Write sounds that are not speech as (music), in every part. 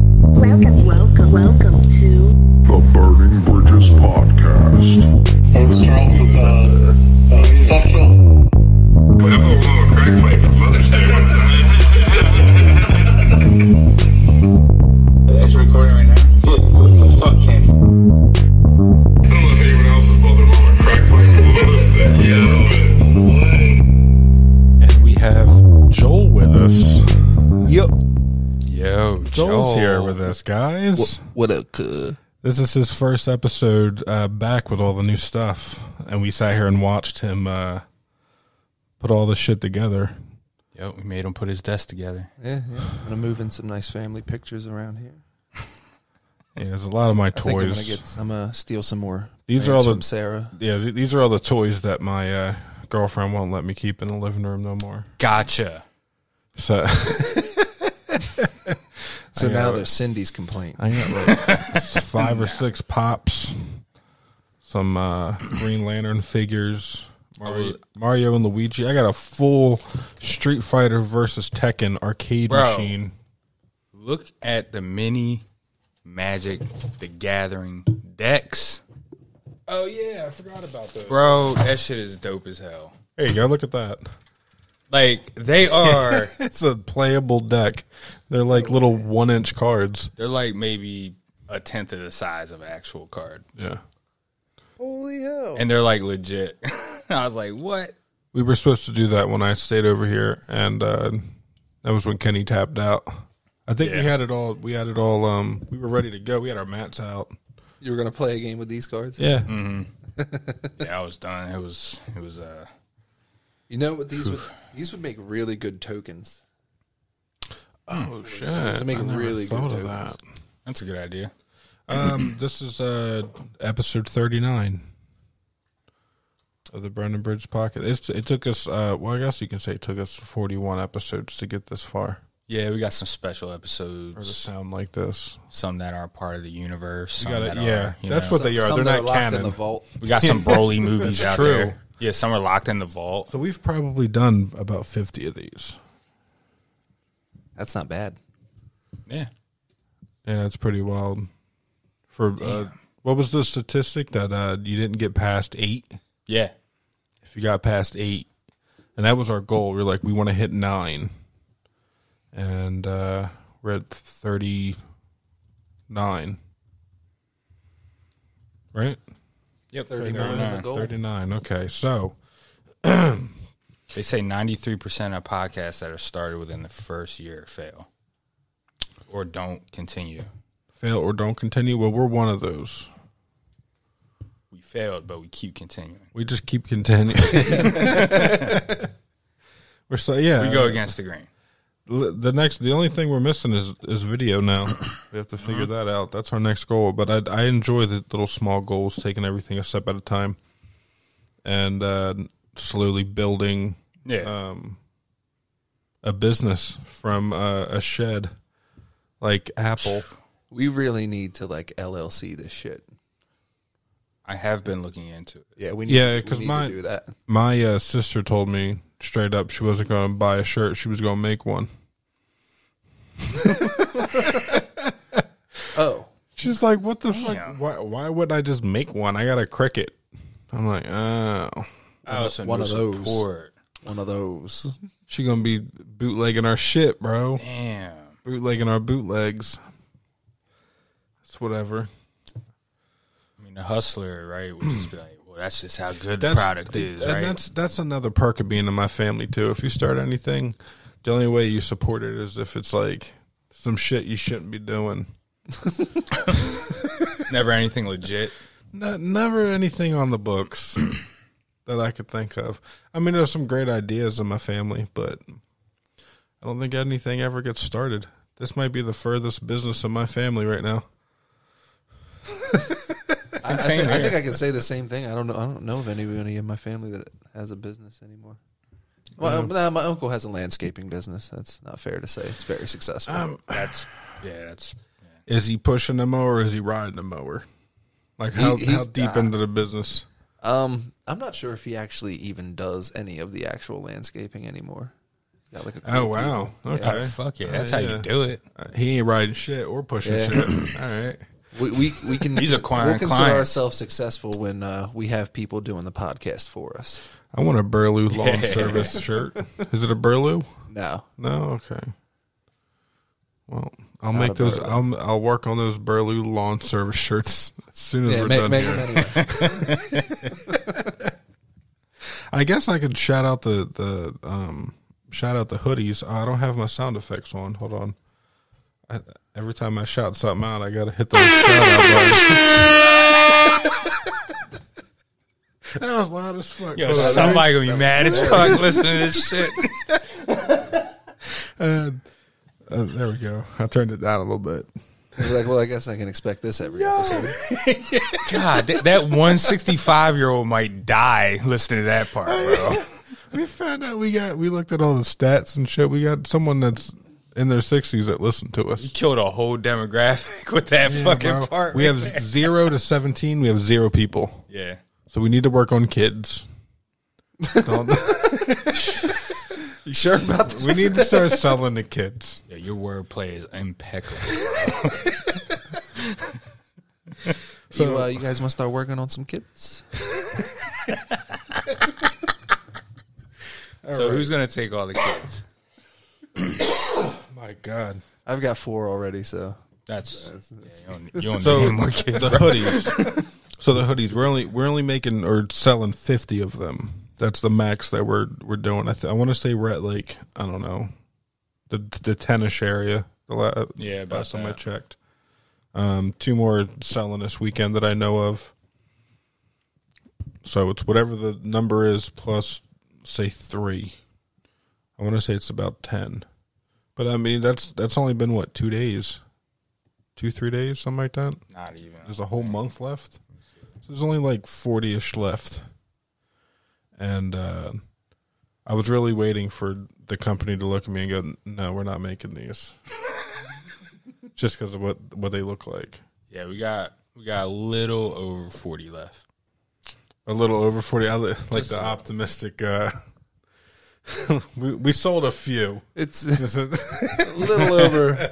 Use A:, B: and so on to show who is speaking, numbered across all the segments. A: Welcome, welcome, welcome to
B: The Burning Bridges Podcast.
C: It's drunk with uh, uh, petrol.
D: It's recording right now. fuck can
E: And we have Joel with us.
F: Yep.
E: Yo, Joel's here with us, guys.
F: What up, cuz?
E: This is his first episode uh, back with all the new stuff, and we sat here and watched him uh, put all this shit together.
G: Yep, we made him put his desk together.
F: Yeah, yeah. I'm gonna move in some nice family pictures around here.
E: Yeah, there's a lot of my
F: I think I'm gonna
E: toys.
F: get. I'm gonna steal some more.
E: These are
F: brands
E: all the-
F: from Sarah.
E: yeah, th- these are all the toys that my uh, girlfriend won't let me keep in the living room no more.
G: Gotcha.
E: So (laughs)
F: So
E: I
F: now
E: got-
F: there's Cindy's complaint.
E: I got like five
G: (laughs)
E: or six pops, some uh, Green Lantern figures,
G: Oh.
E: Mario, Mario and Luigi. I got a full Street Fighter versus Tekken arcade
G: Bro.
E: machine.
G: Look at the mini Magic the Gathering decks.
E: Oh yeah, I forgot about those.
G: Bro, that shit is dope as hell.
E: There you go. Look at that. (laughs)
G: Like they are
E: It's a playable deck. They're like little one-inch cards.
G: they're like maybe a tenth of the size of an actual card.
E: Yeah.
F: Holy
E: Oh.
F: hell!
G: And they're like legit. (laughs) I was like, what?
E: We were supposed to do that when I stayed over here, and uh, that was when Kenny tapped out. I think we
G: Yeah.
E: had it all. We had it all. Um, we were ready to go. We had our mats out. Oh,
F: You were gonna play a game with these cards.
E: Yeah.
G: Yeah, I was done. It was it was uh
F: You know what these would? These would make really good tokens.
G: Mm-hmm.
E: Oh shit! I
F: make
E: never
F: really good
E: thought of
F: tokens.
E: that.
G: that's a good idea.
E: Um, this is uh, episode thirty-nine of the Brendan Bridge Pocket. It's, it took us. Uh, well, I guess you can say it took us forty-one episodes to get this far,
G: Yeah, we got some special
E: or to
G: episodes.
E: sound like this.
G: Some that are part of the universe. Some
E: You gotta-
G: that
E: yeah,
G: are, you
E: that's
G: know.
E: what they are.
F: Some
E: They're
F: that
E: not
F: locked
E: canon.
F: in the vault.
G: We got some
E: (laughs)
G: Broly movies
E: That's
G: out
E: true.
G: there. Yeah, some are locked in the vault.
E: So we've probably done about fifty of these.
F: That's not bad.
G: Yeah.
E: Yeah, it's pretty wild. For uh, what was the statistic that uh, you didn't get past eight?
G: Yeah.
E: if you got past eight, and that was our goal. We are like, we want to hit nine, and uh, we're at thirty nine, right?
G: Yep.
F: 39 on the goal.
E: Thirty nine. Okay, so
G: They say 93% of podcasts that are started within the first year fail or don't continue.
E: fail or don't continue. Well, we're one of those.
G: We failed, but we keep continuing.
E: We just keep continuing. (laughs) we're so yeah.
G: We go against the grain.
E: L- the next the only thing we're missing is is video now we have to figure that out that's our next goal but i i enjoy the little small goals taking everything a step at a time and uh slowly building
G: Yeah.
E: um a business from uh, a shed like apple
F: We really need to like LLC this shit.
G: I have been looking into it.
F: Yeah, we need.
E: Yeah,
F: we
E: 'cause
F: need
E: mine-
F: to do that.
E: my uh, sister told me straight up she wasn't going to buy a shirt she was going to make one
F: Oh,
E: she's like what the fuck why, why wouldn't i just make one i got a cricket i'm like oh
G: Oh, so
F: one
G: no
F: of those.
G: support.
F: one of those.
E: She gonna be bootlegging our shit, bro.
G: Damn.
E: Bootlegging our bootlegs. It's whatever.
G: I mean, the hustler, right, would just be like, well, that's just how good the
E: That's,
G: product is,
E: and
G: right?
E: that's that's another perk of being in my family too. If you start anything, the only way you support it is if it's like some shit you shouldn't be doing.
G: Never anything legit.
E: No, never anything on the books (clears throat) that I could think of. I mean, there's some great ideas in my family, but I don't think anything ever gets started. This might be the furthest business of my family right now.
F: I, I
G: Same
F: think, I
G: here.
F: think I can say the same thing. I don't know. I don't know of anybody in my family that has a business anymore. Well, nah, my uncle has a landscaping business. That's not fair to say. It's very successful.
E: Ah.
G: That's, yeah, that's,
E: Is he pushing the mower or is he riding the mower? Like how,
F: He-
E: how
F: he's-
E: deep into the business?
F: um, I'm not sure if he actually even does any of the actual landscaping anymore. got like a
E: Oh wow. Okay. Uh,
G: Oh, fuck yeah. That's how you do it.
E: it. He ain't riding shit or pushing
F: Yeah. (clears throat)
E: shit. All right.
F: we, we, we can
G: He's acquiring
F: we'll consider
G: clients.
F: ourselves successful when uh, we have people doing the podcast for us.
E: I want a Burlew lawn service shirt. Is it a Burlew?
F: No,
E: No. Okay. Well, I'll make those. I'll, I'll work on those Burlew lawn service shirts (laughs) as soon as
F: yeah,
E: we're
F: ma-
E: done.
F: make
E: here.
F: them anyway.
E: I guess I could shout out the the um shout out the hoodies. I don't have my sound effects on. Hold on. I, every time I shout something out, I gotta hit the shout out button. (laughs) that was loud as fuck.
G: Yo,
E: Hold on.
G: somebody gonna be mad as fuck listening to this shit.
E: Uh, there we go. I turned it down a little bit.
F: They're like, well, I guess I can expect this every episode.
G: God, that, that one sixty-five year old might die listening to that
E: (laughs)
G: part, bro.
E: We found out we got we looked at all the stats and shit. We got someone that's in their sixties that listened to us.
G: Killed a whole demographic with that fucking
E: Bro,
G: part.
E: we
G: right
E: have
G: there.
E: zero to seventeen. We have zero people.
G: yeah.
E: So we need to work on kids. Don't-
F: You sure about this?
E: we need to start selling to kids.
G: yeah, your wordplay is (laughs) impeccable.
F: So you, uh, you guys want to start working on some kids?
G: so who's gonna take all the kids?
E: My God.
F: I've got four already, so
G: That's yeah, you
E: (laughs)
G: don't, you don't
E: So
G: need more kids.
E: the hoodies. So the hoodies. We're only we're only making or selling fifty of them. That's the max that we're we're doing. I, th- I want to say we're at like I don't know, the the tennis area. The la- uh,
G: Yeah, about
E: last time I
G: that.
E: checked. Um, two more selling this weekend that I know of. So it's whatever the number is plus say three. I want to say it's about ten, but I mean that's that's only been what two days, two three days something like that.
G: Not even.
E: There's a whole month left. So there's only like 40 ish left. And uh, I was really waiting for the company to look at me and go, no, we're not making these. (laughs) Just because of what, what they look like.
G: Yeah, we got we got a little over forty left.
E: A little over 40. I li- like the optimistic. Uh, (laughs) we, we sold a few. (laughs)
F: it's (laughs)
E: This is-
F: a little over.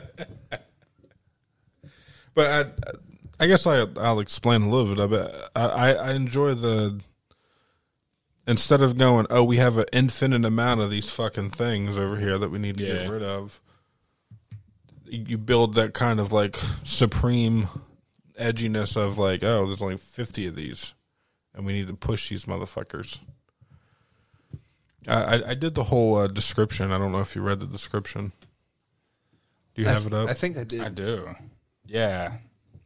E: but I, I guess I, I'll explain a little bit of it. I, I, I enjoy the instead of going, oh, we have an infinite amount of these fucking things over here that we need to
G: Yeah.
E: get rid of. You build that kind of like supreme edginess of like, oh, there's only fifty of these, and we need to push these motherfuckers. I, I- I did the whole uh, description. I don't know if you read the description. Do you have it up?
F: I think I did,
G: I do. Yeah.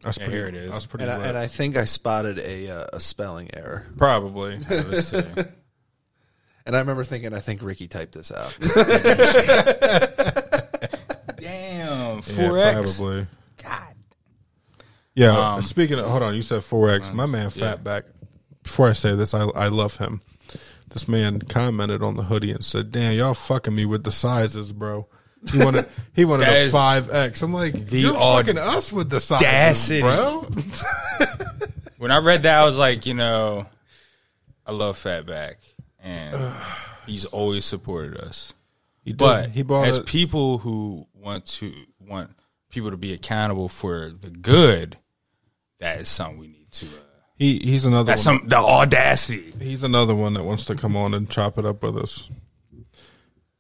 E: That's
G: Yeah,
E: pretty,
G: here it is.
E: That's pretty
F: and I,
E: lit.
F: and I think I spotted a uh, a spelling error. (laughs)
E: Probably. (laughs)
G: Let's see.
F: And I remember thinking, I think Ricky typed this out.
G: Damn, four
E: Yeah,
G: X.
E: probably.
G: God.
E: Yeah.
G: Um, uh,
E: speaking of, hold on. You said 4X. My man Fatback, before I say this, I, I love him. This man commented on the hoodie and said, Damn, y'all fucking me with the sizes, bro. He wanted,
G: (laughs)
E: he wanted
G: That
E: a
G: is
E: 5X. I'm like, You're fucking us with the sizes,
G: audacity.
E: bro.
G: When I read that, I was like, you know, I love Fatback, and he's always supported us.
E: He did-
G: But
E: he bought
G: as
E: it.
G: people who want to want people to be accountable for the good, that is something we need to. Uh,
E: he, he's another
G: that's
E: one.
G: some the audacity.
E: he's another one that wants to come on and chop it up with us.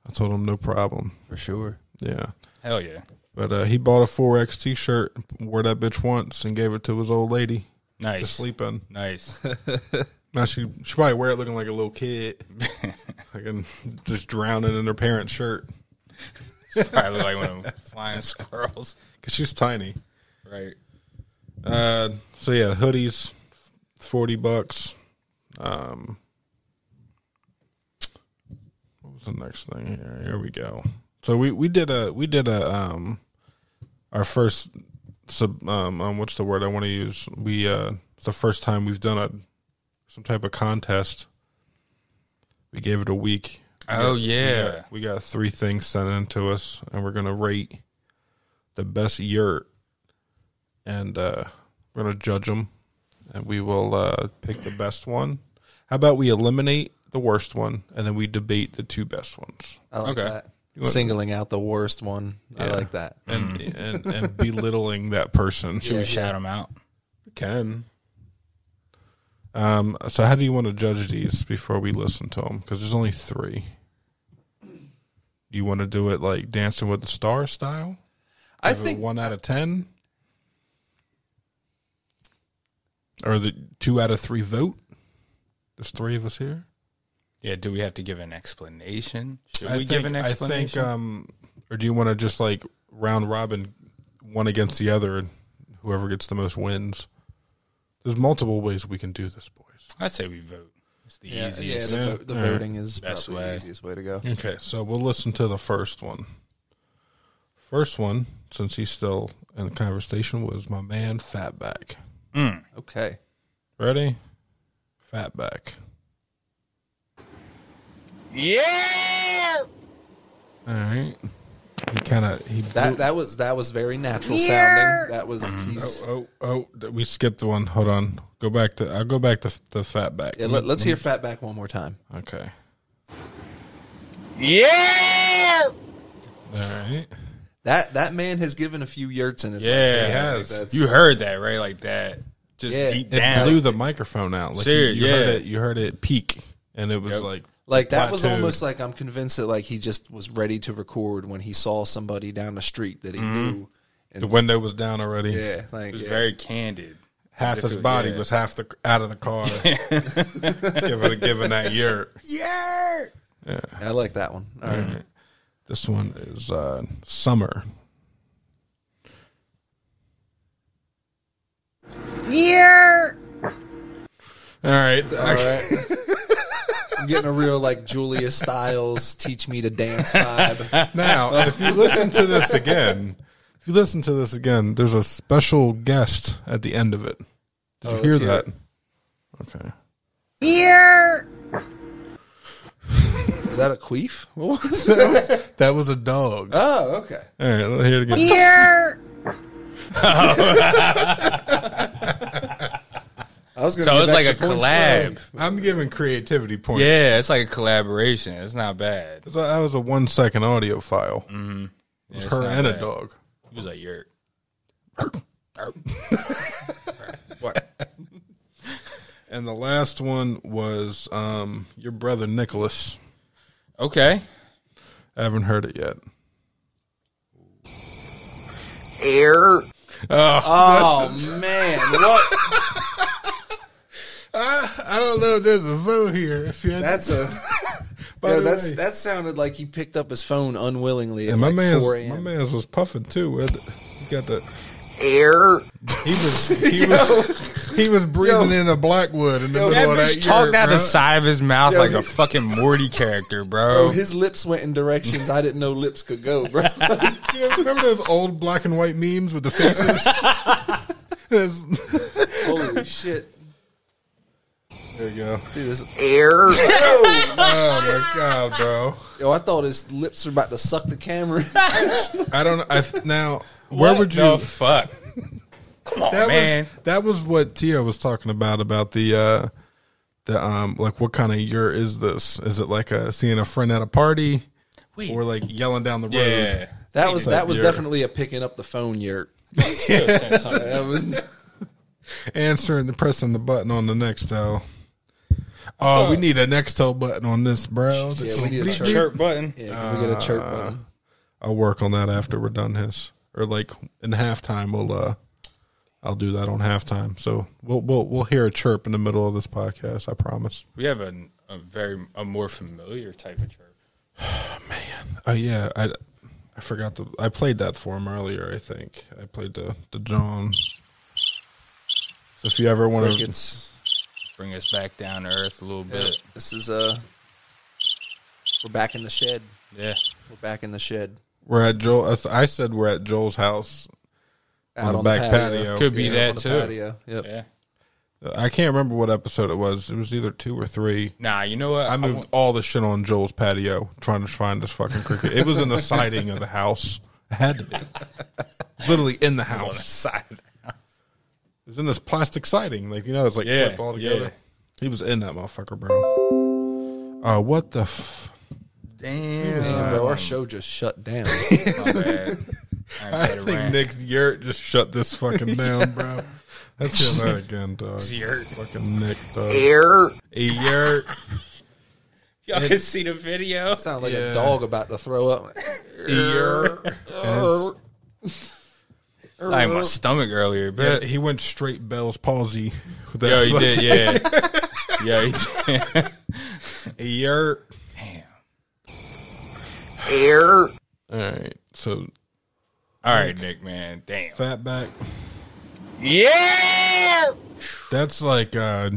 E: I told him no problem.
F: For sure.
E: Yeah.
G: Hell yeah,
E: But uh, he bought a 4X t shirt, wore that bitch once, and gave it to his old lady to
G: nice,
E: sleep in.
G: nice.
E: Now she she probably wear it looking like a little kid, like and just drowning in her parents' shirt
G: Probably look like one
E: (laughs)
G: of them flying squirrels,
E: because she's tiny.
G: right?
E: Uh, so yeah, hoodies, forty bucks. Um, what was the next thing here? Here we go. So we we did a we did a um our first sub um, um what's the word I want to use? We uh it's the first time we've done a some type of contest. We gave it a week.
G: Oh
E: We
G: yeah,
E: got, we got three things sent in to us, and we're gonna rate the best yurt, and uh, we're gonna judge them, and we will uh, pick the best one. How about we eliminate the worst one, and then we debate the two best ones?
F: I like
G: Okay.
F: that.
E: You want-
F: singling out the worst one. I
E: Yeah.
F: like that.
E: and, (laughs) and and belittling that person.
G: Should we shout them out?
E: We can. Um. So, how do you want to judge these before we listen to them? Because there's only three. Do you want to do it like Dancing with the Stars style?
F: I
E: Give it
F: think
E: one out of ten, or the two out of three vote. There's three of us here.
G: Yeah. Do we have to give an explanation? Should
E: I
G: we give
E: think-
G: an
E: I think,
G: explanation?
E: um, or do you want to just like round robin, one against the other, and whoever gets the most wins? There's multiple ways we can do this, boys.
G: I'd say we vote. It's the
F: yeah, yeah,
G: easiest.
F: the, vo- the
E: Yeah.
F: voting is
G: Best
F: probably the
G: way.
F: easiest way to go.
E: Okay, so we'll listen to the first one. First one, since he's still in the conversation, was my man Fatback.
F: Okay.
E: Ready? Fatback. Yeah. All right. He kind of he
F: That that was that was very natural sounding. That was he's,
E: Oh, oh, th- we skipped one. Hold on. Go back to. I'll go back to the fatback.
F: yeah, let, us hear Fatback one more time.
E: Okay. Yeah. All right.
F: That that man has given a few yurts in his life.
G: Yeah,
E: He has.
F: that's-
G: You heard that right? Like that, just
F: Yeah.
G: deep
E: It
G: down.
E: blew the microphone out. Like
G: Seri-
E: you, you heard
G: yeah.
E: it. You heard it peak, and it was
G: Yep.
E: like
F: Like that was
E: plateaued.
F: almost like I'm convinced that like he just was ready to record when he saw somebody down the street that he knew.
E: the window was down already.
F: Yeah, like
G: Mm-hmm. it was
F: yeah.
G: very candid.
E: Half
G: As if
E: his
G: it-
E: body
G: yeah.
E: was half the out of the car. given given that yurt.
G: Yeah.
F: I like that one. All
G: Mm-hmm.
F: right.
E: This one is uh, summer. All right. uh,
F: All right.
G: (laughs)
F: I'm getting a real like Julia Styles teach me to dance vibe.
E: Now, if you listen to this again, if you listen to this again, there's a special guest at the end of it. Did
F: Oh,
E: you hear
F: let's hear
E: that? Okay.
F: Is that a queef? What was that?
G: (laughs)
E: That was a dog. All
F: Oh, okay.
E: right, let's hear it again.
F: I was gonna
G: So
F: give
G: it's like
F: extra
G: a
F: points for
G: collab.
F: him.
E: I'm giving creativity points.
G: Yeah, it's like a collaboration. It's not bad.
E: So That was a one second audio file. Mm-hmm. It was
G: it's
E: her
G: not
E: and a
G: bad.
E: dog.
G: He was like, "You're."
E: (laughs) And the last one was um, your brother Nicholas.
G: Okay.
E: I haven't heard it yet. (laughs)
H: air.
F: Oh man, what?
E: (laughs) I don't know if there's a vote here. If you had,
F: That's
G: (laughs)
F: a.
E: by
F: Yo,
E: the
F: that's
E: way.
F: that sounded like he picked up his phone unwillingly at
E: and my
F: like
E: man's
F: four a.m.
E: my man's was puffing too. He got the
H: Air.
E: he was (laughs) he was he was breathing in a blackwood in the
G: That
E: middle of
G: bitch
E: that
G: talked
E: year,
G: out
E: bro.
G: the side of his mouth
F: Yo,
G: like
F: he-
G: a fucking Morty character, bro.
F: Bro, his lips went in directions I didn't know lips could go, bro. (laughs)
E: You know, remember those old black and white memes with the (laughs) faces? There's-
G: (laughs)
F: Holy shit!
E: there you go.
F: Dude,
E: (laughs)
F: this,
H: Air.
E: Oh my god, bro!
F: yo, I thought his lips were about to suck the camera.
E: I don't. I now where
G: What
E: would you?
G: the (laughs) fuck? Come on,
E: that
G: man.
E: was that was what Tia was talking about about the uh the um like what kind of year is this? Is it like a seeing a friend at a party
G: Wait.
E: or like yelling down the road?
G: yeah.
F: That was that was
E: You're-
F: definitely a picking up the phone yurt. That was
E: answering the pressing the button on the Nextel. Oh, we need a Nextel button on this, bro.
F: yeah, we need a chirp.
G: Chirp button.
F: Yeah, can we get
G: Uh,
F: a chirp button.
E: I'll work on that after we're done his, or like in halftime. We'll uh, I'll do that on halftime. So we'll we'll we'll hear a chirp in the middle of this podcast. I promise.
G: We have a, a very a more familiar type of chirp.
E: Oh yeah, I I forgot the I played that for him earlier. I think I played the the John. If you ever
G: uh,
E: want to,
F: Crickets.
G: Bring us back down to earth a little
F: Yeah,
G: bit.
F: This is uh we're back in the shed.
G: Yeah.
F: We're back in the shed.
E: we're at Joel. I s- I said we're at Joel's house.
F: Out
E: On the back patio.
G: Could be
F: Yeah,
G: that
F: on the
G: too.
F: patio. Yep.
G: Yeah.
E: I can't remember what episode it was. It was either two or three.
G: Nah, you know what?
E: I
G: (laughs)
E: moved
G: want-
E: all the shit on Joel's patio trying to find this fucking cricket. It was in the siding of the house. (laughs) It had to be. Literally in the
G: on the
E: house.
G: side. of the house.
E: It was in this plastic siding. Like, you know, it's like
G: Yeah,
E: clip all together.
G: yeah.
E: He was in that motherfucker, bro. Uh, what the f-
G: Damn.
F: bro, our show just shut
G: (laughs)
F: down.
G: My bad. I,
E: (laughs)
G: ain't
E: I
G: paid a
E: think
G: rent.
E: Nick's yurt just shut this fucking down, bro.
G: (laughs)
E: Let's hear that again, dog.
G: yurt.
E: Fucking Nick, dog.
H: air,
E: A yurt.
G: Y'all can see the video.
F: Sound like
E: Yeah.
F: a dog about to throw up.
E: Ear. As-
G: Like my stomach earlier,
E: yeah,
G: but
E: he went straight Bell's palsy. With that
G: yo, he
E: fucking- (laughs)
G: did, yeah, yeah, he did. (laughs)
E: A yurt.
G: Damn.
H: air,
E: All right, so
G: All right, Nick, man, damn.
E: fatback.
H: yeah.
E: That's like uh,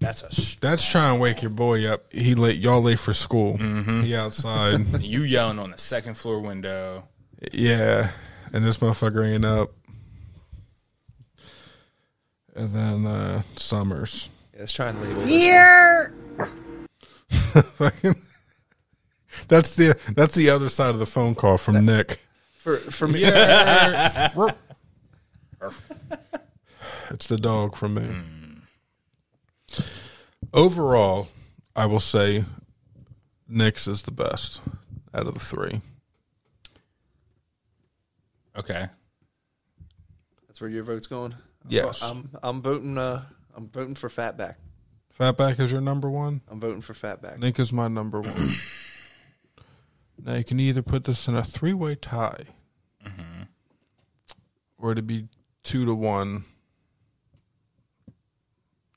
G: That's a sh-
E: that's trying to wake your boy up. He late, y'all late for school.
G: Mm-hmm.
E: He outside.
G: (laughs) you yelling on the second floor window.
E: Yeah, and this motherfucker ain't up. And then uh Summers. (laughs)
F: Yeah, let's try and leave it.
E: Fucking- that's the that's the other side of the phone call from Nick.
F: For, for me,
E: It's the dog from me. Overall, I will say Nick's is the best out of the three.
G: Okay,
F: (laughs) that's where your vote's going. I'm vo-
E: Yes.
F: I'm I'm voting. Uh, I'm voting for Fatback.
E: Fatback is your number one.
F: I'm voting for Fatback.
E: Nick is my number
G: (clears throat)
E: one. now you can either put this in a three-way tie,
G: Mm-hmm.
E: or it'd be two to one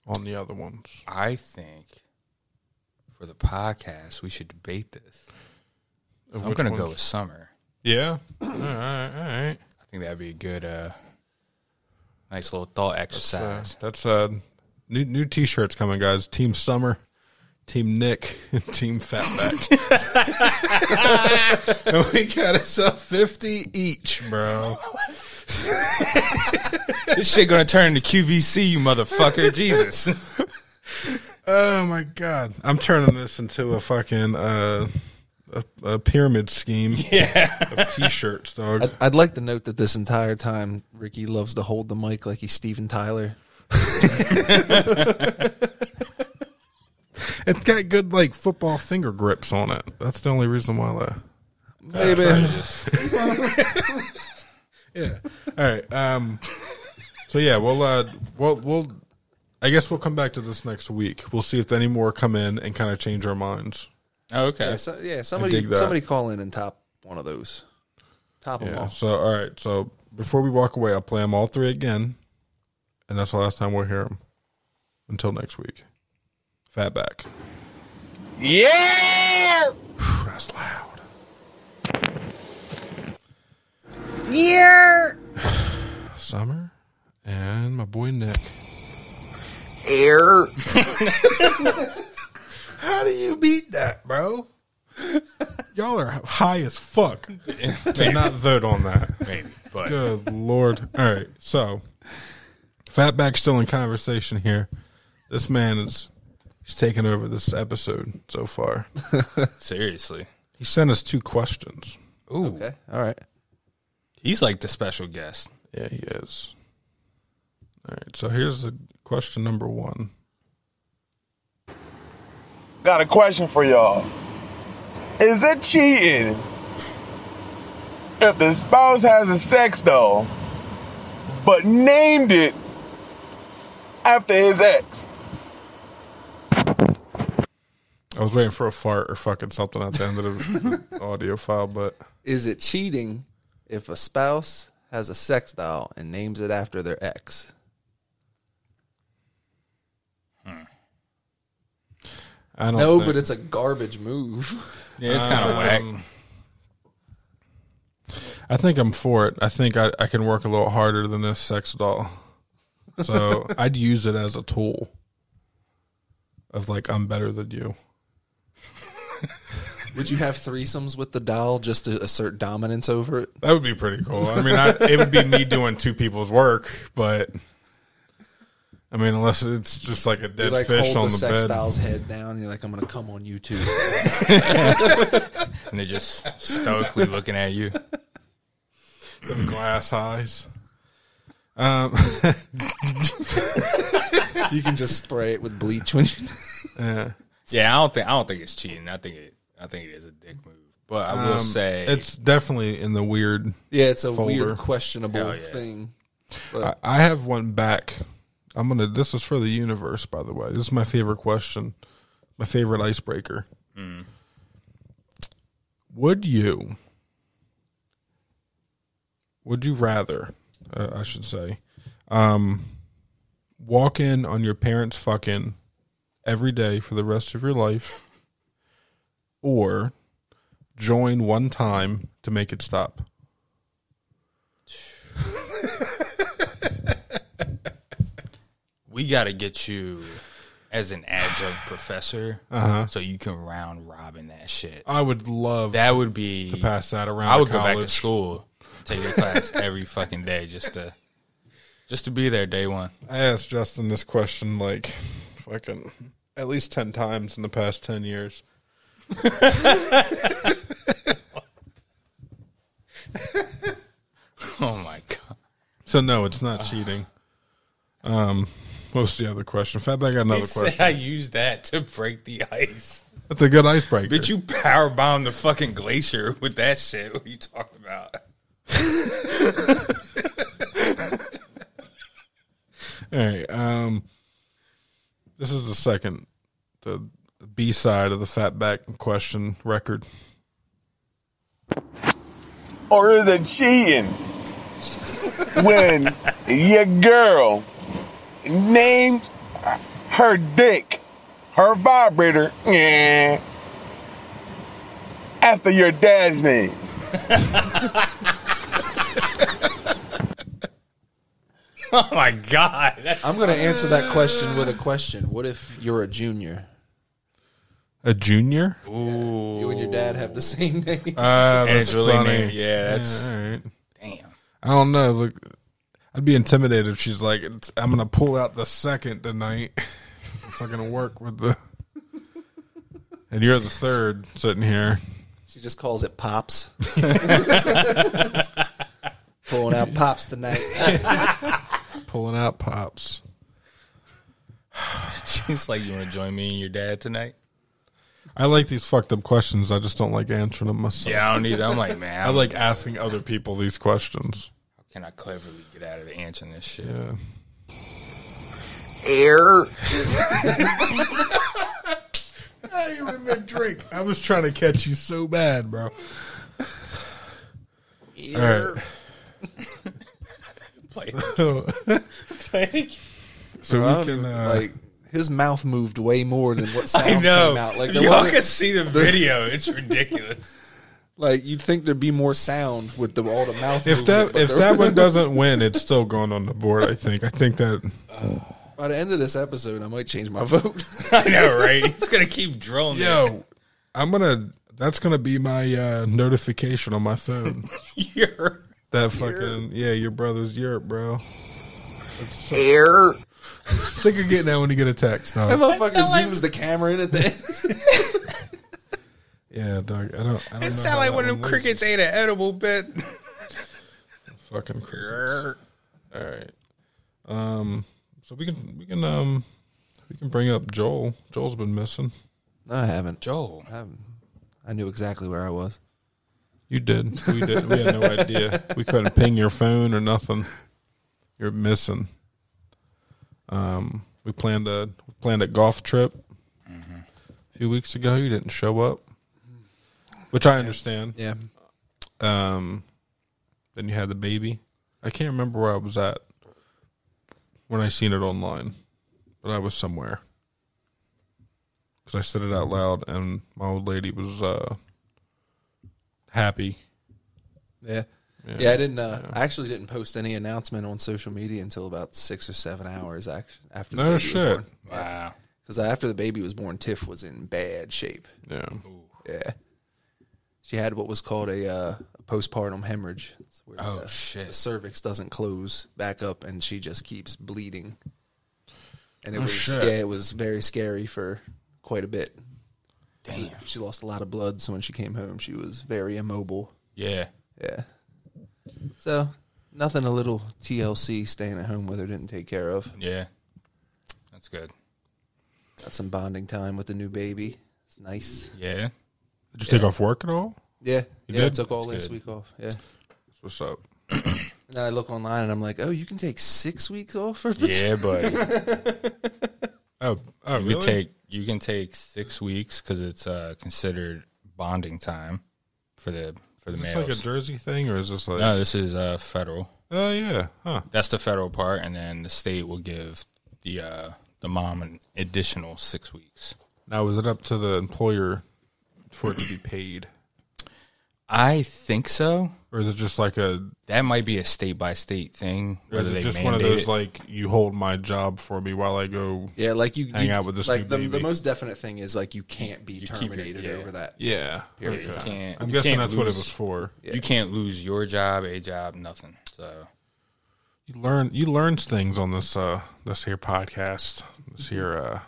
E: on the other ones.
G: I think for the podcast we should debate this.
E: Of
G: I'm
E: which
G: gonna go
E: ones?
G: with summer.
E: yeah. all right, all right.
G: I think that'd be a good, uh, nice little thought
E: So
G: exercise.
E: that's uh, new new T-shirts coming, guys. Team Summer, Team Nick, (laughs) and Team Fatback. (laughs) and we gotta sell fifty each, bro.
G: this shit gonna turn into QVC, you
E: (laughs)
G: motherfucker. Jesus.
E: Oh my god! I'm turning this into a fucking uh, a, a pyramid scheme. of t-shirts, dog.
F: I'd, I'd like to note that this entire time, Ricky loves to hold the mic like he's Steven Tyler.
E: It's got good like football finger grips on it. That's the only reason why. That.
F: Maybe.
E: Yeah. All right. Um. So yeah, we'll uh, we'll we'll. I guess we'll come back to this next week. We'll see if any more come in and kind of change our minds.
G: Oh, okay.
F: Yeah, (laughs) so, yeah somebody
E: dig that.
F: somebody call in and top one of those. Top them
E: Yeah.
F: all.
E: So all right. So before we walk away, I'll play them all three again, and that's the last time we'll hear them. Until next week. Fatback.
H: Yeah.
E: Phew, That's loud.
H: Yeah.
E: (sighs) Summer and my boy Nick.
H: Air,
E: (laughs) How do you beat that, bro? Y'all are high as fuck to not vote on that.
G: Maybe, but
E: Good lord. All right, so Fatback's still in conversation here. This man is he's taken over this episode so far.
G: seriously.
E: He sent us two questions.
G: Ooh.
F: Okay. All right.
G: He's like the special guest.
E: Yeah, he is. All right, so here's the question number one.
I: Got a question for y'all. Is it cheating if the spouse has a sex doll but named it after his ex?
E: I was waiting for a fart or fucking something at the end of the (laughs) audio file, but
F: Is it cheating if a spouse has a sex doll and names it after their ex?
E: I don't
F: No,
E: think-
F: but it's a garbage move. (laughs)
G: Yeah, it's kind of whack.
E: Um, I think I'm for it. I think I, I can work a little harder than this sex doll.
G: (laughs)
E: So I'd use it as a tool of like, I'm better than you.
F: Would you have threesomes with the doll just to assert dominance over it?
E: That would be pretty cool. I mean, I, it would be me doing two people's work, but I mean, unless it's just like a
F: You
E: dead
F: like
E: fish
F: hold
E: on
F: the,
E: the,
F: sex
E: bed.
F: doll's head down. And you're like, I'm gonna come on you too.
G: And
E: (laughs)
G: they're just stoically looking at you.
E: Them glass eyes. Um,
F: you can just spray it with bleach when you.
E: yeah.
G: Yeah, I don't think I don't think it's cheating. I think it I think it is a dick move. But I will
E: Um,
G: say
E: it's definitely in the weird.
F: Yeah, it's a
E: Folder.
F: weird, questionable
G: Hell yeah.
F: thing.
E: I, I have one back. I'm gonna. This is for the universe, by the way. This is my favorite question. My favorite icebreaker.
G: Hmm.
E: Would you? Would you rather? Uh, I should say, um, walk in on your parents fucking every day for the rest of your life, or join one time to make it stop.
G: we got to get you as an adjunct professor
E: Uh-huh.
G: so you can round robin that shit.
E: I would love
G: That would be
E: to pass that around.
G: I
E: to
G: would go back to
E: college.
G: school, take your class every fucking day just to just to be there day one.
E: I asked Justin this question like fucking at least 10 times in the past 10 years.
G: Oh my god.
E: So, no, it's not cheating. Um, what's the other question? Fatback got another question.
G: I used that to break the ice.
E: That's a good icebreaker.
G: Bitch, you power bomb the fucking glacier with that shit. What are you talking about? (laughs)
E: All right. Um, this is the second, the B side of the Fatback question record.
I: Or is it cheating when your girl named her dick, her vibrator, yeah, after your dad's name?
G: Oh my god. That's
F: I'm going to answer that question with a question. What if you're a junior?
E: A junior?
F: You and your dad have the same (laughs) name.
E: Uh,
G: And it's
E: that's
G: really
E: funny.
G: neat. Yeah, that's-
E: all right.
G: damn.
E: I don't know. Look, I'd be intimidated if she's like, "It's- "I'm gonna pull out the second tonight. (laughs) It's not gonna work with the." (laughs) And you're the third sitting here.
F: she just calls it
E: (laughs)
F: pops. Pulling out pops
E: (laughs)
F: tonight.
E: Pulling out pops.
G: (laughs) She's like, you want to join me and your dad tonight?
E: I like these fucked up questions. I just don't like answering them myself.
G: Yeah, I don't need that. I'm like, man,
E: I
G: I'm like,
E: like asking other people these questions.
G: can I cleverly get out of the answering this shit?
E: Yeah.
H: air,
E: Hey, you drink. I was trying to catch you so bad, bro. All right. So, so we can uh,
F: like his mouth moved way more than
E: (laughs)
F: what sound
G: (laughs) I know.
F: came out. Like
G: Like,
F: there
G: Y'all
F: wasn't-
G: can
F: (laughs)
G: see the video. It's ridiculous. (laughs)
F: like you'd think there'd be more sound with the all the mouth.
E: If
F: movement,
E: that
F: but
E: if
F: there-
E: that one doesn't win, it's still going on the board. I think. I think that
F: by the end of this episode, I might change my vote. (laughs)
G: I know, right? It's gonna keep drilling. it.
E: yo, I'm gonna. That's gonna be my uh, notification on my
G: (laughs)
E: phone.
G: You're-
E: That fucking yeah, your brother's Europe, bro.
H: air,
E: Think of getting that when you get a text.
F: that
E: Dog.
F: motherfucker zooms the camera in at the end.
E: Yeah, dog. I don't. I don't know
G: It sound
E: how
G: like
E: that
G: one of them
E: loses.
G: crickets ate an edible bit.
E: (laughs) Fucking crickets. All right. Um. So we can we can um we can bring up Joel. Joel's been missing.
F: No, I haven't.
G: Joel.
F: I haven't. I knew exactly where I was.
E: You did. We did. We had no idea. We couldn't ping your phone or nothing. You're missing. Um, we planned a we planned a golf trip a few weeks ago. You didn't show up, which I understand.
F: Yeah,
E: Um, then you had the baby. I can't remember where I was at when I seen it online, but I was somewhere because I said it out loud, and my old lady was uh, happy
F: yeah, yeah. I didn't. Uh, I actually didn't post any announcement on social media until about six or seven hours act- after.
E: No shit.
G: Wow.
F: Because after the baby was born, Tiff was in bad shape.
E: Yeah.
F: Yeah, she had what was called a, uh, a postpartum hemorrhage. It's where
G: Oh,
F: the,
G: shit.
F: The cervix doesn't close back up, and she just keeps bleeding. And it
E: Oh,
F: was
E: shit.
F: yeah, it was very scary for quite a bit.
G: Damn.
F: She lost a lot of blood, so when she came home, she was very immobile.
G: Yeah.
F: Yeah. So nothing a little TLC staying at home with her didn't take care of.
G: Yeah. That's good.
F: Got some bonding time with the new baby. It's nice.
G: Yeah.
E: Did you take off work at all?
F: Yeah,
E: You
F: yeah.
E: did?
F: I took all
E: That's
F: last
E: good.
F: week off. Yeah.
E: What's up?
F: And then I look online and I'm like, oh, you can take six weeks off for
G: Yeah, buddy.
E: Oh, oh,
G: You
E: really?
G: can take you can take six weeks because it's uh, considered bonding time for the for the
E: Is this like a
G: males.
E: Jersey thing, or is this like?
G: no, this is uh, federal.
E: Oh yeah, huh?
G: That's the federal part, and then the state will give the uh, the mom an additional six weeks.
E: Now is it up to the employer for it to be paid,
G: I think so.
E: or is it just like a?
G: That might be a state by state thing.
E: Or is
G: Whether
E: it
G: they
E: just
G: mandate
E: one of those
G: it.
E: like you hold my job for me while I go?
F: (laughs) Yeah, like you
E: Hang
F: you-
E: out with this new
F: Like the,
E: baby.
F: the most definite thing is like you can't be
G: keep your-
F: terminated
G: yeah.
F: over that. (laughs)
E: Yeah,
G: You can't-
E: I'm
G: you
E: guessing
G: can't
E: that's what it
G: lose-
E: was for.
G: You can't lose your job, a job, nothing. So
E: You learn you learns things on this uh this here podcast. This here uh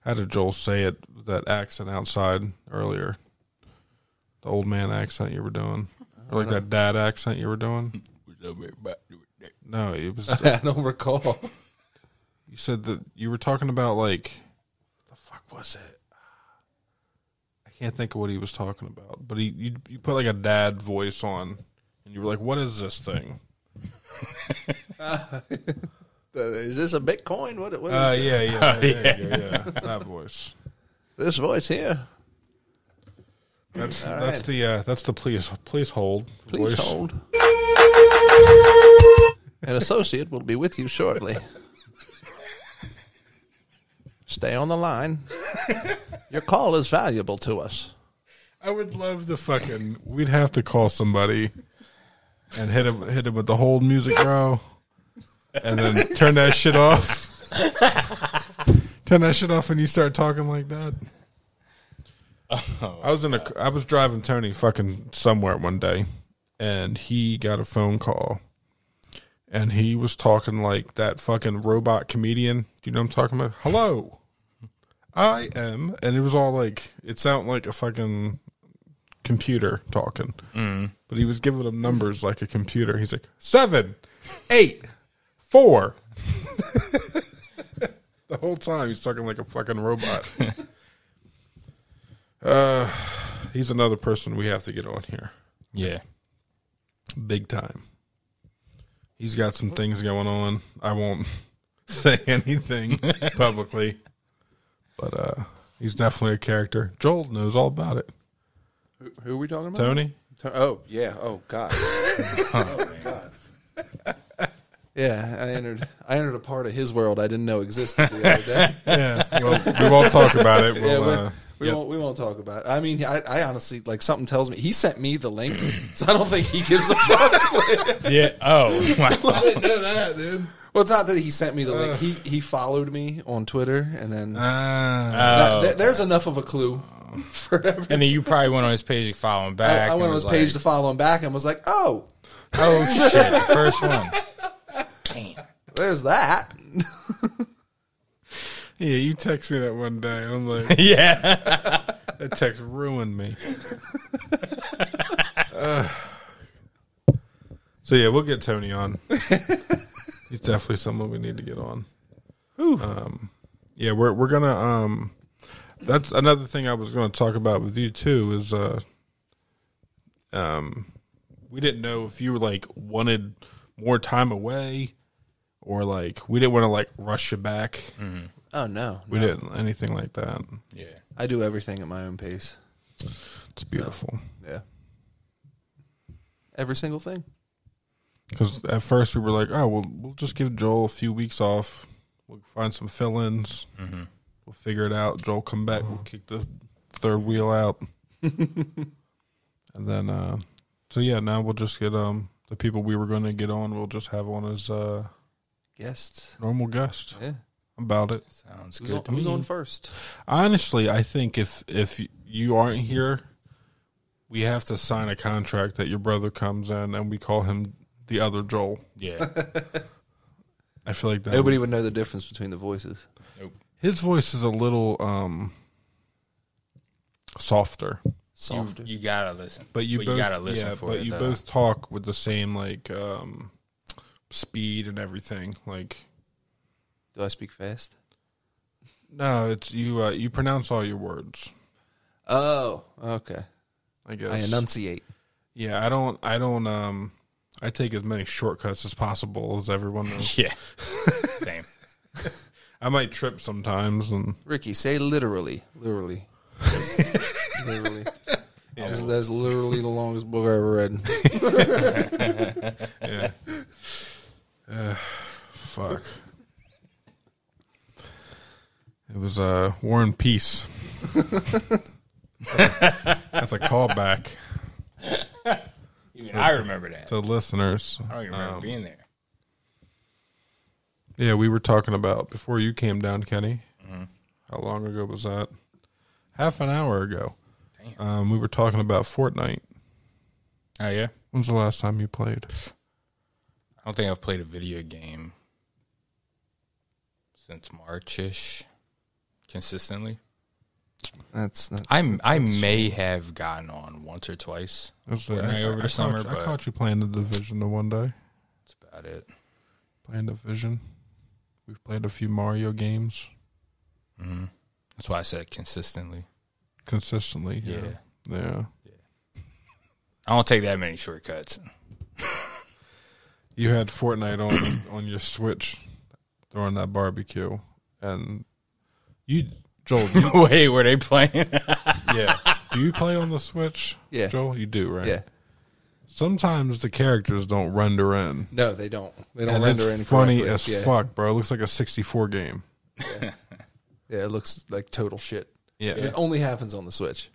E: how did Joel say it that accent outside earlier? The old man accent you were doing. Or like that dad accent you were doing? No, it was
F: I don't recall.
E: you said that you were talking about like the fuck was it? I can't think of what he was talking about, but he you, you put like a dad voice on, and you were like, "What is this thing?"
F: Uh, is this a Bitcoin? What? What is
E: Uh, yeah, yeah,
F: (laughs)
E: yeah, yeah, yeah, that voice.
F: this voice here?
E: That's that's
F: right.
E: the uh, that's the please please hold
F: Please
E: voice.
F: hold. An associate will be with you shortly. Stay on
E: (laughs)
F: the line. Your call is valuable to us.
E: I would love to fucking. We'd have to call somebody and hit him hit him with the hold music, bro, and then turn that shit off. turn that shit off, and you start talking like that. I was in a. I was driving Tony fucking somewhere one day, and he got a phone call, and he was talking like that fucking robot comedian. Do you know what I'm talking about? Hello. I am, and it was all like it sounded like a fucking computer talking. But he was giving them numbers like a computer. He's like seven, eight, four. (laughs) the whole time he's talking like a fucking robot. uh, he's another person we have to get on here,
G: yeah,
E: big time. He's got some things going on. I won't (laughs) say anything publicly, but uh, he's definitely a character. Joel knows all about it.
F: Who are we talking about?
E: Tony,
F: Oh yeah. Oh god. Yeah, I entered. I entered a part of his world I didn't know existed the other day.
E: yeah. Well, we won't talk about it. We'll,
F: Yeah, we,
E: uh,
F: we won't. We won't talk about. It. I mean, I, I honestly like something tells me he sent me the link, (clears throat) so I don't think he gives a fuck.
E: uh,
G: yeah. Oh, wow.
E: didn't know that, dude.
F: well, it's not that he sent me the link. He he followed me on Twitter, and then
E: Ah,
F: that- th- there's enough of a clue (laughs) for everything.
G: and then you probably went on his page to follow him
F: I,
G: back.
F: I went on his page to follow him back and was like, oh, (laughs)
G: oh shit, the first one. Damn.
F: there's that. (laughs)
E: yeah, you text me that one day, and I'm like,
G: (laughs) Yeah.
E: that text ruined me. Ugh. (sighs) so yeah, we'll get Tony on. He's definitely someone we need to get on. Um, yeah, we're we're gonna. Um, that's another thing I was going to talk about with you too. Is uh, um, we didn't know if you like wanted more time away, or like we didn't want to like rush you back.
F: Oh no,
E: We didn't anything like that.
G: Yeah.
F: I do everything at my own pace.
E: It's beautiful.
F: Yeah, every single thing.
E: Because at first we were like, oh, well, we'll just give Joel a few weeks off. We'll find some fill ins. We'll figure it out. Joel come back. We'll kick the third wheel out. and then, uh, so yeah, now we'll just get um the people we were going to get on. We'll just have on as uh,
F: Guests.
E: normal guest
F: Yeah.
E: about it.
G: Sounds
F: Who's
G: good
F: on,
G: to
F: who's
G: me. (laughs)
F: on first?
E: Honestly, I think if if you aren't here, we have to sign a contract that your brother comes in and we call him the other Joel.
G: Yeah.
E: I feel like that
F: Nobody would know the difference between the voices.
E: His voice is a little um softer,
F: Softer.
G: You gotta listen.
E: but you both
G: gotta listen
E: yeah,
G: for
E: but
G: it.
E: you
G: though.
E: both talk with the same like um speed and everything. Like
F: Do I speak fast?
E: no, it's you uh, you pronounce all your words.
F: Oh, okay.
E: I guess.
F: I enunciate.
E: yeah, I don't. I don't. Um, I take as many shortcuts as possible as everyone
G: (laughs)
E: knows.
G: Yeah.
F: (laughs)
G: Same.
E: I might trip sometimes, and
F: Ricky, say literally. (laughs) Literally. literally. That's, that's literally the longest book I ever read.
E: fuck. It was uh, War and
G: (laughs)
E: Peace. That's a callback
G: Even I remember that. Um,
E: to listeners.
G: I don't even remember being there.
E: Yeah, we were talking about before you came down, Kenny.
G: Mm-hmm.
E: How long ago was that? Half an hour ago. Um, we were talking about Fortnite.
G: Oh yeah.
E: When's the last time you played?
G: I don't think I've played a video game since Marchish consistently.
F: That's not.
G: I I may have gotten on once or twice.
E: That's
G: Fortnite
E: I-
G: over
E: I
G: the
E: caught
G: summer,
E: you- I
G: but-
E: caught you playing the division the one day.
G: That's about it.
E: Playing division. We've played a few Mario games
G: That's why I said consistently.
E: consistently.
G: Yeah.
E: yeah. Yeah.
G: I don't take that many shortcuts. (laughs)
E: you had Fortnite on (coughs) on your Switch during that barbecue, and you Joel, do
F: (laughs)
E: you,
G: Wait, were they (laughs) playing?
E: yeah, do you play on the Switch?
F: Yeah.
E: Joel, you do right?
F: Yeah.
E: Sometimes the characters don't render in.
F: No, they don't. They don't
E: And
F: render
E: it's
F: any
E: funny
F: correctly.
E: as
F: yeah.
E: fuck, bro. It looks like a 64 game.
F: Yeah, it looks like total shit.
E: Yeah.
F: It only happens on the Switch.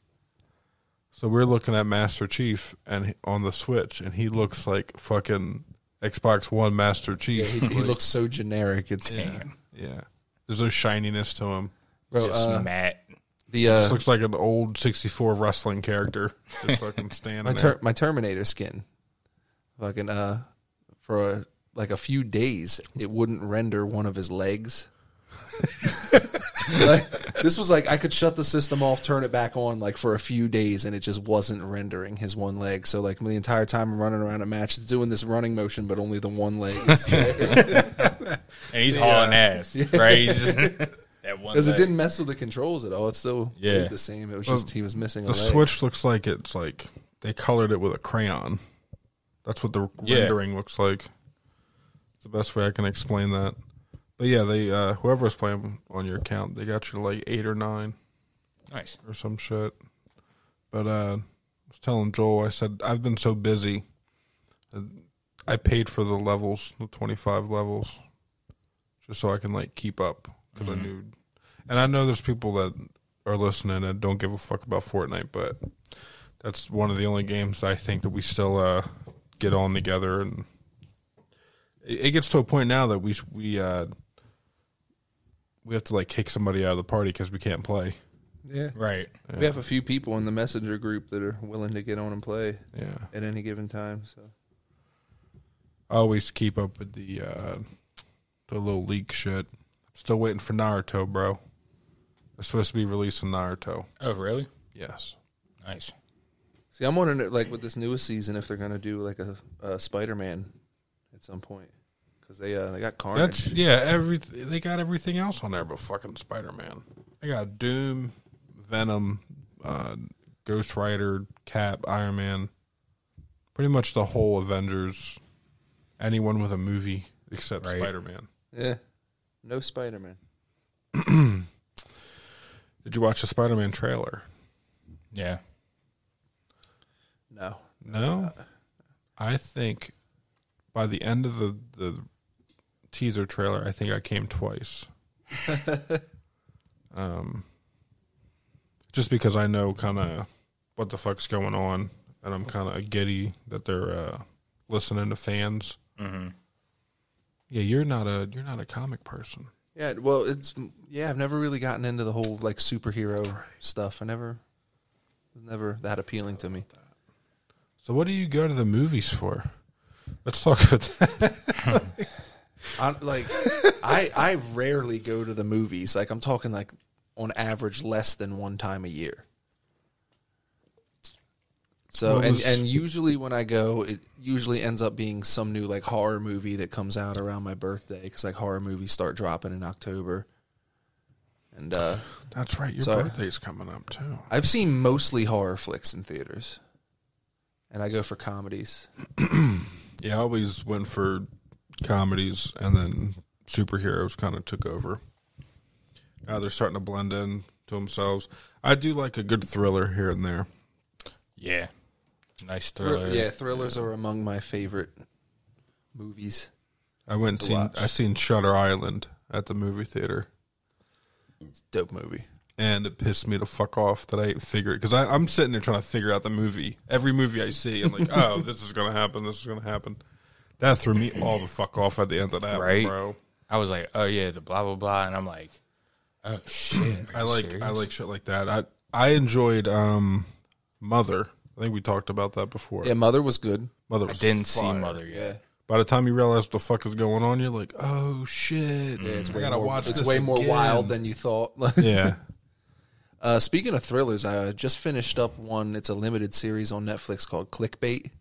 E: So we're looking at Master Chief and he- on the Switch, and he looks like fucking Xbox One Master
F: Yeah,
E: Chief.
F: he,
E: (laughs)
F: he looks so generic. It's
E: yeah. There's no shininess to him.
F: bro,
G: Just
F: uh,
G: Matt.
F: the uh,
E: This looks like an old '64 wrestling character, just fucking standing
F: (laughs) my
E: there.
F: ter- my Terminator skin, fucking uh, for uh like a few days, it wouldn't render one of his legs. (laughs) like, this was like I could shut the system off, turn it back on, like for a few days, and it just wasn't rendering his one leg. So like the entire time I'm running around a match, it's doing this running motion, but only the
E: (laughs)
F: one leg is there
G: And he's hauling ass, right?
F: (laughs)
G: He's just, that one.
F: because it
G: leg.
F: didn't mess with the controls at all. It still
G: Yeah.
F: did the same. It was just he was missing a
E: The
F: leg.
E: Switch looks like it's like they colored it with a crayon. That's what the
G: Yeah.
E: rendering looks like. It's the best way I can explain that. But yeah, they uh, whoever was playing on your account, they got you to like eight or nine
G: Nice.
E: or some shit. But uh, I was telling Joel, I said I've been so busy. uh, I paid for the levels, the twenty-five levels, just so I can like keep up because I knew. And I know there's people that are listening and don't give a fuck about Fortnite, but that's one of the only games I think that we still uh, get on together, and it, it gets to a point now that we we uh, we have to like kick somebody out of the party because we can't play.
F: yeah.
G: Right.
F: We have a few people in the messenger group that are willing to get on and play
E: Yeah.
F: at any given time. So
E: I always keep up with the uh the little leak shit. Still waiting for Naruto, bro. They're supposed to be releasing Naruto.
G: Oh, really?
E: Yes.
G: Nice.
F: see, I'm wondering like with this newest season if they're gonna do like a, a Spider-Man at some point because they uh, they got Carnage.
E: That's yeah, every they got everything else on there but fucking Spider Man. They got Doom, Venom, uh Ghost Rider, Cap, Iron Man. Pretty much the whole Avengers. Anyone with a movie except
G: Right.
E: Spider Man.
F: yeah, no Spider-Man.
E: Did you watch the Spider Man trailer?
G: Yeah.
F: No,
E: No, I think by the end of the, the teaser trailer, I think I came twice. um, just because I know kind of what the fuck's going on, and I'm kind of giddy that they're uh, listening to fans. Yeah, you're not a you're not a comic person.
F: yeah, well, it's yeah, I've never really gotten into the whole like superhero stuff. I never it was never that appealing to me.
E: So what do you go to the movies for? Let's talk about that. (laughs)
F: I, like I I rarely go to the movies. Like I'm talking like on average less than one time a year. So
E: What
F: and,
E: was-
F: and usually when I go, it usually ends up being some new like horror movie that comes out around my birthday because like horror movies start dropping in October. And uh,
E: That's right. Your
F: Sorry.
E: birthday's coming up too.
F: I've seen mostly horror flicks in theaters, and I go for comedies.
E: Yeah, I always went for comedies, and then superheroes kind of took over. Now they're starting to blend in to themselves. I do like a good thriller here and there.
G: Yeah. Nice thriller.
F: Yeah, thrillers are among my favorite movies.
E: I went and seen
F: watch.
E: I seen Shutter Island at the movie theater,
F: Dope movie.
E: and it pissed me the fuck off that I ain't figured because I'm sitting there trying to figure out the movie. Every movie I see, I'm like, oh, this is gonna happen. This is gonna happen. That threw me all the fuck off at the end of that,
G: Right?
E: bro.
G: I was like, oh yeah, the blah blah blah, and I'm like, oh shit.
E: I like I like shit like that. I I enjoyed um Mother. I think we talked about that before.
F: Yeah, Mother was good.
E: Mother
G: I
E: was
G: didn't see
E: fire.
G: Mother yet.
E: By the time you realize what the fuck is going on, you're like, oh shit! Yeah, it's I gotta
F: more,
E: watch.
F: It's
E: this
F: way more
E: again.
F: wild than you thought. (laughs)
E: yeah.
F: Uh, speaking of thrillers, I just finished up one. It's a limited series on Netflix called
E: Mm.
F: Clickbait.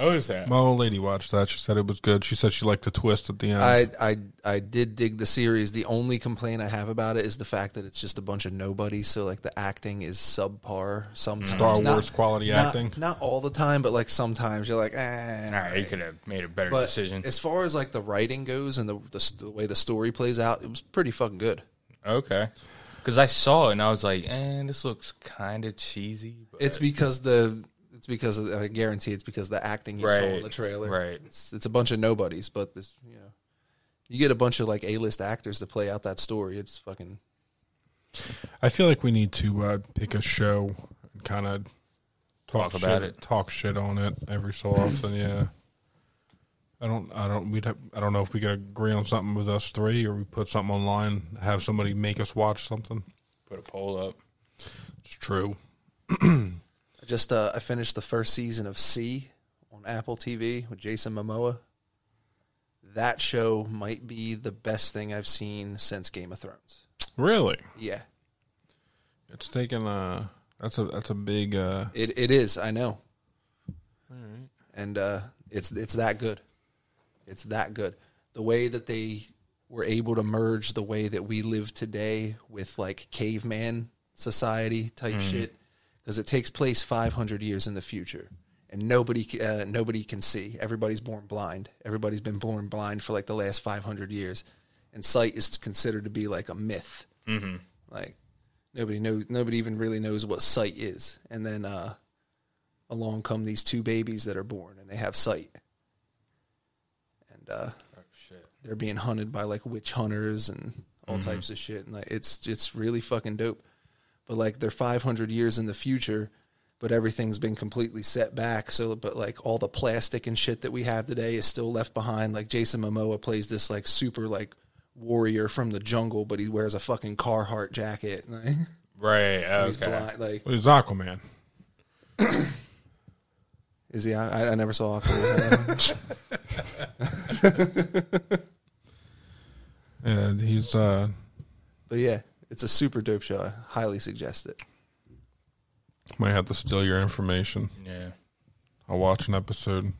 G: Oh, is that?
E: My old lady watched that. She said it was good. She said she liked the twist at the end.
F: I, I I did dig the series. The only complaint I have about it is the fact that it's just a bunch of nobodies. So like the acting is subpar sometimes.
E: Star Wars quality
F: not-
E: acting.
F: Not all the time, but like sometimes you're like, eh.
G: All right, you could have made a better
F: But
G: decision.
F: as far as like the writing goes and the, the s- the way the story plays out, it was pretty fucking good.
G: Okay. Because I saw it and I was like, eh, this looks kind of cheesy. But
F: It's because the it's because of, I guarantee it's because the acting you saw in
G: Right,
F: the trailer.
G: right.
F: It's, it's a bunch of nobodies, but this you know you get a bunch of like A list actors to play out that story. It's fucking
E: I feel like we need to uh, pick a show and kind of talk,
G: Talk about
E: shit-
G: it.
E: talk shit on it every so often. Yeah, I don't, I don't, we'd, have, I don't know if we could agree on something with us three, or we put something online, have somebody make us watch something.
G: put a poll up.
E: It's true.
F: I just uh, I finished the first season of C on Apple TV with Jason Momoa. That show might be the best thing I've seen since Game of Thrones.
E: Really,
F: Yeah,
E: it's taken. Uh, that's a that's a big. Uh,
F: it it is. I know. All right. And uh, it's it's that good. It's that good. The way that they were able to merge the way that we live today with like caveman society type shit because it takes place 500 years in the future and nobody c- uh, nobody can see everybody's born blind everybody's been born blind for like the last 500 years and sight is considered to be like a myth like nobody knows nobody even really knows what sight is and then uh along come these two babies that are born and they have sight and uh they're being hunted by like witch hunters and all types of shit and like it's it's really fucking dope but like they're 500 years in the future but everything's been completely set back so but like all the plastic and shit that we have today is still left behind like jason momoa plays this like super like warrior from the jungle but he wears a fucking carhartt jacket (laughs) like,
G: Right.
F: he's
G: Okay.
F: blind like
E: what is Aquaman?
F: is he i, I never saw Aquaman. (laughs)
E: Yeah, he's. Uh,
F: but yeah it's a super dope show i highly suggest it
E: might have to steal your information.
G: Yeah. (laughs)
E: I'll watch an episode, and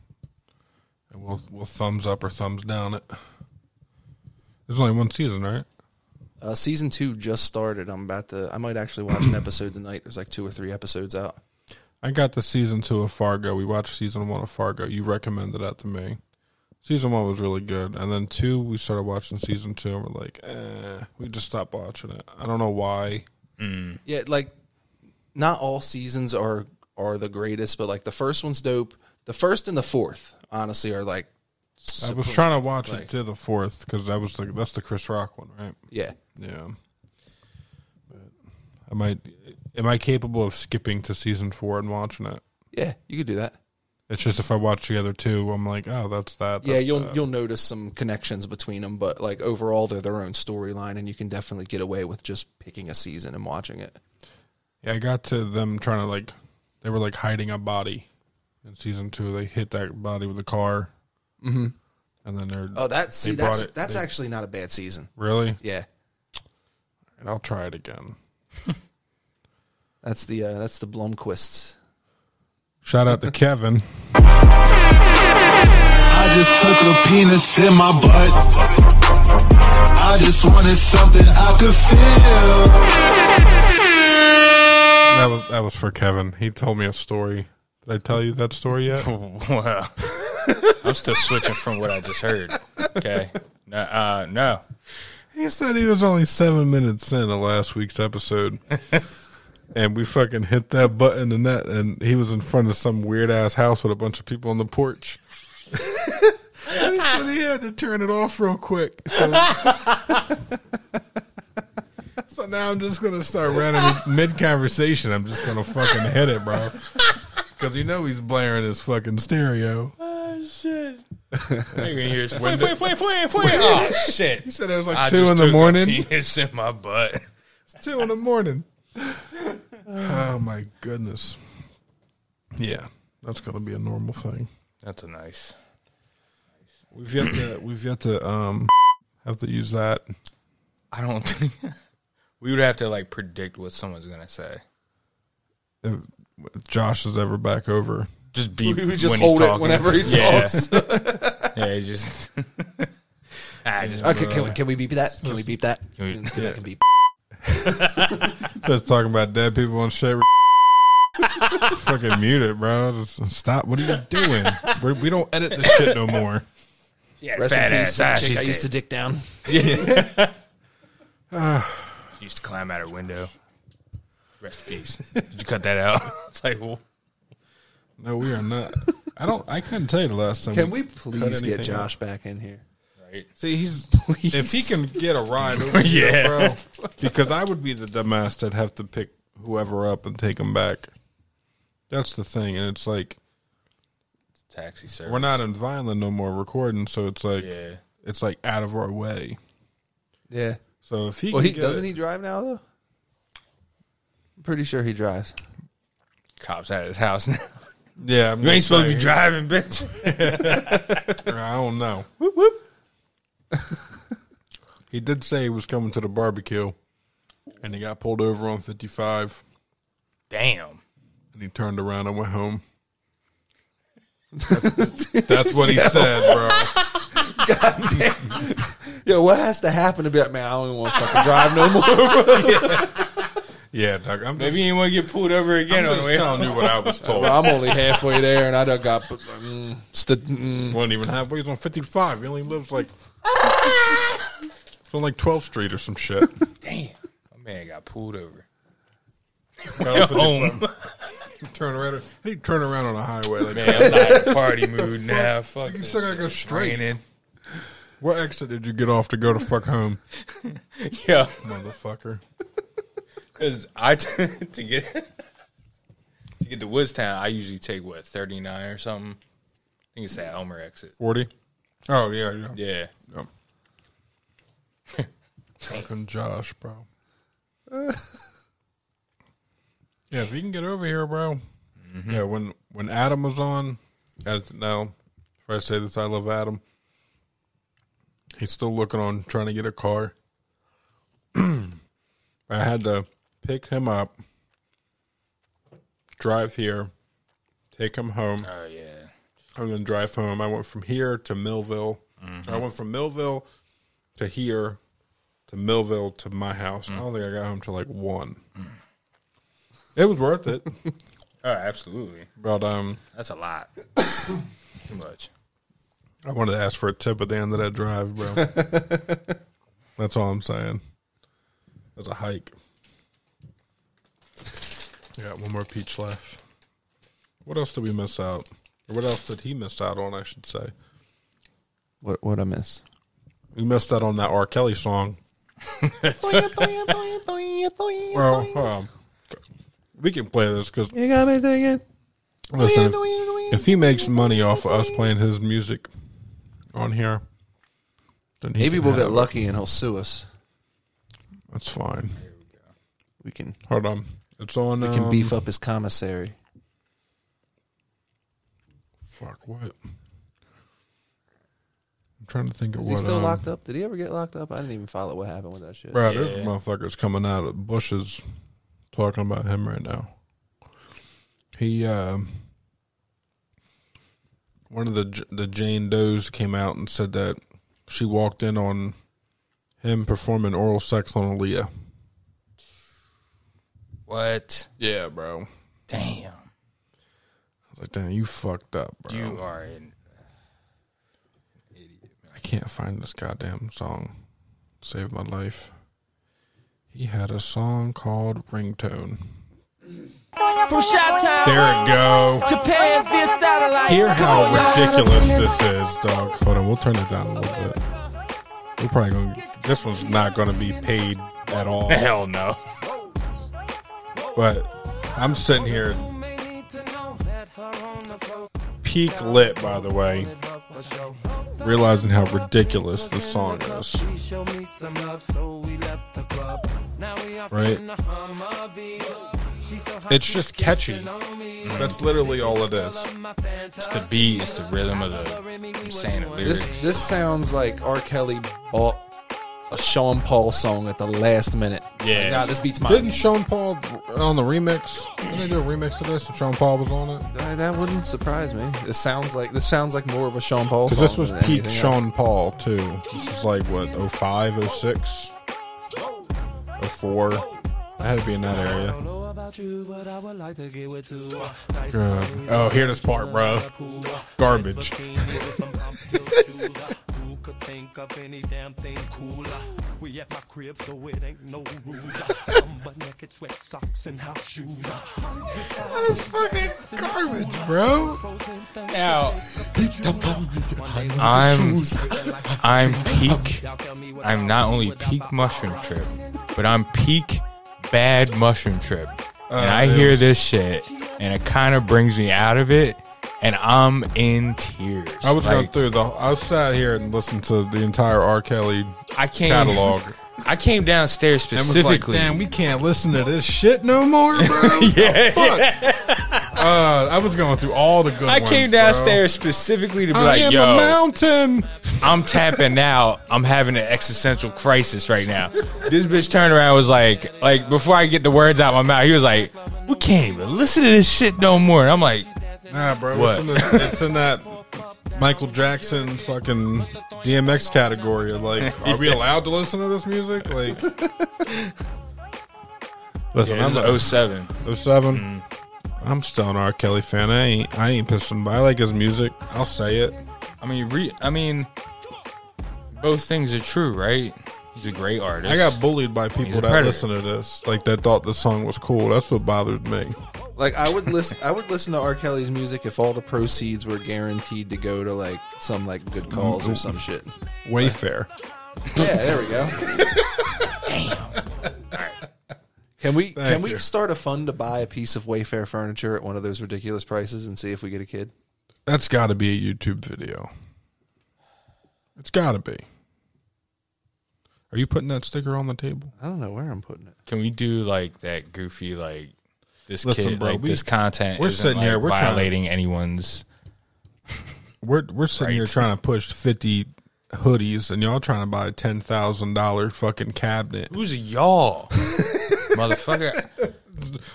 E: we'll we'll thumbs up or thumbs down it. There's only one season, right?
F: uh, season two just started i'm about to i might actually watch an episode tonight there's like two or three episodes out
E: I got the season two of Fargo. We watched season one of Fargo. You recommended that to me. Season one was really good, and then two we started watching season two, and we're like, eh, we just stopped watching it. I don't know why.
F: Yeah, like not all seasons are are the greatest, but like the first one's dope. The first and the fourth, honestly, are like
E: I was trying to watch it to the fourth because that was the that's the Chris Rock one, right?
F: yeah.
E: Yeah. But I might. Am I capable of skipping to season four and watching it?
F: Yeah, you could do that.
E: It's just if I watch the other two, I'm like, oh, that's that.
F: Yeah,
E: that's
F: you'll
E: that.
F: you'll notice some connections between them, but like overall they're their own storyline and you can definitely get away with just picking a season and watching it.
E: Yeah, I got to them trying to like, they were like hiding a body in season two. They hit that body with a car, mm-hmm. and then they're
F: Oh, that's see,
E: They brought
F: that's
E: it-
F: that's
E: they-
F: actually not a bad season.
E: really.
F: Yeah.
E: And I'll try it again.
F: That's the uh, that's the Blumquists.
E: Shout out to Kevin. (laughs)
J: I just took a penis in my butt. I I just wanted something I could feel.
E: That was that was for Kevin. He told me a story. Did I tell you that story yet?
G: Wow. I'm still switching from what I just heard. Okay. No, uh, no.
E: He said he was only seven minutes in to last week's episode. and we fucking hit that button and that and he was in front of some weird ass house with a bunch of people on the porch. he said he had to turn it off real quick. (laughs) So, So now I'm just gonna start running mid conversation. I'm just gonna fucking hit it, bro. Cause you know he's blaring his fucking stereo.
G: You're gonna hear fling, fling, fling, fling, fling. (laughs) Oh shit! You
E: said it was like two in the morning.
G: (laughs) Penis in my butt.
E: two in the morning. oh my goodness. Yeah, that's gonna be a normal thing.
G: That's a nice.
E: We've yet to we've yet to um have to use that.
G: I don't think (laughs) we would have to like predict what someone's gonna say.
E: If Josh is ever back over.
G: Just be.
F: We would just
G: when
F: hold
G: he's
F: it
G: talking.
F: whenever he talks.
G: (laughs) Yeah, yeah (laughs) just. I Ah, just
F: Okay,
E: Uh,
F: can we, can we beep that? Can we beep that?
G: Can we-
F: Let's go back and beep.
E: Just talking about dead people and shit. (laughs) Fucking mute it, bro. Just stop. What are you doing? We're, we don't edit this shit no more.
G: yeah,
F: Rest
G: fat
F: in
G: ass.
F: peace to the
G: Ah,
F: chick
G: she's
F: I used to
G: dead.
F: dick down.
G: She used to climb out her window. Rest in (laughs) peace. Did you cut that out? (laughs) It's like, well,
E: No, we are not. I don't. I couldn't tell you the last time.
F: Can we
E: cut
F: please get
E: anything out.
F: Josh back in here?
G: right?
E: See, he's if he can get a ride
G: (laughs)
E: over
G: Yeah.
E: here, bro. Because I would be the dumbass that'd have to pick whoever up and take him back. That's the thing, and it's like
G: Taxi service.
E: we're not in Vineland no more recording, so it's like
G: Yeah.
E: it's like out of our way.
F: Yeah.
E: So if he
F: Well,
E: can
F: he
E: get
F: doesn't
E: it-
F: he drive now though? I'm pretty sure he drives.
G: Cops out of his house now.
E: yeah, I'm
G: You ain't supposed to be driving, bitch.
E: driving. I don't know.
G: (laughs) whoop whoop.
E: He did say he was coming to the barbecue, and he got pulled over on 55,
G: (laughs) Damn.
E: and he turned around and went home. That's, that's what he said, bro.
F: Yo, what has to happen to be like, man? I don't even want to fucking drive no more.
E: Yeah, Doug. I'm just
G: Maybe you want to get pulled over again on the
E: just
G: way
E: telling
G: home.
E: you what I was told.
F: (laughs) I'm only halfway there, and I done got mm, st- mm.
E: wasn't even halfway. He's on 55. He only lives like it's on like 12th Street or some (laughs) shit.
G: Damn. My man got pulled over.
E: Got on 55,
G: Home.
E: Turn around. He turn around on a highway. Like, (laughs)
G: Man, I'm not in a party mood now. Fuck.
E: you
G: this.
E: still gotta go straight.
G: Raining. (laughs)
E: What exit did you get off to go to fuck home,
G: Yeah.
E: (laughs) motherfucker?
G: Because I (laughs) t- to get to get to Woodstown, I usually take what thirty nine or something. I think it's that Elmer exit.
E: 40. Oh yeah, yeah.
G: Yeah,
E: Yep. (laughs) Fucking Josh, bro. yeah, if you can get over here, bro. Yeah, when when Adam was on, as now, if I say this, I love Adam. He's still looking on trying to get a car. (clears throat) I had to pick him up, drive here, take him home.
G: oh yeah,
E: I'm gonna drive home. I went from here to Millville. I went from Millville to here to Millville to my house. I don't think I got home till like one. Mm. It was worth it,
G: oh absolutely.
E: but um,
G: That's a lot. (coughs) Too much.
E: I wanted to ask for a tip at the end of that drive, bro. That's all I'm saying. That's a hike. I got one more peach left. What else did we miss out? Or what else did he miss out on? I should say.
F: What what I miss?
E: We missed out on that R. Kelly
F: (laughs)
E: song.
F: you
E: Well, hold on. um, we can play this because
F: got me thinking.
E: listen, if, if he makes money off of us playing his music on here, then he
F: Maybe
E: can
F: we'll
E: have
F: get
E: it.
F: lucky and he'll sue us.
E: That's fine.
F: We can
E: Hold on, it's on. um,
F: we can beef up his commissary.
E: Fuck what? I'm trying to think of
F: Is
E: what.
F: he still
E: um,
F: locked up? Did he ever get locked up? I didn't even follow what happened with that shit.
E: Bro, there's motherfuckers coming out of bushes talking about him right now. He, um, one of the J- the Jane Does came out and said that she walked in on him performing oral sex on Aaliyah.
G: What?
E: Yeah, bro. I
G: Damn.
E: was like, damn, you fucked up, bro.
G: You are in.
E: I can't find this goddamn song. Save my life. He had a song called Ringtone.
K: From Chi-Town
E: There it go.
K: to Pan via satellite.
E: Hear how ridiculous this is, dog. Hold on, we'll turn it down a little bit. We're probably going to. This one's not going to be paid at all.
G: Hell no.
E: But I'm sitting here, peak lit, by the way, realizing how ridiculous this song is. Right? It's just catchy. That's literally all it is.
G: It's the beat. It's the rhythm of the. I'm saying the lyrics.
F: This this sounds like R. Kelly bought a Sean Paul song at the last minute.
G: Yeah.
F: nah, this beats mine.
E: Didn't Sean Paul on the remix? Didn't they do a remix of this? And Sean Paul was on it.
F: Uh, that wouldn't surprise me. This sounds like this sounds like more of a Sean Paul
E: Because
F: song.
E: this was
F: than
E: peak
F: anything
E: Sean Paul too. This was like what 05, 06, 04. I had to be in Oh that area. God. Oh, hear this part, bro. Garbage. Garbage, bro.
G: Now, I'm I'm peak. I'm not only peak mushroom trip, but I'm peak bad mushroom trip. And I
E: Uh,
G: hear this shit, and it kind of brings me out of it, and I'm in tears.
E: I was going
G: Like,
E: through the. I sat here and listened to the entire R. Kelly
G: I came
E: catalog.
G: I came downstairs
E: And was like,
G: specifically.
E: damn, we can't listen to this shit no more, bro.
G: (laughs) yeah, (laughs)
E: Uh, I was going through all the good.
G: I came
E: ones, bro.
G: downstairs specifically to be
E: I
G: like,
E: am
G: yo,
E: a mountain.
G: I'm tapping out. I'm having an existential crisis right now. This bitch turned around and was like, like before I get the words out of my mouth, he was like, "We can't even listen to this shit no more." And I'm like,
E: Nah, bro.
G: What?
E: It's, in the, it's in that Michael Jackson fucking DMX category. of
G: (laughs)
E: Like, are we allowed to listen to this music? Like, listen,
G: "This
E: I'm a
G: is 07.
E: 07.
G: Mm.
E: I'm still an R. Kelly fan. I ain't, I ain't pissing. But I like his music. I'll say it.
G: I mean, re- I mean, both things are true, right? He's a great artist.
E: I got bullied by
G: He's a
E: people that
G: predator.
E: listen to this, like that thought the song was cool. That's what bothered me.
F: else. Like I would listen, I would listen to R. Kelly's music if all the proceeds were guaranteed to go to like some like good cause or some shit.
E: Wayfair.
F: Yeah, there we go. Damn.
E: (laughs)
F: Can we can we
E: you.
F: start a fund to buy a piece of Wayfair furniture at one of those ridiculous prices and see if we get a kid?
E: That's got to be a YouTube video. It's got to be. Are you putting that sticker on the table?
F: I don't know where I'm putting it.
G: Can we do like that goofy like this
E: Listen,
G: kid
E: bro,
G: like
E: we-
G: this content?
E: we're
G: isn't,
E: sitting
G: like,
E: here, we're trying-
G: violating anyone's.
E: We're we're sitting here
G: Right.
E: trying to push fifty hoodies, and y'all trying to buy a ten thousand dollar fucking cabinet.
G: Who's y'all, (laughs) motherfucker?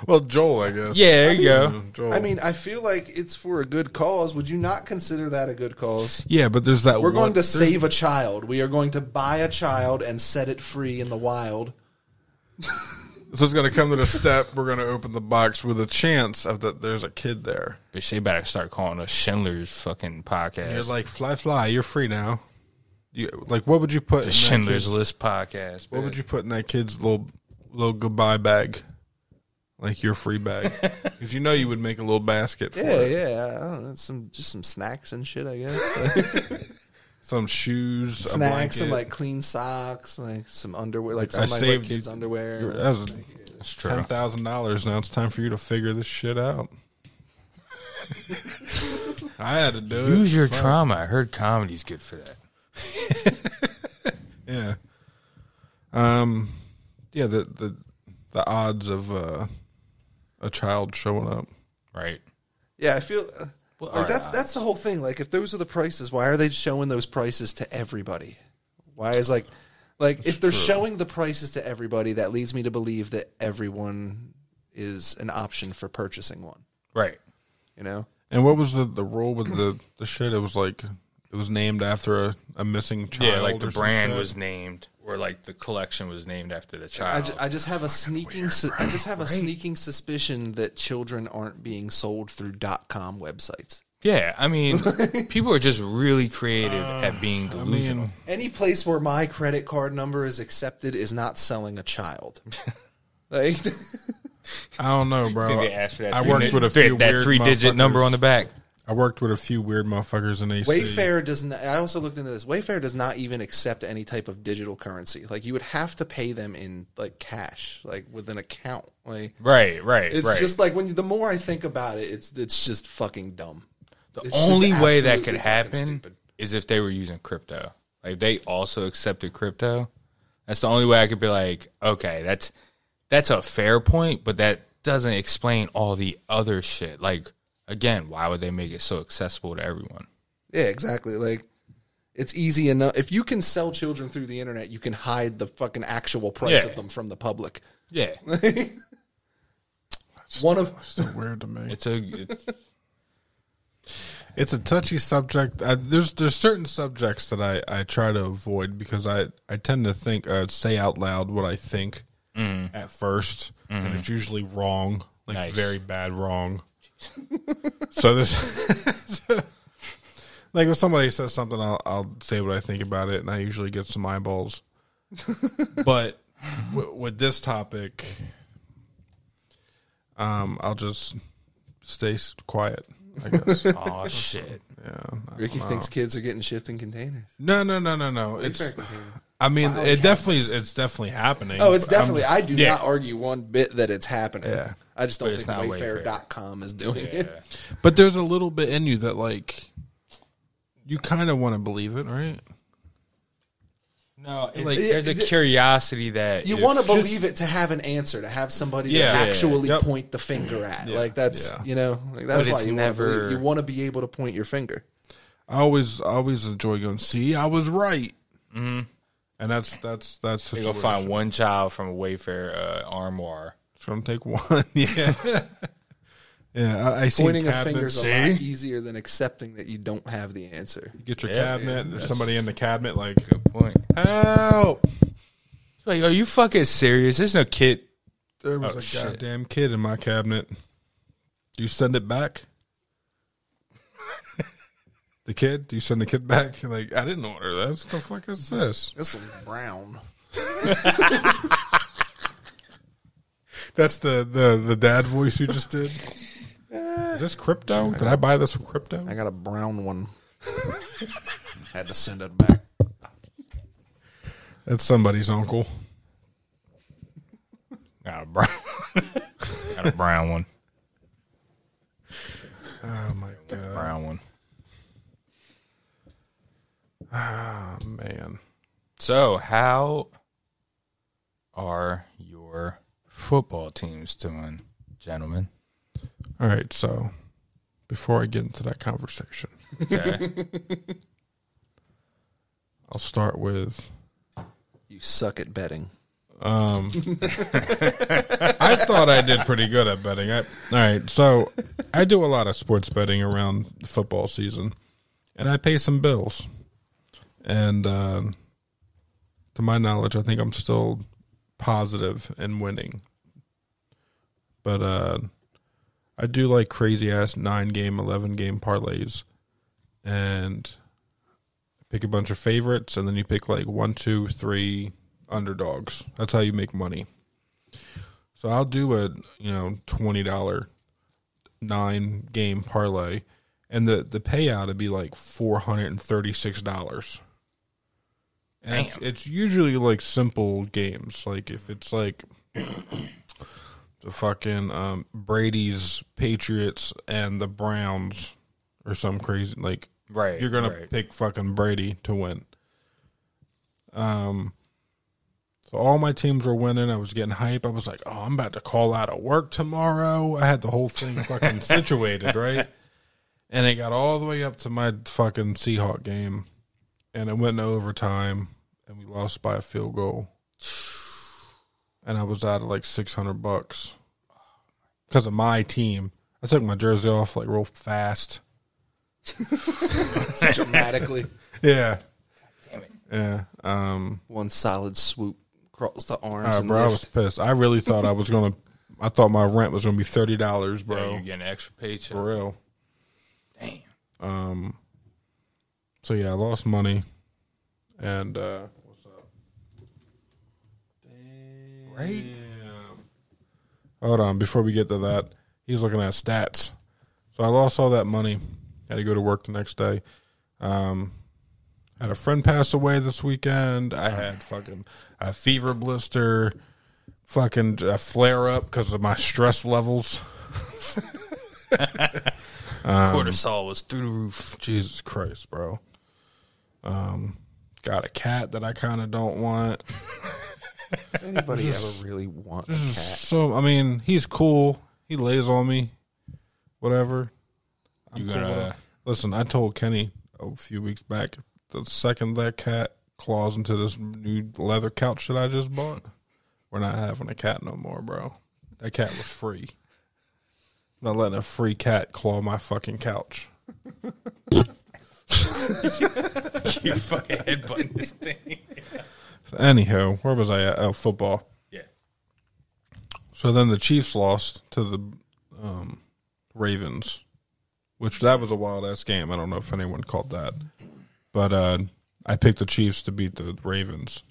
E: Well, Joel, I guess.
G: Yeah, there you
E: (laughs)
G: go.
E: Joel.
F: I mean, I feel like it's for a good cause. Would you not consider that a good cause?
E: yeah, but there's that.
F: We're
E: one-
F: going to save a child. We are going to buy a child and set it free in the wild.
E: So it's going to come to the step. We're going to open the box with a chance of that. There's a kid there.
G: Bitch, they better start calling us Schindler's fucking podcast.
E: You're like fly, fly. You're free now. You like what would you put? in
G: the
E: that
G: Schindler's
E: kid's-
G: List podcast.
E: What
G: bitch.
E: would you put in that kid's little little goodbye bag? Like your free
G: (laughs)
E: bag, because you know you would make a little basket for it.
F: yeah. I don't know, some just some snacks and shit. I (laughs) guess
E: some shoes,
F: snacks
E: a blanket.
F: and like clean socks, like some underwear, like
E: I
F: some like,
E: saved
F: kids
E: you-
F: underwear.
E: You're- That was
G: That's
E: ten
G: true.
E: thousand dollars. Now it's time for you to figure this shit out. I had to do it.
G: Use your
E: Fuck.
G: trauma. I heard comedy's good for that.
E: Yeah. Um. Yeah. The the the odds of uh, a child showing up.
G: Right.
F: Yeah, I feel uh,
G: alright,
F: like that's that's the whole thing. Like, if those are the prices, why are they showing those prices to everybody? Why is like, like if they're showing the prices to everybody, that leads me to believe that everyone is an option for purchasing one.
G: Right.
F: You know,
E: And what was the the rule with the the shit? It was like it was named after a, a missing child.
G: Yeah, like the
E: or some
G: brand
E: shit.
G: was named. or like the collection was named after the
F: I,
G: child.
F: ju- I just have a sneaking su- I just have a sneaking suspicion that children aren't being sold through dot com websites.
G: yeah,
F: (laughs)
G: I mean, people are just really creative
E: Uh,
G: at being delusional.
F: Any place where my credit card number is accepted is not selling a child. (laughs)
G: (laughs)
F: like
E: I don't know, bro.
G: Did they ask for that?
E: I
G: three
E: worked
G: dig-
E: with a
G: that-
E: few
G: that
E: weird
G: three digit number
E: motherfuckers.
G: on the back.
E: I worked with a few weird motherfuckers in AC.
F: Wayfair does not I also looked into this. Wayfair does not even accept any type of digital currency. Like you would have to pay them in like cash, like with an account. Like
G: Right, right,
F: it's
G: right.
F: just like when you, the more I think about it, it's it's just fucking dumb. The
G: only way that could happen is if they were using crypto. Like they also accepted crypto. That's the only way I could be like, okay, that's that's a fair point, but that doesn't explain all the other shit. Like again, why would they make it so accessible to everyone?
F: Yeah, exactly. Like it's easy enough. If you can sell children through the internet, you can hide the fucking actual price
G: Yeah.
F: of them from the
G: (laughs)
F: public.
G: Yeah,
F: One of
E: Still weird to me.
G: it's a it's,
E: It's a touchy subject. I, there's there's certain subjects that I, I try to avoid because I, I tend to think uh, say out loud what I think at 1st and it's usually wrong, like
G: Nice.
E: very bad wrong. so this, (laughs) like if somebody says something, I'll I'll say what I think about it, and I usually get some eyeballs. but w- with this topic, um, I'll just stay s- quiet. I guess.
G: oh shit.
F: Ricky thinks kids are getting shipped in containers.
E: No, no, no, no, no. It's. I mean, it definitely is. It's definitely happening.
F: (laughs)
E: Uh,
F: Oh, it's definitely.
E: I'm-
F: I do
G: yeah.
F: not argue one bit that it's happening.
E: Yeah.
F: I just don't
G: But it's
F: think
G: not
F: Wayfair.
G: Wayfair.
F: dot com is doing it. (laughs)
E: but there's a little bit in you that like, you kind of want to believe it, right?
G: No,
E: like-
G: like there's a curiosity that
F: You
G: if-
F: want to believe it to have an answer, to have somebody
E: Yeah.
F: to
E: Yeah, yeah,
F: actually
E: yep.
F: point the finger at. like that's
E: yeah.
F: you know like that's
G: But
F: why
G: it's
F: you
G: never-
F: want to you want to be able to point your finger.
E: I always, I always enjoy going. See, I was right. Mm-hmm. And that's that's that's.
G: They go
E: situation.
G: find one child from a Wayfair uh, armoire.
E: It's gonna take one. (laughs) yeah, yeah. I, I see
F: Pointing a
E: cabinet.
F: finger is
E: See?
F: a lot easier than accepting that you don't have the answer.
E: Get your
G: Yeah,
E: cabinet.
G: dude,
E: There's
G: that's-
E: somebody in the cabinet. Like,
G: Good point.
E: help!
G: Like, are you fucking serious? There's no kid.
E: There was
G: Oh,
E: a
G: shit.
E: goddamn kid in my cabinet. Do you send it back? the kid? Do you send the kid back? (laughs) You're like, I didn't order that. What the fuck is this?
F: This one's brown.
E: That's the, the, the dad voice you just did. Is this crypto? Did I buy this from crypto?
F: I got a
E: (laughs)
F: brown one. Had to send it back.
E: That's somebody's uncle.
G: Got a brown. (laughs) got a brown one.
E: Oh my god.
G: Brown one.
E: Oh man.
G: So, how are your football teams doing, gentlemen?
E: All right, so before I get into that conversation,
G: Okay.
E: I'll start with
F: You suck at betting.
E: I thought I did pretty good at betting. I, all right, so I do a lot of sports betting around the football season, and I pay some bills. And uh, to my knowledge, I think I'm still positive and winning. But uh, I do like crazy ass nine game, eleven game parlays, and pick a bunch of favorites, and then you pick like one, two, three underdogs. That's how you make money. So I'll do a you know twenty dollar nine game parlay, and the the payout would be like four hundred and thirty six dollars. And it's, it's usually like simple games. Like if it's like (coughs) the fucking um, Brady's Patriots and the Browns or some crazy like
G: Right,
E: you're gonna
G: right.
E: pick fucking Brady to win. Um, So all my teams were winning. I was getting hype. I was like, "Oh, I'm about to call out of work tomorrow." I had the whole thing
G: (laughs)
E: fucking situated, right? And it got all the way up to my fucking Seahawk game, and it went into overtime, and we lost by a field goal. And I was out of like six hundred bucks because of my team. I took my jersey off like real
G: (laughs)
E: fast.
F: Dramatically.
E: Yeah. Damn it. Yeah. Um,
F: (laughs) One solid swoop across the arms.
E: all right,
F: and
E: Ah, bro, I
F: lift.
E: was pissed. I really thought I was gonna. I thought my rent was gonna be thirty dollars,
G: Bro,
E: bro.
G: you getting an extra paycheck.
E: For real.
G: Damn.
E: Um. So yeah, I lost money, and uh, what's up?
G: Right?
E: Hold on, before we get to that, he's looking at stats. So I lost all that money. Had to go to work the next day. Um, had a friend pass away this weekend. I had fucking a fever blister, fucking a flare up because of my stress levels. Um,
G: Cortisol was through
E: (laughs)
G: the roof.
E: Jesus Christ, bro. Um, got a cat that I kind of don't want.
F: Does anybody ever really want a cat?
E: So I mean, he's cool. He lays on me, whatever.
G: You gonna
E: Listen, I told Kenny a few weeks back. The second that cat claws into this new leather couch that I just bought, we're not having a cat no more, bro. That cat was free. I'm not letting a free cat claw my fucking couch.
G: you fucking (laughs) headbutt this thing.
E: So anyhow, where was I at? Oh, football.
G: Yeah.
E: So then the Chiefs lost to the um, Ravens, which that was a wild ass game. I don't know if anyone called that, but uh, I picked the Chiefs to beat the Ravens,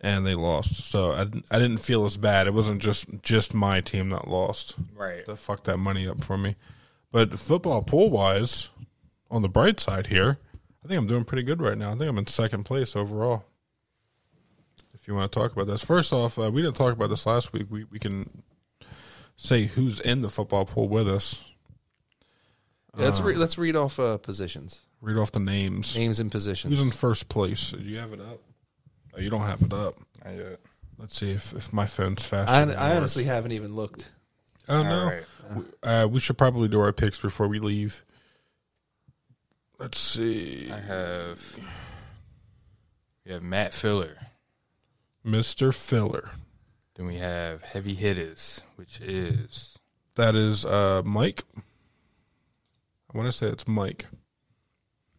E: and they lost. So I, didn't- I didn't feel as bad. It wasn't just just my team that lost.
G: Right.
E: That fucked that money up for me. But football pool wise, on the bright side here, I think I'm doing pretty good right now. I think I'm in second place overall. If you want to talk about this, first off, uh, we didn't talk about this last week. We we can say who's in the football pool with us.
F: Let's re- let's read off uh, positions,
E: Read off the names.
F: names and positions.
E: Who's in first place? Do you have it up? Oh, you don't have it up.
G: Not yet.
E: Let's see if, if my phone's faster.
F: I,
E: than
F: I
E: yours.
F: honestly haven't even looked.
E: Oh no.
G: right.
E: Uh, we should probably do our picks before we leave. Let's see.
G: I have. We have Matt Filler.
E: Mr. Filler.
G: Then we have Heavy Hitters, which is
E: That is uh, Mike. I want to say it's Mike.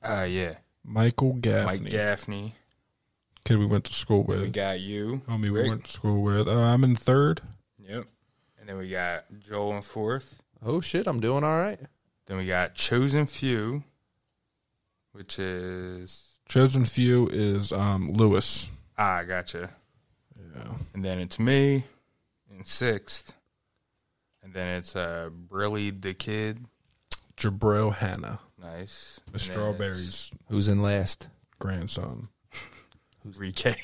G: ah yeah,
E: Michael Gaffney.
G: Mike Gaffney.
E: Kid we went to school with.
G: We got you,
E: Homie we
G: Rick.
E: went to school with. Uh, I'm in third.
G: Yep. And then we got Joel in fourth.
F: Oh shit, I'm doing all right.
G: Then we got Chosen Few, which is
E: Chosen few is um, Lewis.
G: ah, I gotcha.
E: Yeah.
G: And then it's me in sixth. And then it's uh Brilly the Kid.
E: Jabril Hanna.
G: Nice. And then
E: Miss Strawberry's
F: Who's in last?
E: grandson.
G: it's Enrique.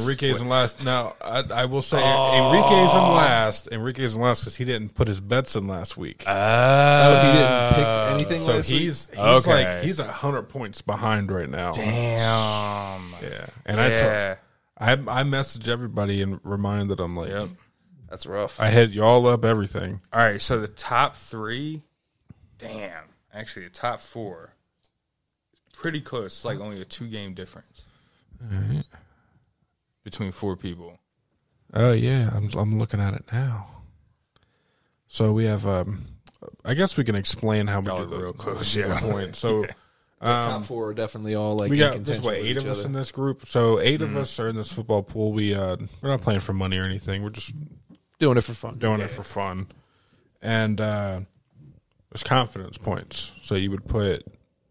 E: Enrique's in last. Now, I, I will say
G: Oh.
E: Enrique's in last. Enrique's in last because he didn't put his bets in last week.
F: Oh, he didn't pick anything
E: so
F: last week.
E: he's he's
G: Okay.
E: like he's a hundred points behind right now.
G: Damn.
E: Yeah, and
G: (laughs) Yeah.
E: I told, I I messaged everybody and reminded them like
G: Yep.
F: That's rough.
E: I hit y'all up everything.
G: All right, so the top three, damn, actually the top four, it's pretty close. It's like only a two game difference between four people.
E: Oh yeah, I'm I'm looking at it now. So we have um, I guess we can explain how we do
G: Y'all are
E: the
G: real close,
E: the
G: (laughs) yeah.
E: point. So.
F: Top four are definitely all like
E: Um, we
F: in
E: got this
F: contention
E: what
F: with
E: eight
F: each
E: of us
F: other. Mm-hmm.
E: in this group. So 8 of us are in this football pool. We uh, we're not playing for money or anything. We're just
F: doing it for fun.
E: doing it for fun. And uh, there's confidence points. So you would put,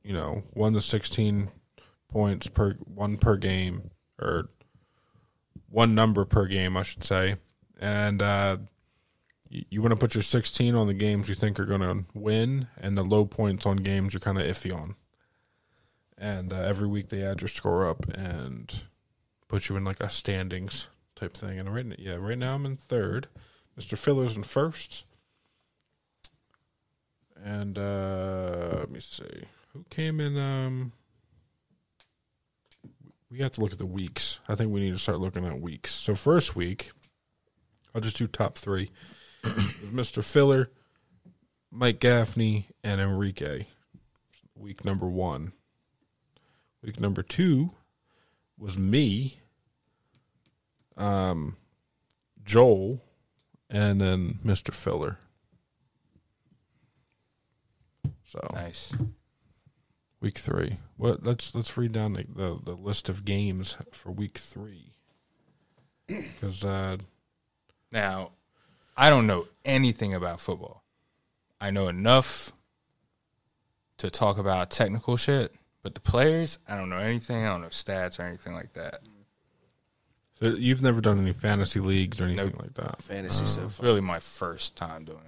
E: you know, one to sixteen points per one per game or one number per game, I should say. And uh, you, you want to put your sixteen on the games you think are going to win, and the low points on games you're kind of iffy on. And uh, every week they add your score up and put you in like a standings type thing. And right, n- yeah, right now I'm in third. Mr. Filler's in first. And uh, let me see who came in. Um, we have to look at the weeks. I think we need to start looking at weeks. So first week, I'll just do top three: (clears throat) It was Mr. Filler, Mike Gaffney, and Enrique. Week number one. Week number two was me, um, Joel, and then Mr. Filler. So
G: Nice.
E: Week three. What? Let's let's read down the, the, the list of games for week three. Because uh,
G: Now, I don't know anything about football. I know enough to talk about technical shit, but the players, I don't know anything. I don't know stats or anything like that.
E: so you've never done any fantasy leagues or anything like that.
F: Fantasy
E: Oh.
F: so
G: It's really my first time doing it.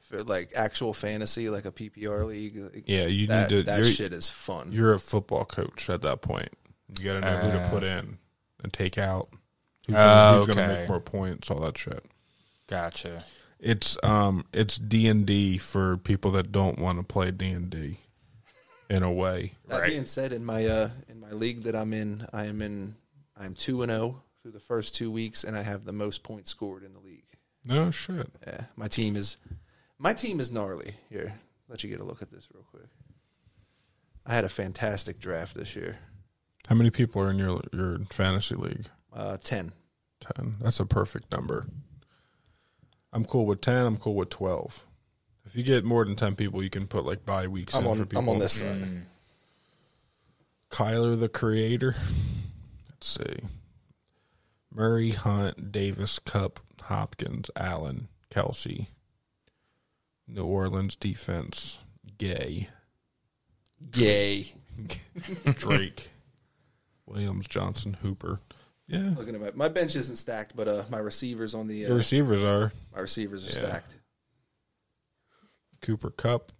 F: far. Like actual fantasy, like a PPR league. like,
E: Yeah, you
F: that,
E: need to.
F: that
E: you're,
F: shit is fun.
E: you're a football coach at that point. You got to know who to put in and take out. Who's
G: Uh. Oh,
E: going to
G: okay.
E: make more points? All that shit.
G: Gotcha.
E: It's um it's D and D for people that don't want to play D and D, in a way.
F: That being said, in my uh in my league that I'm in, I am in I'm two and zero through the first two weeks, and I have the most points scored in the league.
E: No shit.
F: Yeah, my team is my team is gnarly. Here, let you get a look at this real quick. I had a fantastic draft this year.
E: How many people are in your your fantasy league?
F: Uh, ten.
E: Ten. That's a perfect number. I'm cool with ten. I'm cool with twelve. If you get more than ten people, you can put like bye weeks.
F: I'm
E: in for
F: on.
E: people. Mm.
F: I'm on this side.
E: Kyler the Creator. Let's see. Murray, Hunt, Davis, Cup, Hopkins, Allen, Kelsey. New Orleans defense, Gay, (laughs)
F: Gay.
E: Drake, Williams, Johnson, Hooper. Yeah,
F: Looking at my my bench isn't stacked, but uh, my receivers on the
E: the
F: uh,
E: receivers are
F: my receivers are stacked.
E: Cooper Cup.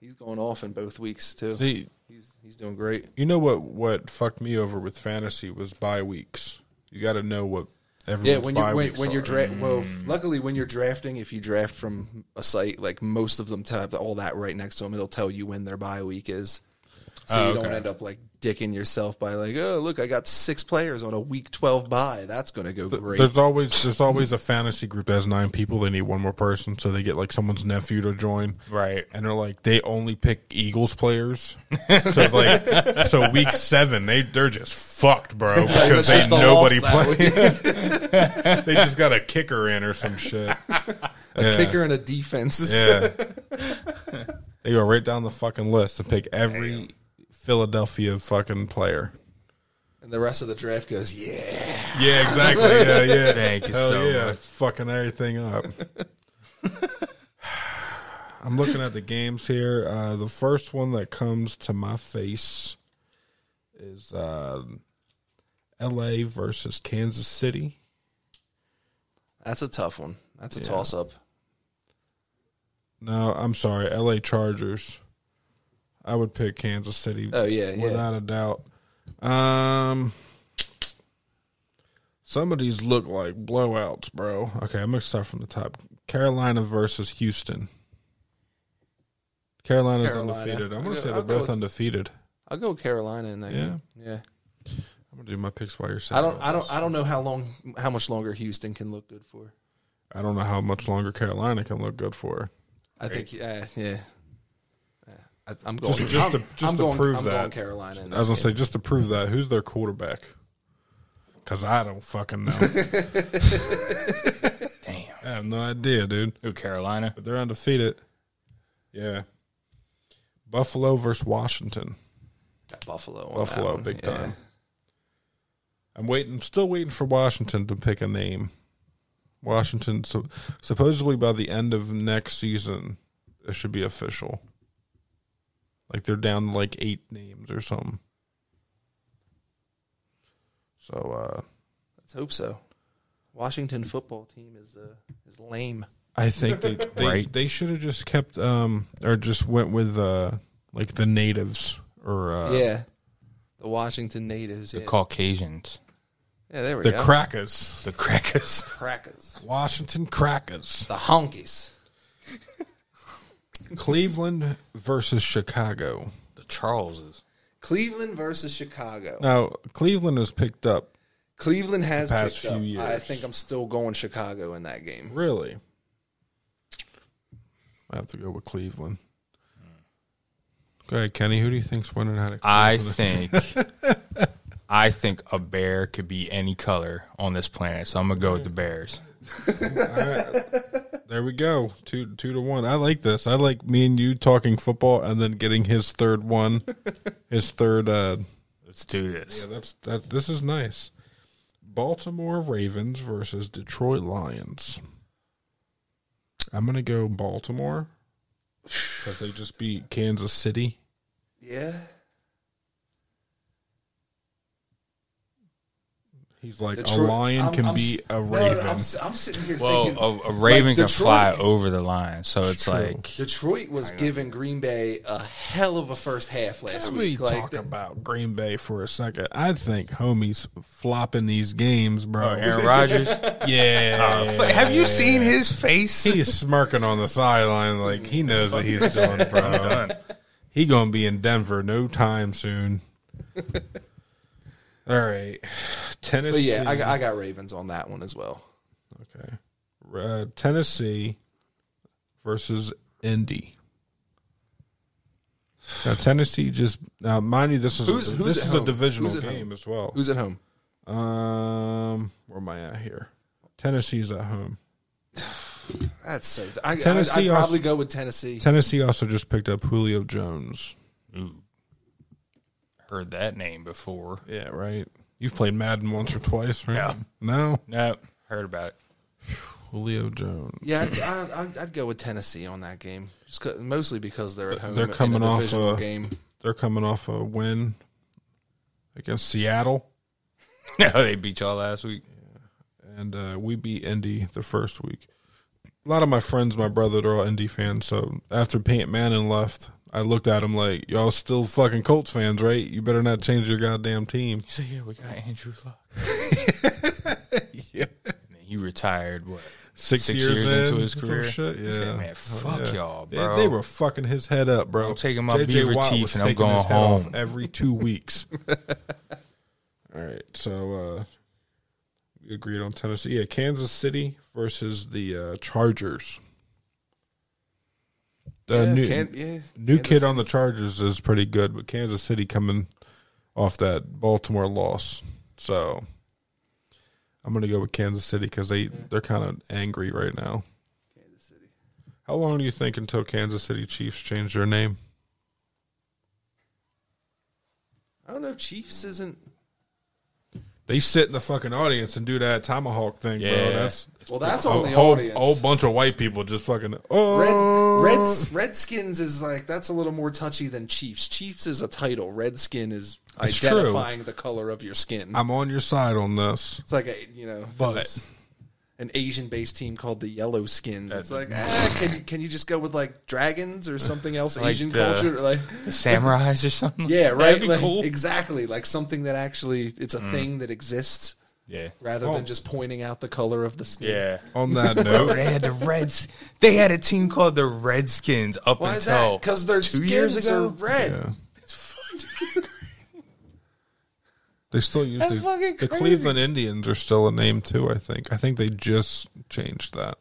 F: He's going off in both weeks too.
E: See,
F: He's he's doing great.
E: you know what? What fucked me over with fantasy was bye weeks. You got to know what
F: Yeah,
E: everyone's
F: when you
E: bye Mm.
F: when,
E: weeks
F: when
E: are.
F: you're dra- well, luckily when you're drafting, if you draft from a site, like most of them have all that right next to them, it'll tell you when their bye week is, so
G: Oh,
F: you don't
G: okay.
F: end up like dicking yourself by like, oh look, I got six players on a week twelve bye. That's gonna go great.
E: There's always there's always a fantasy group that has nine people. They need one more person, so they get like someone's nephew to join,
G: Right.
E: And they're like they only pick Eagles players, (laughs) so like so week seven they they're just fucked, bro, because
F: That's
E: they
F: just the
E: nobody
F: loss
E: (laughs)
F: that
E: play.
F: week.
E: They just got a kicker in or some
F: (laughs)
E: shit.
F: a kicker and a defense. is-
E: Yeah, they go right down the fucking list and pick every Philadelphia fucking player.
F: (laughs) and the rest of the draft goes, yeah.
E: Yeah, exactly. Yeah, yeah.
G: (laughs) Thank you
E: Hell
G: so
E: yeah.
G: much.
E: Fucking everything up. (sighs) I'm looking at the games here. Uh, the first one that comes to my face is uh, LA versus Kansas City.
F: That's a tough one. That's a toss up.
E: No, I'm sorry. LA Chargers. I would pick Kansas City.
F: Oh, yeah, yeah.
E: Without a doubt. Um Some of these look like blowouts, bro. Okay, I'm gonna start from the top. Carolina versus Houston. Carolina's
F: Carolina.
E: undefeated. I'm
F: I'll
E: gonna
F: go-
E: say
F: I'll
E: they're
F: go
E: both
F: with-
E: undefeated.
F: I'll go Carolina in that
E: Yeah.
F: game. Yeah.
E: I'm gonna do my picks while you're saying.
F: I don't
E: all
F: I don't
E: this.
F: I don't know how long how much longer Houston can look good for.
E: I don't know how much longer Carolina can look good for.
F: I think, uh, yeah. I, I'm going.
E: Just- just to-
F: I'm-
E: just
F: I'm
E: to
F: going-
E: prove
F: I'm
E: that.
F: going Carolina. in
E: I was
F: this
E: gonna say
F: game.
E: just to prove that who's their quarterback? Because I don't fucking
F: (laughs)
E: know.
G: Damn.
E: I have no idea, dude.
G: Ooh, Carolina.
E: But they're undefeated. Yeah. Buffalo versus Washington.
F: Got Buffalo. on that
E: Buffalo,
F: one,
E: big
F: yeah.
E: time. I'm waiting. Still waiting for Washington to pick a name. Washington. So supposedly by the end of next season, it should be official. Like they're down to like eight names or something. So uh
F: Let's hope so. Washington football team is uh, is lame.
E: I think they they,
G: Right.
E: they should have just kept um or just went with uh like the natives or uh
F: yeah, the Washington natives.
G: The
F: yeah.
G: Caucasians.
F: yeah, there we
E: the
F: go.
E: crackers.
G: The Crackers.
F: Crackers.
E: (laughs) Washington Crackers.
F: The honkies.
E: Cleveland versus Chicago.
G: The Charleses.
F: Cleveland versus Chicago.
E: Now, Cleveland has picked up.
F: Cleveland has
E: past
F: picked up.
E: few
F: I
E: years.
F: think I'm still going Chicago in that game.
E: Really? I have to go with Cleveland. Go ahead, Kenny. Who do you think's winning out of
G: (laughs) I
E: Cleveland?
G: think I think a bear could be any color on this planet, so I'm gonna go with the Bears.
E: There we go. Two two to one. I like this. I like me and you talking football and then getting his third one. his third uh
G: Let's do this.
E: yeah, that's that this is nice. Baltimore Ravens versus Detroit Lions. I'm gonna go Baltimore because they just beat Kansas City.
F: Yeah.
E: He's like
F: Detroit-
E: a lion
F: I'm-
E: can
F: I'm
E: be
F: s-
E: a
F: no, no,
E: raven.
F: I'm, s- I'm sitting here thinking.
G: Well, a, a raven
F: like
G: can
F: Detroit-
G: fly over the line, so it's
E: True.
G: like
F: Detroit was giving Green Bay a hell of a first half last
E: Let me
F: week.
E: talk
F: Like the-
E: about Green Bay for a second. I think homies flopping these games, bro.
G: uh,
F: (laughs)
G: Aaron Rodgers.
E: yeah,
G: F- Have you seen his face?
E: he's smirking on the sideline like he knows what he's doing, bro. he gonna be in Denver no time soon. All right, Tennessee.
F: but yeah, I, got- I got Ravens on that one as well.
E: okay, uh, Tennessee versus Indy. Now Tennessee just now, mind you, this is
F: Who's-
E: a,
F: who's
E: this
F: at
E: is a
F: home?
E: divisional
F: Who's at
E: game
F: home?
E: as well.
F: Who's at home?
E: Um, where am I at here? Tennessee's at home.
F: That's so. I,
E: Tennessee
F: I'd, I'd probably
E: also-
F: go with Tennessee.
E: Tennessee also just picked up Julio Jones.
G: Heard that name (laughs) before?
E: Yeah, right. You've played Madden once or twice, right? No.
G: No. No, heard about it. (laughs)
E: Julio Jones.
F: yeah, I'd, I'd, I'd- I'd go with Tennessee on that game, just 'cause- mostly because they're at home.
E: They're
F: in a
E: coming off
F: divisional
E: a-
F: game.
E: They're coming off a win against Seattle,
G: No, they beat y'all last week.
E: and uh, we beat Indy the first week. A lot of my friends, my brother, they're all Indy fans. So after Paint Manning left, I looked at him like, "Y'all still fucking Colts fans, right? You better not change your goddamn team."
G: So yeah, we got Andrew
F: (laughs)
G: Luck. yeah, he retired what
E: Six, years,
G: into
E: in,
G: his
E: some
G: career.
E: shit,
G: He said,
E: yeah.
G: man, fuck
E: Yeah.
G: y'all,
E: They-
G: bro.
E: They, were fucking his head up, bro.
G: I'm taking my
E: JJ
G: beaver
E: Watt
G: teeth
E: was
G: and I'm
E: taking his
G: going
E: head off
G: home.
E: every two
G: (laughs)
E: weeks. All right, so uh, we agreed on Tennessee. Yeah, Kansas City versus the uh, Chargers. The
F: Yeah,
E: new
F: Can- yeah,
E: new
F: Kansas
E: kid on the Chargers is pretty good, but Kansas City coming off that Baltimore loss, so I'm gonna go with Kansas City because they they're kind of angry right now. How long do you think until Kansas City Chiefs change their name?
F: I don't know. Chiefs isn't.
E: They sit in the fucking audience and do that tomahawk thing,
G: Yeah.
E: bro. That's
F: Well, that's
E: a
F: on the
E: whole,
F: audience.
E: whole bunch of white people just fucking.
F: Red,
E: Oh,
F: Reds, Redskins is like that's a little more touchy than Chiefs. Chiefs is a title. Redskin is
E: It's true.
F: identifying the color of your skin.
E: I'm on your side on this.
F: it's like a you know, if
E: But-
F: it was an Asian-based team called the Yellow Skins.
G: Uh,
F: It's like ah, can you can you just go with like dragons or something else
G: Like
F: Asian
G: the-
F: culture?
G: (laughs)
F: Like
G: Samurais or something.
F: yeah, right.
G: (laughs) That'd be
F: like,
G: cool. Mm.
F: Exactly, like something that actually it's a thing that exists
G: Yeah,
F: rather than just pointing out the color of the skin.
G: Oh. yeah.
E: On that
G: Bro,
E: note,
G: they had the Reds. They had a team called the Redskins up
F: Why is that?
G: until
F: Because their
G: two
F: skins
G: years ago.
F: are red.
E: yeah. They still use
G: That's
E: the,
G: fucking
E: the
G: crazy.
E: Cleveland Indians are still a name too. I think. I think they just changed that.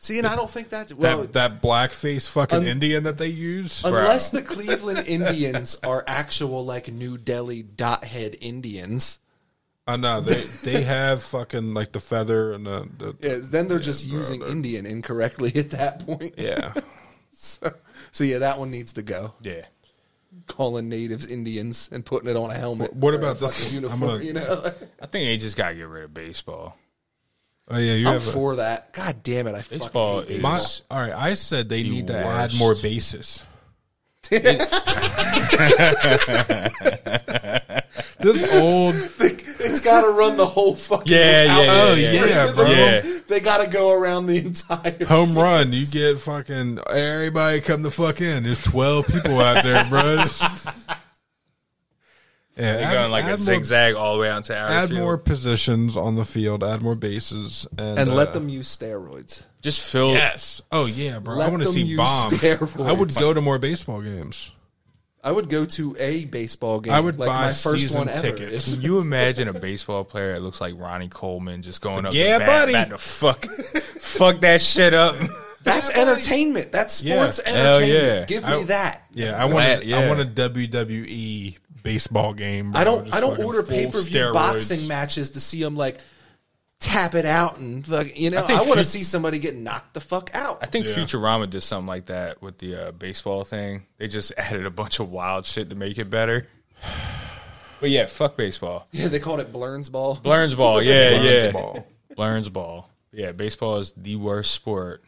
F: See, and I don't think that well
E: that that blackface fucking
F: Un-
E: Indian that they use.
F: Unless the Cleveland Indians are actual like New Delhi dothead Indians,
E: I know Uh, they they have fucking like the feather and the, the
F: yeah, then they're just using Indian incorrectly at that point.
E: yeah.
F: (laughs) So, so yeah, that one needs to go.
G: Yeah,
F: Calling natives Indians and putting it on a helmet.
E: What
F: or a
E: about this
F: fucking
E: one? I'm
F: uniform?
E: gonna-
F: you know,
G: I think they just gotta get rid of baseball.
E: Oh yeah, you
F: I'm
E: have a-
F: for that. God damn it! I fucking
G: Baseball
F: hate
G: is-
E: my,
F: baseball.
E: all right. I said they need to add
G: worst.
E: more
F: (laughs)
E: bases. this old
F: it's got to run the whole fucking.
G: Yeah, yeah,
F: outfield.
G: yeah,
E: Oh, yeah. yeah,
F: They-
E: bro.
G: Yeah.
F: (laughs) They got to go around the entire.
E: home run, you get fucking everybody come the fuck in. There's twelve people out there,
G: (laughs)
E: bro. Yeah,
G: They're
E: add-
G: going like a
E: add more-
G: zigzag all the way out to our
E: add
G: field.
E: more positions on the field, add more bases, and,
F: (laughs) and
E: uh,
F: let them use steroids.
G: Just fill.
E: Yes. Oh yeah, bro. I
F: Let
E: want to
F: them
E: see
F: use
E: bombs.
F: steroids.
E: I would go to more baseball games.
F: I would go to a baseball game.
E: I would
F: like
E: buy
F: my first
E: season
F: one ever.
E: tickets.
F: If-
G: Can you imagine a baseball player that looks like Ronnie Coleman just going up?
E: Yeah,
G: the bat,
E: buddy.
G: Bat to fuck, fuck that shit up.
F: That's entertainment. That's sports
E: Yeah.
G: Hell
F: entertainment.
G: yeah.
F: Give me
E: I-
F: that.
E: Yeah, I want.
G: That-
E: A, I
G: yeah.
E: want a WWE baseball game. bro.
F: I don't.
E: Just
F: I don't
E: fucking
F: order
E: full
F: pay per view
E: steroids.
F: boxing matches to see them like tap it out and fuck, you know.
G: I
F: I,
G: think
F: want to
G: fut-
F: see somebody get knocked the fuck out.
G: I think Futurama did something like that with the uh, baseball thing. They just (laughs) added a bunch of wild shit to make it better. (sighs) But yeah, fuck baseball.
F: (laughs) Yeah, they called it Blurns Ball.
G: Blurns ball, yeah,
E: Blurns
G: yeah.
E: ball.
G: Blurns ball. Yeah, baseball is the worst sport,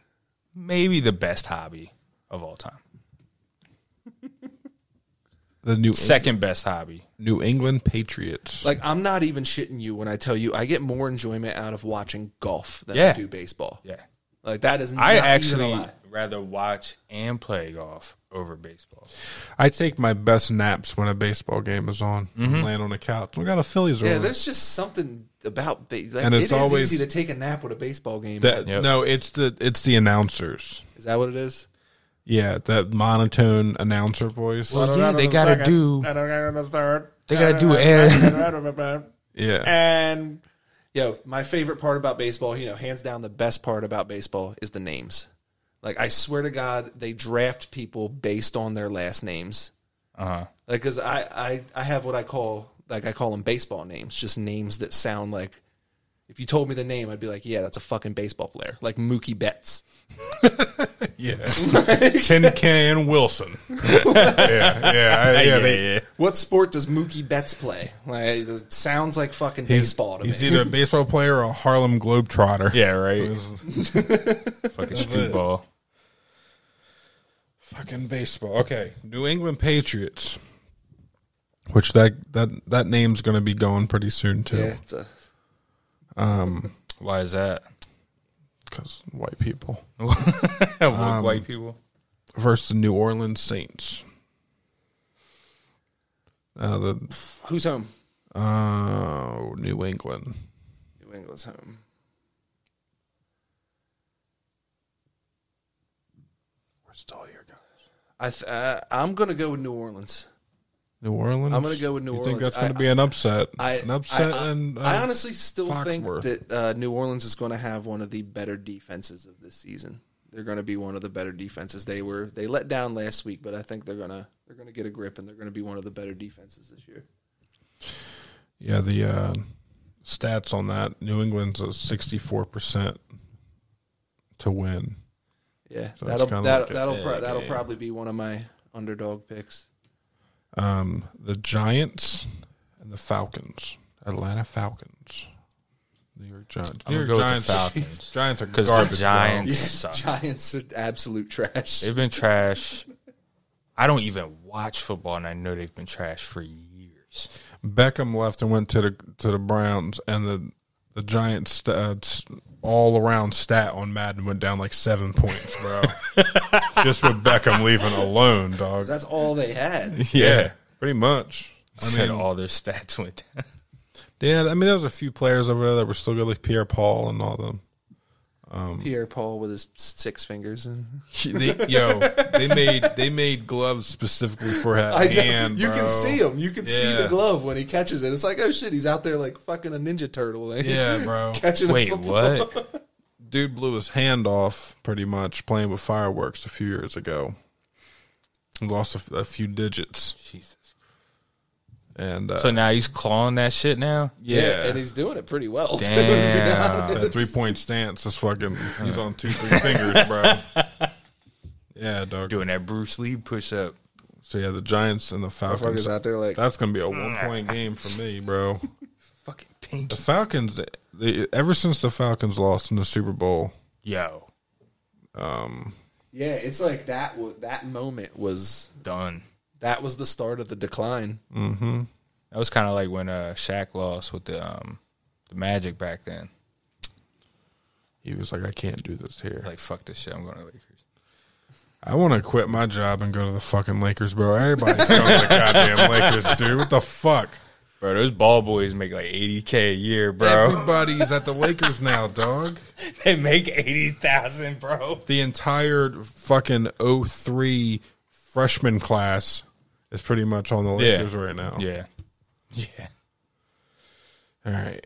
G: maybe the best hobby of all time.
E: The New
G: Second best hobby.
E: New England Patriots.
F: Like I'm not even shitting you when I tell you I get more enjoyment out of watching golf than I
G: Yeah.
F: do baseball.
G: Yeah.
F: Like that is.
G: I
F: not even a
G: actually
F: lie.
G: rather watch and play golf over baseball.
E: I take my best naps when a baseball game is on. Land on the couch. We got a Phillies
F: Mm-hmm. Yeah,
E: over.
F: there's just something about ba- like,
E: And
F: it
E: it's
F: is
E: always-
F: easy to take a nap with a baseball game. Is
E: That-
G: Yep.
E: No, it's the it's the announcers.
F: that what it is?
E: Yeah, that monotone announcer voice.
G: yeah, they gotta do. They gotta
F: (laughs)
G: do air.
E: Yeah,
F: Yo, my favorite part about baseball, you know, hands down the best part about baseball is the names. Like I swear to God, they draft people based on their last names.
G: Uh-huh.
F: Uh huh. Like, cause I, I, I have what I call like I call them baseball names, just names that sound like. If you told me the name, I'd be like, "Yeah, that's a fucking baseball player, like Mookie Betts."
E: yeah. (laughs) Tin Can (laughs) Wilson. yeah, yeah, I- yeah. they-
F: What sport does Mookie Betts play? Like, it sounds like fucking
E: He's,
F: baseball to
E: he's
F: me.
E: either a baseball player or a Harlem Globetrotter.
G: Yeah, right. Fucking street
E: it.
G: ball.
E: Fucking baseball. Okay, New England Patriots. Which that that that name's going to be going pretty soon
F: Yeah,
E: too,
F: it's a-
G: Why is (laughs) that?
E: because white people
G: White people.
E: versus the New Orleans Saints. Uh, the
F: who's home?
E: uh, New England.
F: New England's home.
E: We're still here, guys.
F: I th- uh, I'm gonna go with New Orleans.
E: New Orleans.
F: I'm gonna go with New
E: you
F: Orleans.
E: think that's
F: I-
E: going to be an upset?
F: I
E: an upset,
F: I, I,
E: and uh,
F: I honestly still think
E: Foxworth.
F: that uh, New Orleans is going to have one of the better defenses of this season. They're going to be one of the better defenses. They were they let down last week, but I think they're gonna they're gonna get a grip and they're gonna be one of the better defenses this year.
E: yeah, the uh, stats on that. New England's a sixty-four percent to win.
F: Yeah,
E: So it's
F: that'll
E: kinda
F: that'll
E: like a
F: that'll, pro-
E: big
F: that'll
E: game.
F: probably be one of my underdog picks. (laughs)
E: Um, the Giants and the Falcons, Atlanta Falcons, New York Giants.
G: I'm
E: New York
G: gonna go with
E: Giants.
G: the Falcons
E: (laughs) Giants are
G: because
E: garbage,
G: the
E: bro.
G: Giants suck.
F: Giants are absolute trash.
G: They've been trash. I don't even watch football, and I know they've been trash for years.
E: Beckham left and went to the to the Browns, and the the Giants stats all around stat on Madden went down like seven points,
G: (laughs)
E: bro. Just with Beckham leaving alone, dog.
F: That's all
E: (laughs)
F: they had.
E: Yeah, pretty much. I
G: I said
E: mean,
G: all their (laughs) stats went down.
E: yeah. I mean, there was a few players over there that were still good, like Pierre Paul and all them.
F: Pierre Paul with his six fingers. And
E: They, yo, they made they made gloves specifically for her
F: I know.
E: hand.
F: you
E: bro.
F: can see him. You can see the
E: Yeah.
F: glove when he catches it. It's like, oh shit, he's out there like fucking a ninja turtle. (laughs) Like,
E: Yeah, bro.
F: catching a
G: Wait,
F: football.
G: what?
E: Dude blew his hand off pretty much playing with fireworks a few years ago. He Lost a, f- a few digits,
G: Jesus.
E: and uh,
G: So now he's clawing that shit now.
F: (laughs) Yeah.
E: yeah,
F: and he's doing it pretty well. too, to be
G: Damn.
E: (laughs)
F: honest.
E: that three point stance is fucking. He's on two three fingers, bro.
G: (laughs)
E: Yeah, dog.
G: Doing that Bruce Lee push up.
E: So yeah, the Giants and the Falcons
F: Motherfuckers out there like
E: That's gonna be a one point game for me, bro.
G: Fucking pink.
E: The Falcons, they, ever since the Falcons lost in the Super Bowl,
G: Yo,
F: (laughs) yeah, it's like that. wa- That moment was
G: done.
F: that was the start of the decline.
G: That was kind of like when uh, Shaq lost with the um, the Magic back then.
E: he was like, "I can't do this here.
G: Like fuck this shit. I'm going to Lakers.
E: I want to quit my job and go to the fucking Lakers, bro. Everybody's going
G: (laughs)
E: to the goddamn Lakers, dude. What the fuck?
G: Bro, those ball boys make like 80k a year, bro.
E: Everybody's at the Lakers now, dog.
G: (laughs) they make 80,000, bro.
E: The entire fucking 03 freshman class is pretty much on the
G: Yeah.
E: Lakers right now.
G: Yeah. Yeah.
E: All right.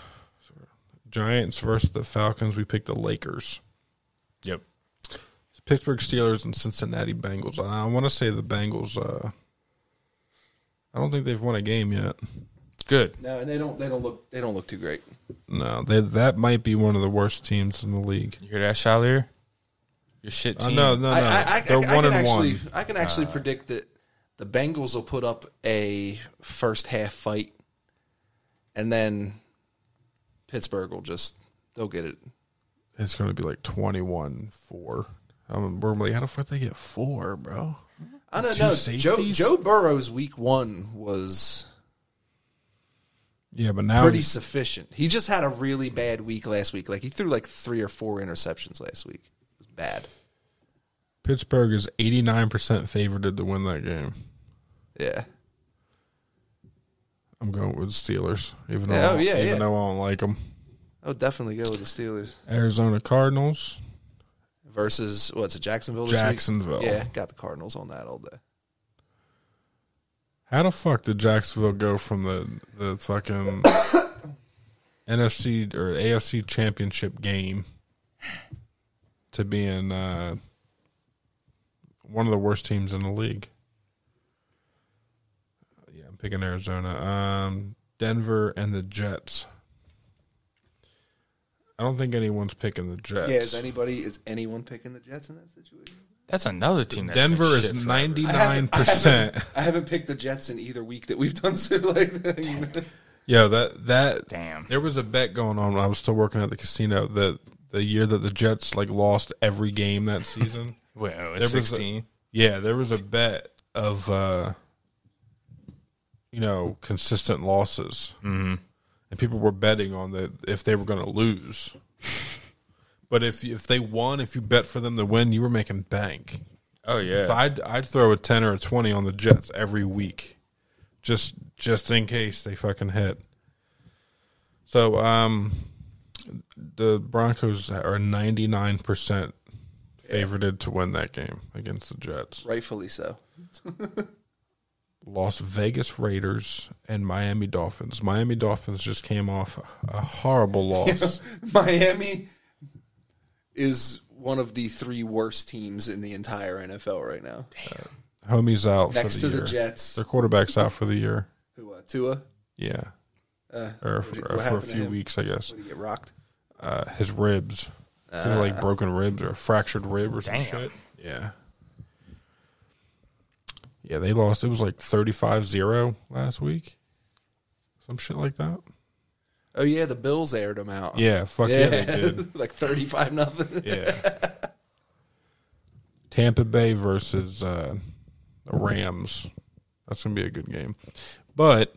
E: (sighs) Giants versus the Falcons. We picked the Lakers.
G: Yep.
E: Pittsburgh Steelers and Cincinnati Bengals. And I want to say the Bengals. Uh, I don't think they've won a game yet.
G: Good.
F: No, and they don't. They don't look. They don't look too great.
E: No, they, that might be one of the worst teams in the league.
G: You hear that, Shalier? Your shit
E: Uh,
G: team.
E: no, no, no.
F: I, I, I,
E: They're
F: I can
E: one and
F: actually,
E: one.
F: I can actually predict that the Bengals will put up a first half fight, and then Pittsburgh will just they'll get it.
E: It's going to be like 21 4. I'm we're like, how the fuck they get four, bro?
F: I don't
E: Two
F: know. Joe
E: safeties?
F: Joe Burrow's week one was
E: Yeah, but now
F: pretty sufficient. He just had a really bad week last week. Like he threw like three or four interceptions last week. It was bad.
E: Pittsburgh is 89% favored to win that game.
F: Yeah.
E: I'm going with Steelers, even though,
F: Yeah,
E: I
F: oh,
E: don't-
F: yeah,
E: even
F: yeah.
E: though I don't like them.
F: I'll definitely go with the Steelers
E: Arizona Cardinals.
F: versus what's it Jacksonville? This week?
E: Jacksonville.
F: Yeah, got the Cardinals on that all day.
E: How the fuck did Jacksonville go from the, the fucking (coughs) NFC or AFC championship game to being uh, one of the worst teams in the league? Uh, Yeah, I'm picking Arizona. Um, Denver and the Jets. I don't think anyone's picking the Jets.
F: Yeah, is anybody is anyone picking the Jets in that situation?
G: That's another team. That's
E: Denver
G: been shit
E: is
G: forever.
E: (laughs) 99%.
F: I haven't picked the Jets in either week that we've done (laughs) so like that.
E: Yeah, that that
G: Damn.
E: There was a bet going on when I was still working at the casino that the year that the Jets like lost every game that season.
G: Well,
E: there
G: it's
E: was a-
G: sixteen.
E: yeah, there was a bet of uh you know, consistent losses. Mm-hmm. And people were betting on that if they were going to lose. But if if they won, if you bet for them to win, you were making bank.
G: oh yeah.
E: So I'd I'd throw a ten or a twenty on the Jets every week, just just in case they fucking hit. So um, the Broncos are ninety nine percent favorited to win that game against the Jets.
F: Rightfully so.
E: Las Vegas Raiders and Miami Dolphins. Miami Dolphins just came off a
F: (laughs)
E: horrible loss.
F: Miami is one of the three worst teams in the entire NFL right now.
E: Homie's out
F: Next
E: for
F: to
E: the
F: the
E: year.
F: Jets.
E: Their quarterback's out for the year.
F: Who uh, Tua?
E: Yeah. or
F: did-
E: for,
F: Uh, what
E: for a
F: happened to
E: few
F: him?
E: weeks, I guess.
F: Did he get rocked?
E: uh, his ribs, Kinda like broken ribs or a fractured rib or some
G: Damn.
E: shit. Yeah. Yeah, they lost. It was like 35-0 last week. Some shit like that.
F: Oh yeah, the Bills aired him out.
E: Yeah, fuck yeah, they did.
F: (laughs) like thirty-five nothing.
E: Yeah. (laughs) Tampa Bay versus uh, the Rams. That's going to be a good game. But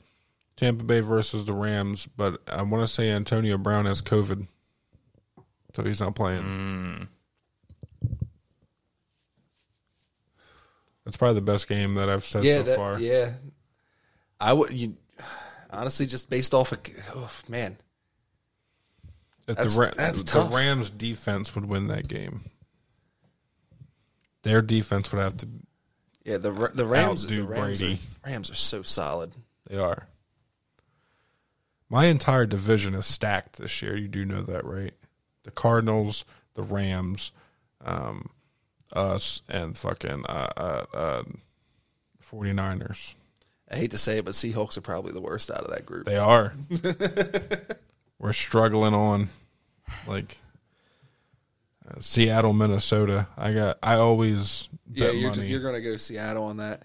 E: Tampa Bay versus the Rams, but I want to say Antonio Brown has COVID. So he's not playing. That's probably the best game that I've said
F: (laughs) yeah,
E: so
F: that,
E: far.
F: yeah. I would you honestly just based off of oh, man.
E: If
F: That's-
E: the, Ra-
F: that's
E: the
F: tough.
E: Rams defense would win that game. Their defense would have to
F: Yeah, the Ra- the Rams, the
E: Outdo
F: Rams,
E: Brady.
F: Are, Rams are so solid.
E: They are. My entire division is stacked this year. You do know that, right? The Cardinals, the Rams, um, us, and fucking uh, uh, uh, 49ers.
F: I hate to say it, but Seahawks are probably the worst out of that group.
E: They
F: (laughs)
E: are. We're struggling on, like uh, Seattle, Minnesota. I got. I always
F: yeah,
E: bet
F: you're
E: money.
F: just you're gonna go Seattle on that.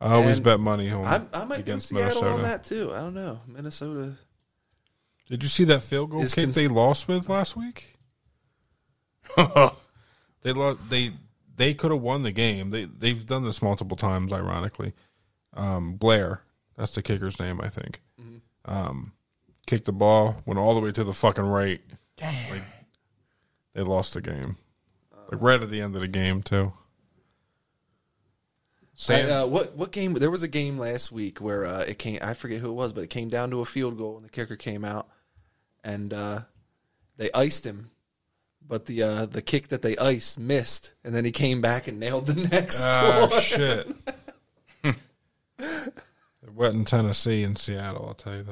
E: I always
F: and
E: bet money on
F: I'm, I might go
E: against
F: Seattle
E: Minnesota.
F: on that too. I don't know. Minnesota.
E: Did you see that field goal
F: Is
E: kick
F: cons-
E: they lost with last week? they lost. They they could have won the game. They they've done this multiple times. Ironically, um, Blair, that's the kicker's name, I think. Um, kicked the ball, went all the way to the fucking right. Like, they lost the game. Like right at the end of the game too. Sam,
F: I, uh, what what game? There was a game last week where uh, it came. I forget who it was, but it came down to a field goal, and the kicker came out, and uh, they iced him. But the uh, the kick that they iced missed, and then he came back and nailed the (laughs) next
E: Ah,
F: one.
E: shit. (laughs) They're wet in Tennessee and Seattle, I'll tell you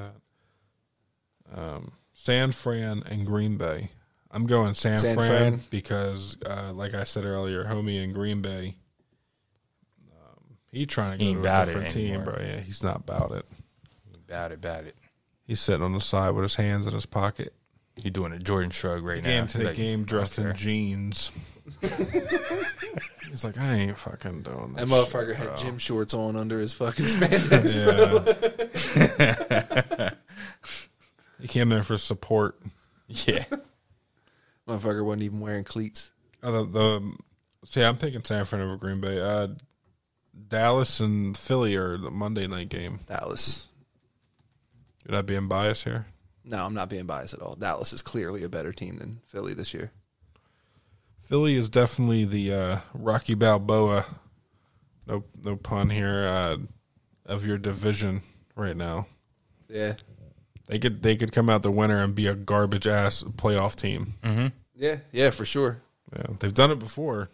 E: that. Um, San Fran and Green Bay. I'm going San,
F: San
E: Fran,
F: Fran.
E: because, uh, like I said earlier, homie in Green Bay, um, he trying to
G: He
E: go
G: ain't
E: to a
G: about it
E: different team,
G: anymore.
E: bro. Yeah, he's not about it.
G: About it, about it.
E: He's sitting on the side with his hands in his pocket.
G: You're doing a Jordan shrug right now.
E: Game to the
G: Like,
E: game, dressed
G: I
E: in
G: don't care. (laughs)
E: jeans. He's like, I ain't fucking doing this.
F: That motherfucker had gym shorts on under his fucking spandex. (laughs)
E: He came in for support.
G: Yeah.
F: motherfucker wasn't even wearing cleats.
E: Uh, the, the see, I'm picking San Fran over Green Bay. Uh, Dallas and Philly are the Monday night game.
F: Dallas.
E: Could I be in bias here?
F: No, I'm not being biased at all. Dallas is clearly a better team than Philly this year.
E: Philly is definitely the uh, Rocky Balboa. No, no pun here. Uh, of your division right now,
F: Yeah.
E: they could they could come out the winner and be a garbage ass playoff team.
F: Yeah, yeah, for sure.
E: Yeah, they've done it before.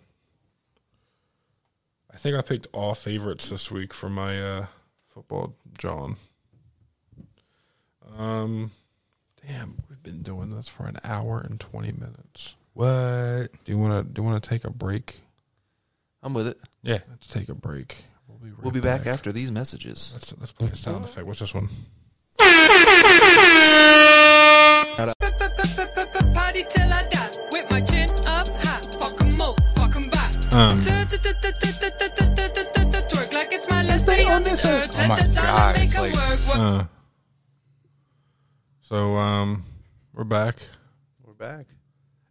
E: I think I picked all favorites this week for my uh, football, John. Um, damn, we've been doing this for an hour and twenty minutes.
G: What?
E: Do you want to do you want to take a break?
F: I'm with it.
G: Yeah.
E: Let's take a break. We'll be, right
F: We'll be back after these messages.
E: Let's let's play a sound effect. What's this one?
L: Party till I die with my chin up high. Fuck 'em all, fuck 'em back.
E: Um.
L: Twerk like it's my last day on this earth.
G: Oh my
L: Let the dollar
G: God,
L: make
G: it's
L: it
G: like-
L: work, work.
E: Uh, so um, we're back,
F: We're back.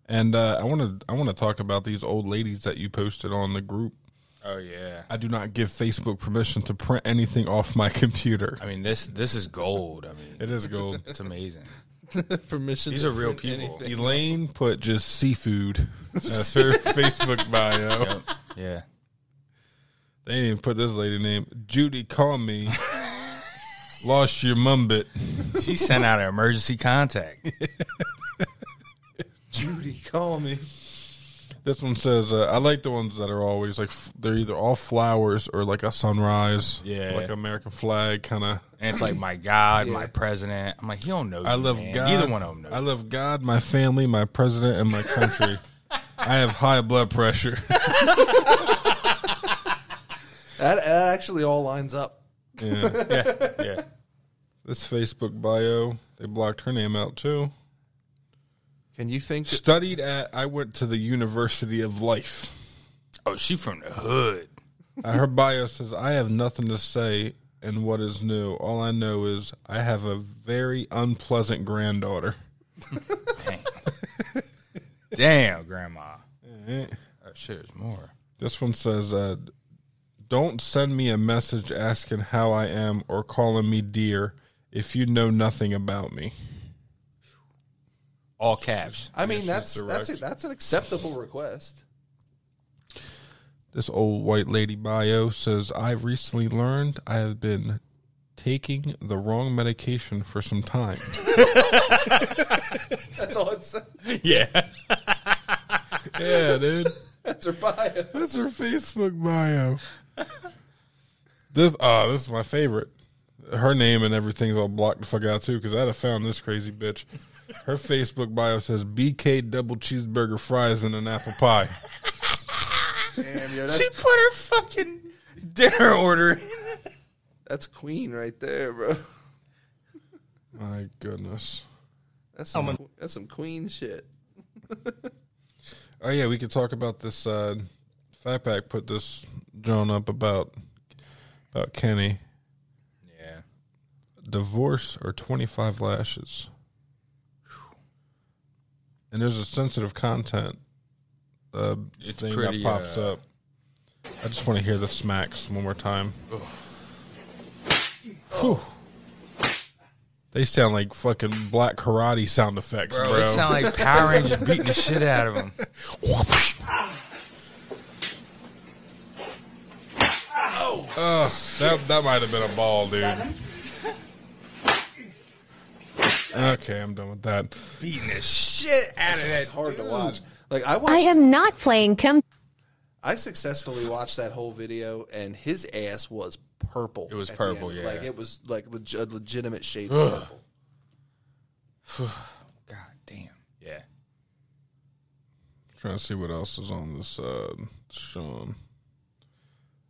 E: and uh, I want to I want to talk about these old ladies that you posted on the group.
G: Oh yeah.
E: I do not give Facebook permission to print anything off my computer.
G: I mean this this is gold. I mean
E: It is
F: (laughs)
E: gold.
G: it's amazing.
F: Permission.
G: These are real people.
E: Elaine put just seafood as
F: (laughs)
E: her Facebook bio.
G: Yeah.
E: They didn't even put this lady name. Judy call me. Lost your mumbit.
G: She sent out an emergency contact.
F: Judy, call me.
E: This one says, uh, I like the ones that are always like, f- they're either all flowers or like a sunrise.
G: Yeah.
E: Like American flag kind of.
G: And it's like my God, my president. I'm like, he don't know.
E: I
G: you,
E: love
G: man.
E: God.
G: Either one of them know.
E: I love God, my family, my president, and my
G: (laughs)
E: country. I have high blood pressure.
F: That, that actually all lines up.
E: Yeah.
G: yeah.
E: This Facebook bio, they blocked her name out too.
F: Can you think? that-
E: Studied at, I went to the University of Life.
G: Oh, she from the hood.
E: Uh, her bio says, I have nothing to say and what is new. All I know is I have a very unpleasant granddaughter.
G: Damn. Damn, grandma. Oh shit, there's more.
E: This one says, uh, Don't send me a message asking how I am or calling me dear if you know nothing about me. (laughs)
G: All caps.
F: I mean, that's
E: direct.
F: that's a, that's an acceptable request.
E: This old white lady bio says, I recently learned I have been taking the wrong medication for some time.
F: That's all it says.
G: Yeah.
E: (laughs) yeah, dude.
F: That's her bio.
E: That's her Facebook bio. this uh this is my favorite. Her name and everything's all blocked the fuck out too, because I'd have found this crazy bitch. Her Facebook bio says BK double cheeseburger fries and an apple pie.
F: Damn, yo,
G: She
F: that's,
G: put her fucking dinner order in.
F: that's Queen right there, bro.
E: My goodness.
F: That's some, that's some Queen shit.
E: Oh yeah, we could talk about this. Uh, Fatback put this drone up about about Kenny
G: Yeah.
E: divorce or twenty five lashes. And there's a sensitive content uh,
G: It's
E: thing
G: pretty,
E: that pops
G: uh,
E: up. I just want to hear the smacks one more time. Whew. They sound like fucking black karate sound effects, bro.
G: Bro, it sound like Power Rangers beating the shit out of him.
E: Ugh, that that might have been a ball, dude. Okay, I'm done with that.
G: (laughs) Beating the shit out of that.
F: It's hard to watch. Like I
M: I
F: watched, I,
M: am not playing come
F: successfully watched that whole video, and his ass was purple.
G: It was
F: at the end.
G: purple, yeah.
F: Like it was like leg- a legitimate shade of purple.
G: God damn. Yeah.
E: Trying to see what else is on this uh Sean.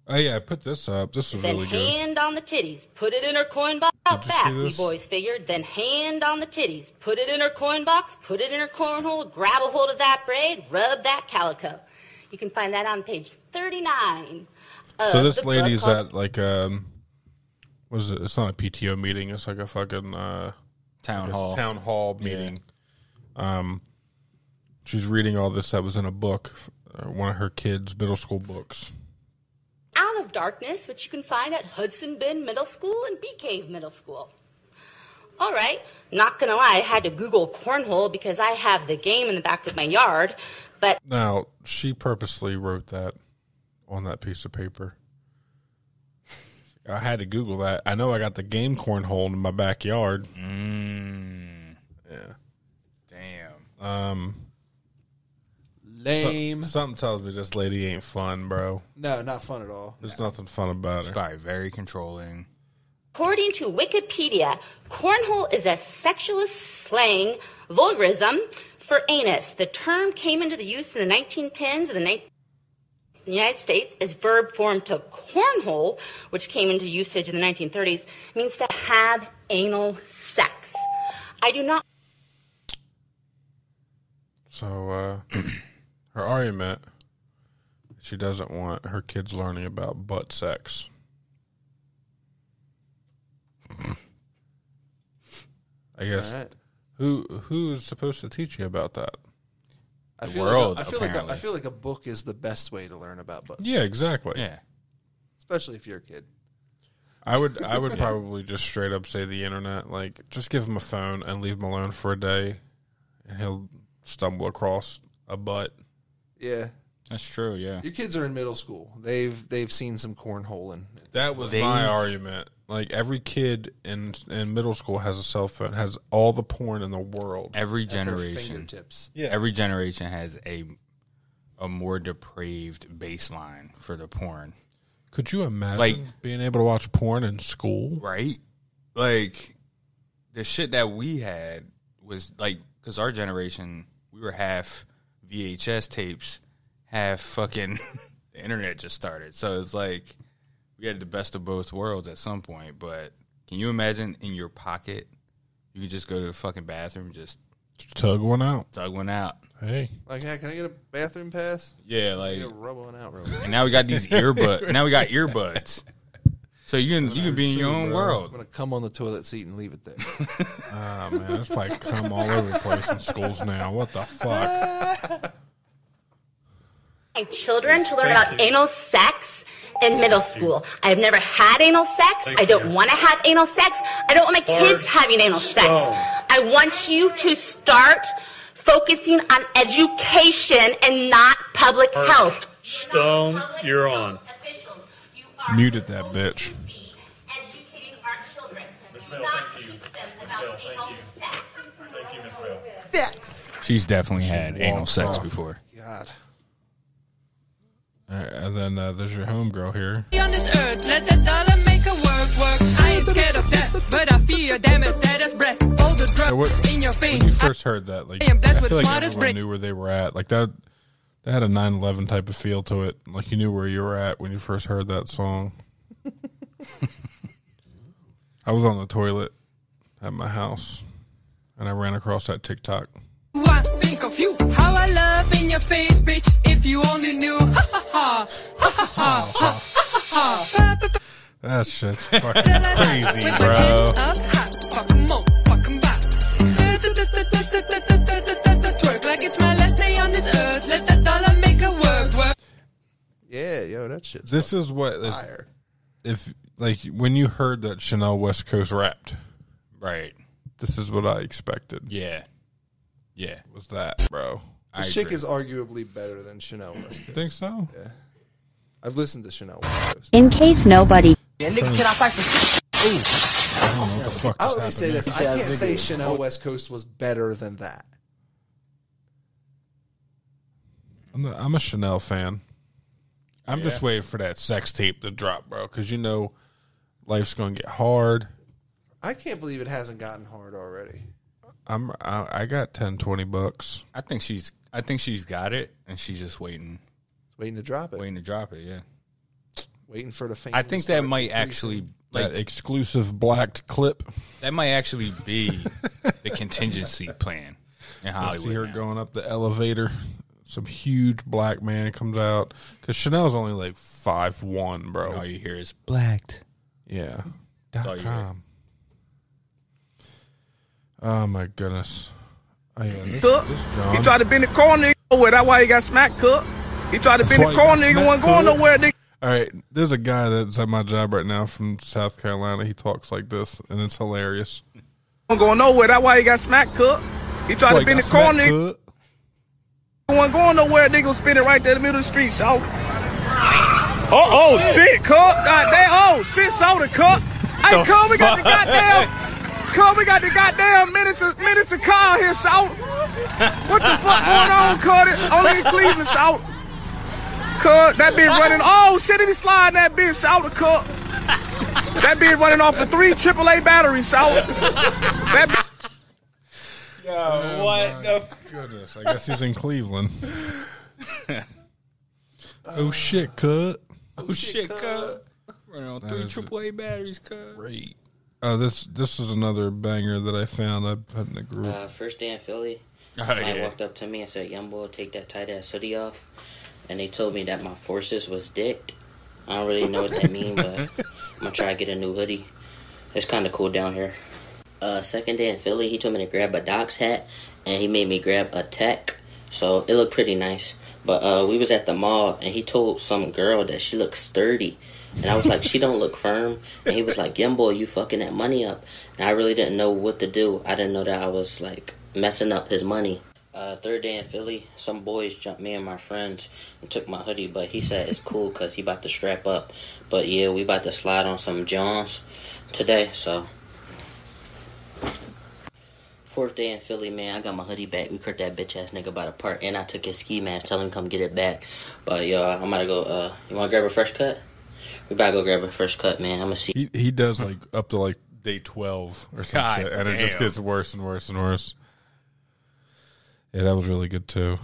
E: Oh yeah, I put this up. This is
N: Then
E: really good.
N: hand on the titties, put it in her coin box. Out
E: you
N: back,
E: see
N: we
E: this?
N: boys figured. Then hand on the titties, put it in her coin box, put it in her cornhole, grab a hold of that braid, rub that calico. You can find that on page 39. of
E: So this
N: the book
E: lady's
N: called
E: at like um, what is it? It's not a PTO meeting. It's like a fucking uh,
G: Town
E: like a
G: hall.
E: town hall
G: Yeah.
E: meeting. Um, she's reading all this that was in a book, uh, one of her kids' middle school books.
N: Out of Darkness, which you can find at Hudson Bend Middle School and Bee Cave Middle School. All right, not gonna lie, I had to Google cornhole because I have the game in the back of my yard, but
E: Now she purposely wrote that on that piece of paper. I had to Google that. I know I got the game cornhole in my backyard. Mm. Yeah.
G: Damn.
E: Um.
F: Lame.
E: some- something tells me this lady ain't fun, bro.
F: No, not fun at all.
E: There's nothing fun about
G: It's
E: her.
G: probably very controlling.
N: According to Wikipedia, cornhole is a sexualist slang vulgarism for anus. The term came into the use in the 1910s in the, ni- in the United States as verb form to cornhole, which came into usage in the 1930s, means to have anal sex. I do not
E: So uh, her argument, she doesn't want her kids learning about butt sex. I guess
F: All right.
E: who who's supposed to teach you about that?
F: I
G: The
F: feel
G: world,
F: Like a, I feel like a, I
G: apparently.
F: feel like a book is the best way to learn about butts.
E: Yeah, exactly.
G: Yeah.
F: Especially if you're a kid.
E: I would I would probably just straight up say the internet. Like, just give him a phone and leave him alone for a day, and he'll stumble across a butt.
F: Yeah.
G: That's true. Yeah.
F: Your kids are in middle school. They've they've seen some cornholing.
E: That was
G: They've-
E: my argument. Like every kid in in middle school has a cell phone, has all the porn in the world.
G: Every
F: their
G: generation.
F: fingertips.
E: Yeah.
G: Every generation has a a more depraved baseline for the porn.
E: Could you imagine
G: Like-
E: being able to watch porn in school?
G: right? Like the shit that we had was like because our generation we were half VHS tapes, half fucking (laughs) the internet just started, so it's like we had the best of both worlds at some point. But can you imagine in your pocket, you could just go to the fucking bathroom, and just
E: Tug one out.
G: thug one out.
E: Hey,
F: Like, hey, can I get a bathroom pass?
G: Yeah, like
F: Yeah, rub one out real
G: (laughs)
F: quick.
G: and now we got these earbuds. now we got earbuds. So you can you can be in your own
F: I'm
G: world.
F: gonna come on the toilet seat and leave it
G: (laughs)
F: there.
E: oh man, it's probably come all over the place in schools now. What the fuck?
N: my children to learn about anal sex in middle school. I have never had anal sex. I don't want to have anal sex. I don't want my kids having anal sex. I want you to start focusing on education and not public health.
O: Stone, you're on.
N: Officials, you are
E: Muted that
N: supposed
E: bitch.
N: to be educating our children. Do not teach them about anal sex.
G: She's definitely had anal
E: walks
G: sex
E: off.
G: before.
F: God.
E: All right, and then uh, there's your homegirl here.
P: On this earth, let the dollar make a work work. I ain't scared of death, but I fear damage that is breath. All the
E: Now,
P: drugs
E: what-
P: (laughs) in your
E: when you
P: face.
E: first heard that, like
P: I am blessed
E: I
P: with
E: feel like
P: smartest
E: everyone
P: brain.
E: knew where they were at. Like that, that had a 9/11 type of feel to it. Like you knew where you were at when you first heard that song. (laughs) I was on the toilet at my house, and I ran across that TikTok.
P: I think of you, how I love in your face, bitch. If you only knew, (laughs) ha ha ha, ha ha ha, ha ha ha. Ba, ba,
E: That shit's (laughs)
P: ba,
E: fucking
P: la, la, la.
E: crazy,
P: With my
E: bro.
P: chin up high, fuck 'em all, fuck 'em back. Da, da, da, da, da, da, da, da, da, da, da, da, Twerk like it's my last day on this earth. Let the dollar make a work work.
F: Yeah, yo, that shit's
E: This is what if,
F: fire.
E: if like when you heard that Chanel West Coast rapped.
G: Right.
E: This is what I expected.
G: Yeah. Yeah.
E: Was that, bro?
G: I
F: This chick
G: agree.
F: is arguably better than Chanel West Coast.
E: Think so?
F: I've listened to Chanel West Coast.
A: In case nobody.
E: I don't know what the fuck
F: I'll
E: is
F: let me say
E: happening.
F: this. I can't say Chanel West Coast was better than that.
E: I'm, not, I'm a Chanel fan. I'm just
G: Yeah.
E: waiting for that sex tape to drop, bro, because you know life's gonna get hard.
F: I can't believe it hasn't gotten hard already.
E: I'm I, I got 10, 20 bucks.
G: I think she's I think she's got it and she's just waiting
F: It's waiting to drop it.
G: waiting to drop it, yeah.
F: waiting for the fame.
G: I think that might actually like
E: that exclusive blacked clip.
G: that might actually be
E: (laughs)
G: the contingency plan in
E: I see
G: Hollywood.
E: her
G: now.
E: going up the elevator. Some huge black man comes out because Chanel's only like five one, bro.
G: All you hear is blacked.
E: Yeah.
G: That's all
E: Dot
G: you hear.
E: com. Oh my goodness. Oh, yeah,
G: (laughs)
E: this-
Q: Cook.
E: this John.
Q: He tried to bend the corner nigga. That's why he got smacked, Cook. He tried to
E: That's
Q: bend
E: why
Q: the
E: he
Q: corner
E: got
Q: nigga. Wasn't
E: smacked,
Q: going
E: Cook.
Q: nowhere, nigga.
E: All right, there's a guy that's at my job right now from South Carolina. He talks like this, and it's hilarious.
Q: Wasn't going nowhere. That's why he got smacked, Cook. He tried
E: Boy,
Q: to bend the
E: got smacked,
Q: corner nigga.
E: Cook.
Q: Wasn't going nowhere, nigga. Was spinning right there in the middle of the street, so. Oh, oh, shit, Cook. Goddamn. Oh, shit, soda, Cook. Hey,
L: The
Q: Cook, we got the
L: fuck?
Q: goddamn. Cook, we got the goddamn miniature, miniature car here, so. What the fuck going on, Cut? Only in Cleveland, shout. Cut, that bitch running. Oh, shit, he sliding that bitch, shout the cut. That bitch running off the three AAA batteries, shout. That bitch.
E: Yo,
L: what the
E: goodness? I guess he's in
G: (laughs)
E: Cleveland. oh shit, cut.
G: Oh shit, cuz. Running on
E: That
G: three
E: is-
G: AAA batteries, cuz.
E: Great. Oh, this this is another banger that I found. I put in the group.
N: Uh, first day in Philly,
G: Oh,
N: a guy
G: yeah.
N: walked up to me and said, "Young boy, take that tight ass hoodie off." And they told me that my forces was dicked. I don't really know what that mean, but I'm gonna try to get a new hoodie. It's kind of cool down here. Uh, second day in Philly, he told me to grab a Doc's hat, and he made me grab a Tech. So it looked pretty nice. But uh, we was at the mall, and he told some girl that she looked sturdy, and I was like, she don't look firm. And he was like, young boy, you fucking that money up. And I really didn't know what to do. I didn't know that I was like messing up his money. Uh, third day in Philly, some boys jumped me and my friends and took my hoodie, but he said it's cool because he about to strap up. But yeah, we about to slide on some Johns today, so. Fourth day in Philly, man, I got my hoodie back. We curt that bitch ass nigga by the park, and I took his ski mask, tell him to come get it back. But yo, I'm about to go, uh, you wanna grab a fresh cut? We about to go grab a fresh cut, man. I'm gonna see.
E: He he does like up to like day twelve or some
G: God
E: shit, and it just
G: damn.
E: gets worse and worse and worse. Yeah, that was really good too.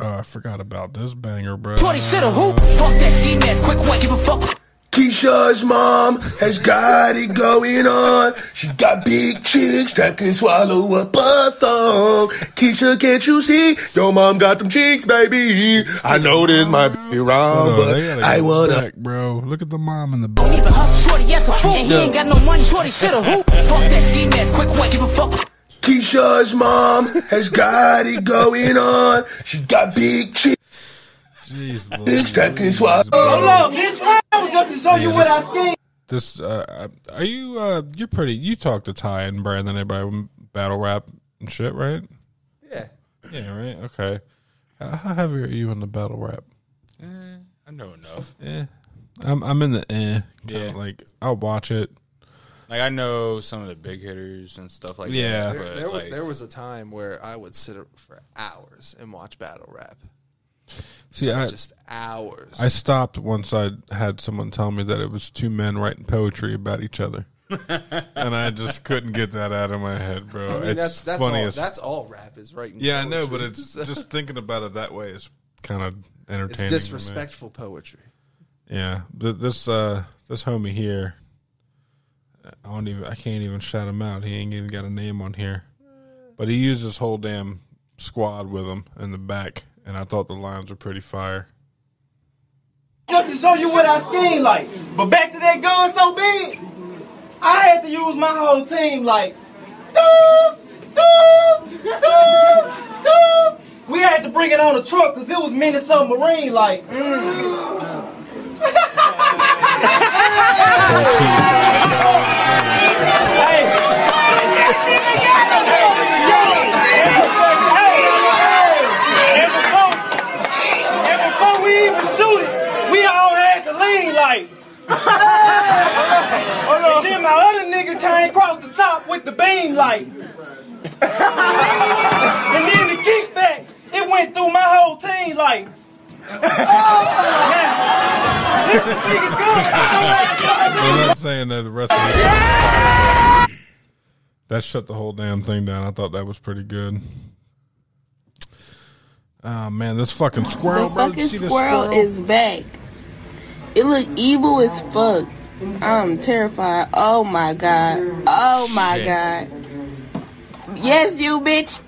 E: Oh, I forgot about this banger, bro.
L: 20 cent a hoop. Fuck that ski mask. Quick one. Give a fuck.
R: Keisha's mom has got it going on. She got big cheeks that can swallow up a thong. Keisha, can't you see? Your mom got them cheeks, baby. I know this might be wrong,
E: Hold on, they
R: but
E: gotta
R: I
E: go
R: wanna.
E: back, bro. Look at the mom in the
L: Don't even hustle. Shorty ass a fool. And he
R: Yeah.
L: ain't got no money. Shorty shit a hoop. Fuck that ski mask. Quick one. Give a fuck.
R: Keisha's mom Um, has got it going on. She got big cheeks. Cheeks that can swallow.
E: Hold
L: on, this round was just to show
E: you what I
L: ski.
E: This uh, are you? Uh, you're pretty. You talk to Ty and Brandon about battle rap and shit, right?
F: Yeah.
E: Yeah, right. Okay. How how heavy are you in the battle rap?
G: I know enough.
E: Eh, I'm I'm in the eh. Kinda
G: Yeah.
E: Like I'll watch it.
G: Like I know some of the big hitters and stuff like
E: Yeah.
G: that.
F: There,
G: but
F: there was,
G: like,
F: there was a time where I would sit up for hours and watch battle rap.
E: See, I
F: just hours.
E: I stopped once I had someone tell me that it was two men writing poetry about each
F: (laughs)
E: other, and I just couldn't get that out of my head, bro.
F: I mean,
E: it's
F: that's that's
E: funny
F: all.
E: as-
F: That's all rap is right.
E: Yeah, I know, but
F: (laughs)
E: it's just thinking about it that way is kind of entertaining.
F: it's
E: to me.
F: disrespectful poetry.
E: Yeah, th- this uh, this homie here, I don't even I can't even shout him out. He ain't even got a name on here, but he used his whole damn squad with him in the back, and I thought the lines were pretty fire.
S: just to show you what I scheme like. But back to that gun so big, I had to use my whole team like. Doop, doop, doop, doop. We had to bring it on the truck because it was Minnesota Marine like. And before, and before we even shoot it, we all had to lean like. and then my other nigga came across the top with the beam light. and then the kickback, it went through my whole team like. Now, this the biggest
E: I'm
S: gun.
E: not saying that the rest of it. (laughs) That shut the whole damn thing down. I thought that was pretty good. Oh man, this fucking squirrel,
T: the
E: bro. Did you
T: fucking
E: see this
T: squirrel, is back. It look evil as fuck. I'm terrified. Oh my god. Oh my
G: Shit.
T: god. Yes, you bitch.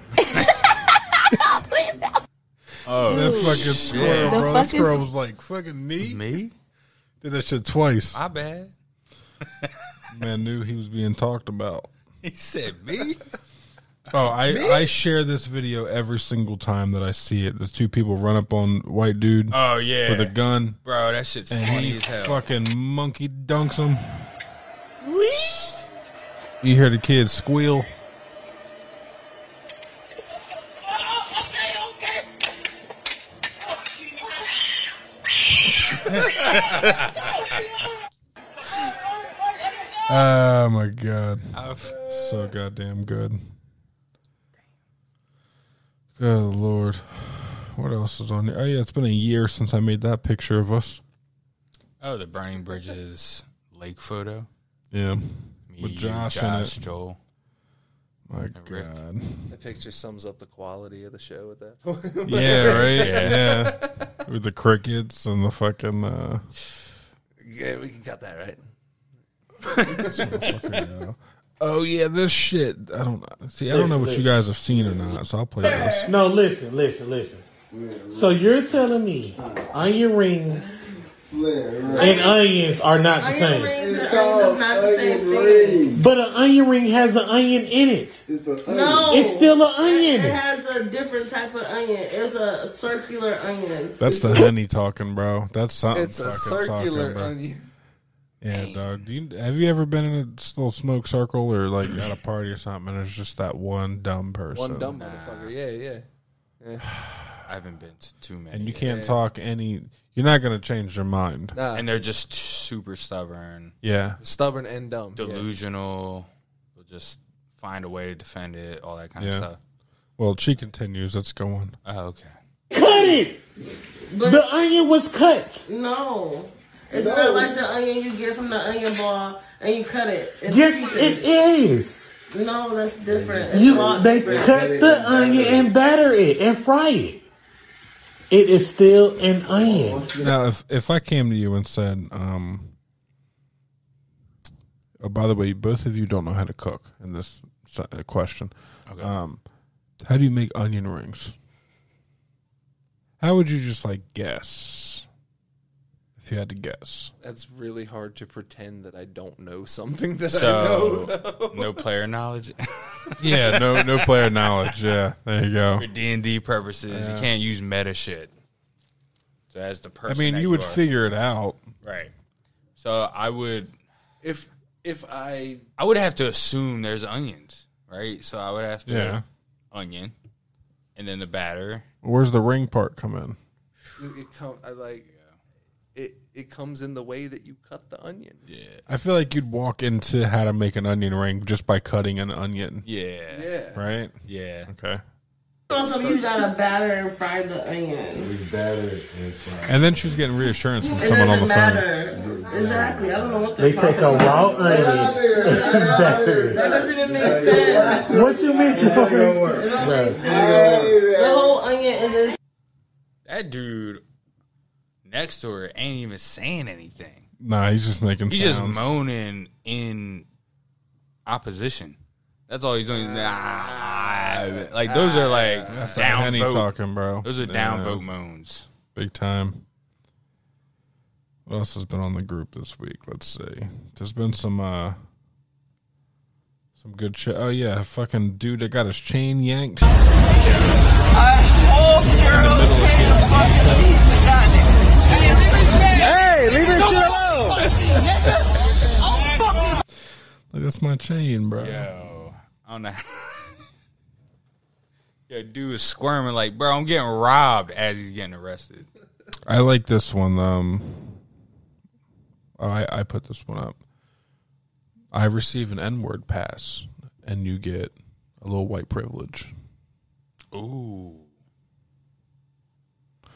G: Oh,
E: that
T: Ooh.
E: fucking squirrel,
T: The
E: bro. That
T: fucking-
E: squirrel was like, "Fucking me,
G: me."
E: Did that shit twice.
G: My bad. (laughs)
E: Man knew he was being talked about.
G: He said
F: (laughs)
G: me.
E: Oh, I,
G: Me?
E: I share this video every single time that I see it. There's two people run up on white dude.
G: Oh, yeah.
E: with a gun,
G: Bro, that shit's
E: and
G: funny
E: he
G: as hell.
E: Fucking monkey dunks him. You hear the kids
G: (laughs)
E: squeal. Oh my god,
G: I've-
E: so goddamn good. Good lord, what else is on here? Oh yeah, it's been a year since I made that picture of us.
G: oh, the Burning Bridges lake photo.
E: Yeah,
G: Me,
E: with
G: you,
E: Josh,
G: Josh,
E: in it.
G: Joel.
E: My
G: and Rick.
E: god.
F: (laughs) That picture sums up the quality of the show at that point. (laughs)
E: Yeah, right.
G: Yeah.
E: yeah. with the crickets and the fucking. Uh,
F: Yeah, we can cut that, right?
E: (laughs) oh yeah, this shit. I don't see. I don't know what you guys have seen or not, so I'll play this.
U: No, listen, listen, listen. So you're telling me onion rings and onions are not the
V: Onion
U: same.
V: rings and onions is not the same thing.
U: But an onion ring has an onion in it.
V: No,
U: It's still an
V: It
U: onion.
V: has a different type of onion. It's a circular onion.
E: That's the honey talking, bro. That's something.
V: It's a
E: fucking
V: circular
E: bro.
V: onion.
E: Yeah, dog. Do you, have you ever been in a little smoke circle or like at a party or something? And there's just that one dumb person,
F: One dumb motherfucker. Yeah, yeah.
G: I haven't been to too many.
E: and you can't talk any. You're not gonna change their mind.
F: Nah.
G: And they're just super stubborn.
E: Yeah.
F: Stubborn and dumb. yeah.
G: Delusional. They'll just find a way to defend it, all that kind
E: yeah.
G: of stuff.
E: Well, she continues. Let's go on.
G: Oh, okay.
U: Cut it. The onion was cut.
V: No. It's
U: No.
V: not like the onion you get from the onion ball and you cut it. in
U: Yes,
V: pieces.
U: it is.
V: No, that's different. It's
U: You
V: all
U: they
V: different.
U: cut the onion and batter it and fry it. It is still an onion.
E: Now, if if I came to you and said, um, oh, by the way, both of you don't know how to cook in this se- uh, question. Um, how do you make onion rings? How would you just like guess if you had to guess?
F: That's really hard to pretend that I don't know something that (laughs) I know.
G: So, no player knowledge.
E: Yeah, no, no player knowledge. Yeah, there you go.
G: For D and D purposes,
E: Yeah.
G: you can't use meta shit. So as the
E: I
G: person,
E: mean,
G: that
E: you would
G: are-
E: figure it out.
G: right. So I would,
F: If if I
G: I would have to assume there's onions, right? So I would have to
E: Yeah.
G: onion, and then the batter.
E: Where's the ring part come in?
F: it come I like it it comes in the way that you cut the onion.
G: Yeah.
E: I feel like you'd walk into how to make an onion ring just by cutting an onion.
G: Yeah.
F: Yeah.
E: Right.
G: Yeah.
E: Okay.
V: Also, you gotta batter and fry the onion.
E: And then she was getting reassurance from
V: It
E: someone on the
V: doesn't
E: phone.
V: matter. Exactly. I don't know what they're
U: They take a
V: talking
U: raw
V: about.
U: onion and batter
V: That doesn't even make sense.
U: it. What you mean?
V: The whole onion is in
G: That dude next to her ain't even saying anything.
E: Nah, he's just making.
G: He's
E: sounds.
G: just moaning in opposition. That's all he's doing. Ah, like those are like
E: That's like
G: down
E: Henny
G: vote.
E: talking, bro.
G: Those are
E: Yeah.
G: down vote moans.
E: Big time. What else has been on the group this week? Let's see. There's been some uh some good shit. Oh yeah, fucking dude that got his chain yanked.
Q: Hey, leave this shit alone.
E: (laughs)
Q: Oh,
E: Like, that's my chain, bro.
G: Yo, I don't know. (laughs) Yo, dude is squirming like, bro, I'm getting robbed as he's getting arrested.
E: I like this one. Um, oh, I I put this one up. I receive an N word pass, and you get a little white privilege.
G: Ooh.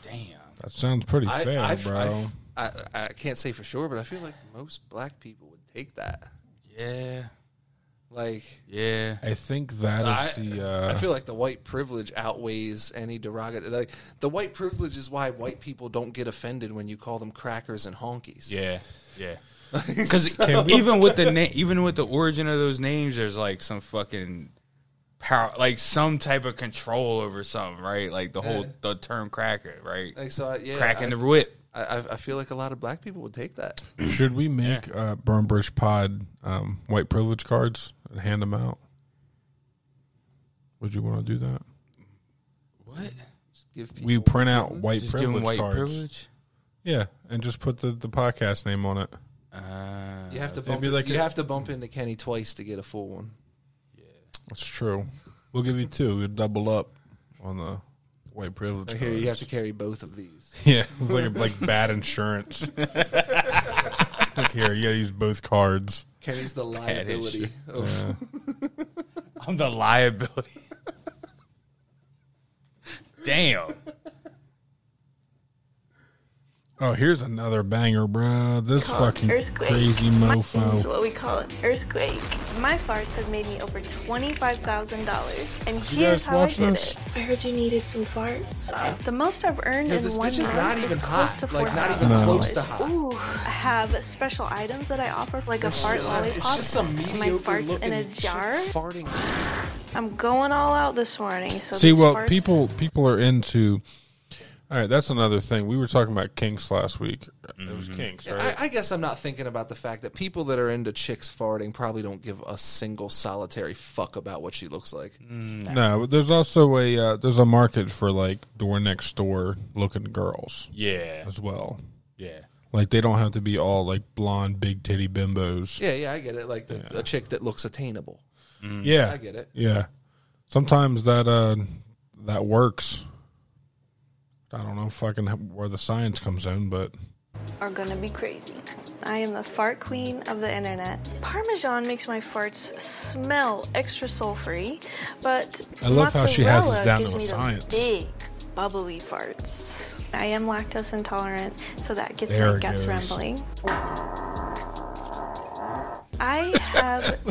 G: Damn.
E: That sounds pretty fair,
F: I,
E: bro.
F: I, I, I can't say for sure, but I feel like most black people would take that.
G: Yeah.
F: Like,
G: yeah,
E: I think that is
F: I-
E: the. Uh,
F: I feel like the white privilege outweighs any derogative. Like the white privilege is why white people don't get offended when you call them crackers and honkies.
G: Yeah,
F: (laughs)
G: yeah. Because even with the name, even with the origin of those names, there's like some fucking power, like some type of control over something, right? Like the whole
F: Yeah.
G: the term cracker, right?
F: Like so, I- yeah,
G: cracking
F: I-
G: the whip.
F: I, I, I feel like a lot of black people would take that.
E: (clears throat) should we make uh, Burnbridge Pod um, white privilege cards and hand them out? Would you want to do that?
G: What?
F: Give people
E: We print out white
G: Just
E: privilege
G: doing white
E: cards.
G: privilege.
E: Yeah, and just put the, the podcast name on it.
G: Uh,
F: You have to
E: It'd
F: bump.
E: be
F: in-
E: like
F: you
E: a-
F: have to bump into Kenny twice to get a full one.
E: That's true. We'll give you two. We'll double up on the white privilege.
F: Like, here, you have
E: cards. (laughs)
F: to carry both of these.
E: Yeah, it's like like bad
F: (laughs)
E: insurance. Look here, you gotta use both cards.
F: Kenny's the liability. Of,
G: I'm the liability. Damn.
E: Oh, here's another banger, bro. This
A: Call it
E: fucking
A: earthquake.
E: crazy
A: My- Is
E: mofo.
A: what we call an earthquake. My farts have made me over twenty-five thousand dollars, and
E: you
A: here's
E: guys
A: how I
E: watch
A: did
E: this?
A: it. I heard you needed some farts. The most I've earned
F: Yo,
A: in
F: this
A: one
F: bitch is
A: month
F: not e-
A: is
F: even
A: close
F: hot.
A: to four
F: Like, not even
E: No.
F: close to hot.
A: Ooh, I have special items that I offer, like
F: It's
A: a fart
F: just-
A: lollipop.
F: it's just some
A: my
F: mediocre
A: farts in a
F: looking
A: jar.
F: Farting.
A: I'm going all out this morning. So
E: See,
A: these
E: well,
A: farts-
E: people people are into. All right, that's another thing. We were talking about kinks last week. It
F: Mm-hmm.
E: was kinks, right?
F: I, I guess I'm not thinking about the fact that people that are into chicks farting probably don't give a single solitary fuck about what she looks like.
E: No, but there's also a uh, there's a market for like door next door looking girls.
G: Yeah.
E: as well.
G: Yeah.
E: Like they don't have to be all like blonde, big titty bimbos.
F: Yeah, yeah, I get it. Like the, a chick that looks attainable.
E: Yeah,
F: Mm, I get it.
E: Yeah, sometimes that uh that works. I don't know fucking where the science comes in, but
A: are gonna be crazy. I am the fart queen of the internet. Parmesan makes my farts smell extra sulfury, but
E: I love how she has this
A: mozzarella
E: down
A: gives
E: to a
A: me those
E: science.
A: Big bubbly farts. I am lactose intolerant, so that gets
E: There
A: my
E: it
A: guts
E: goes.
A: rumbling. I
F: (laughs)
A: have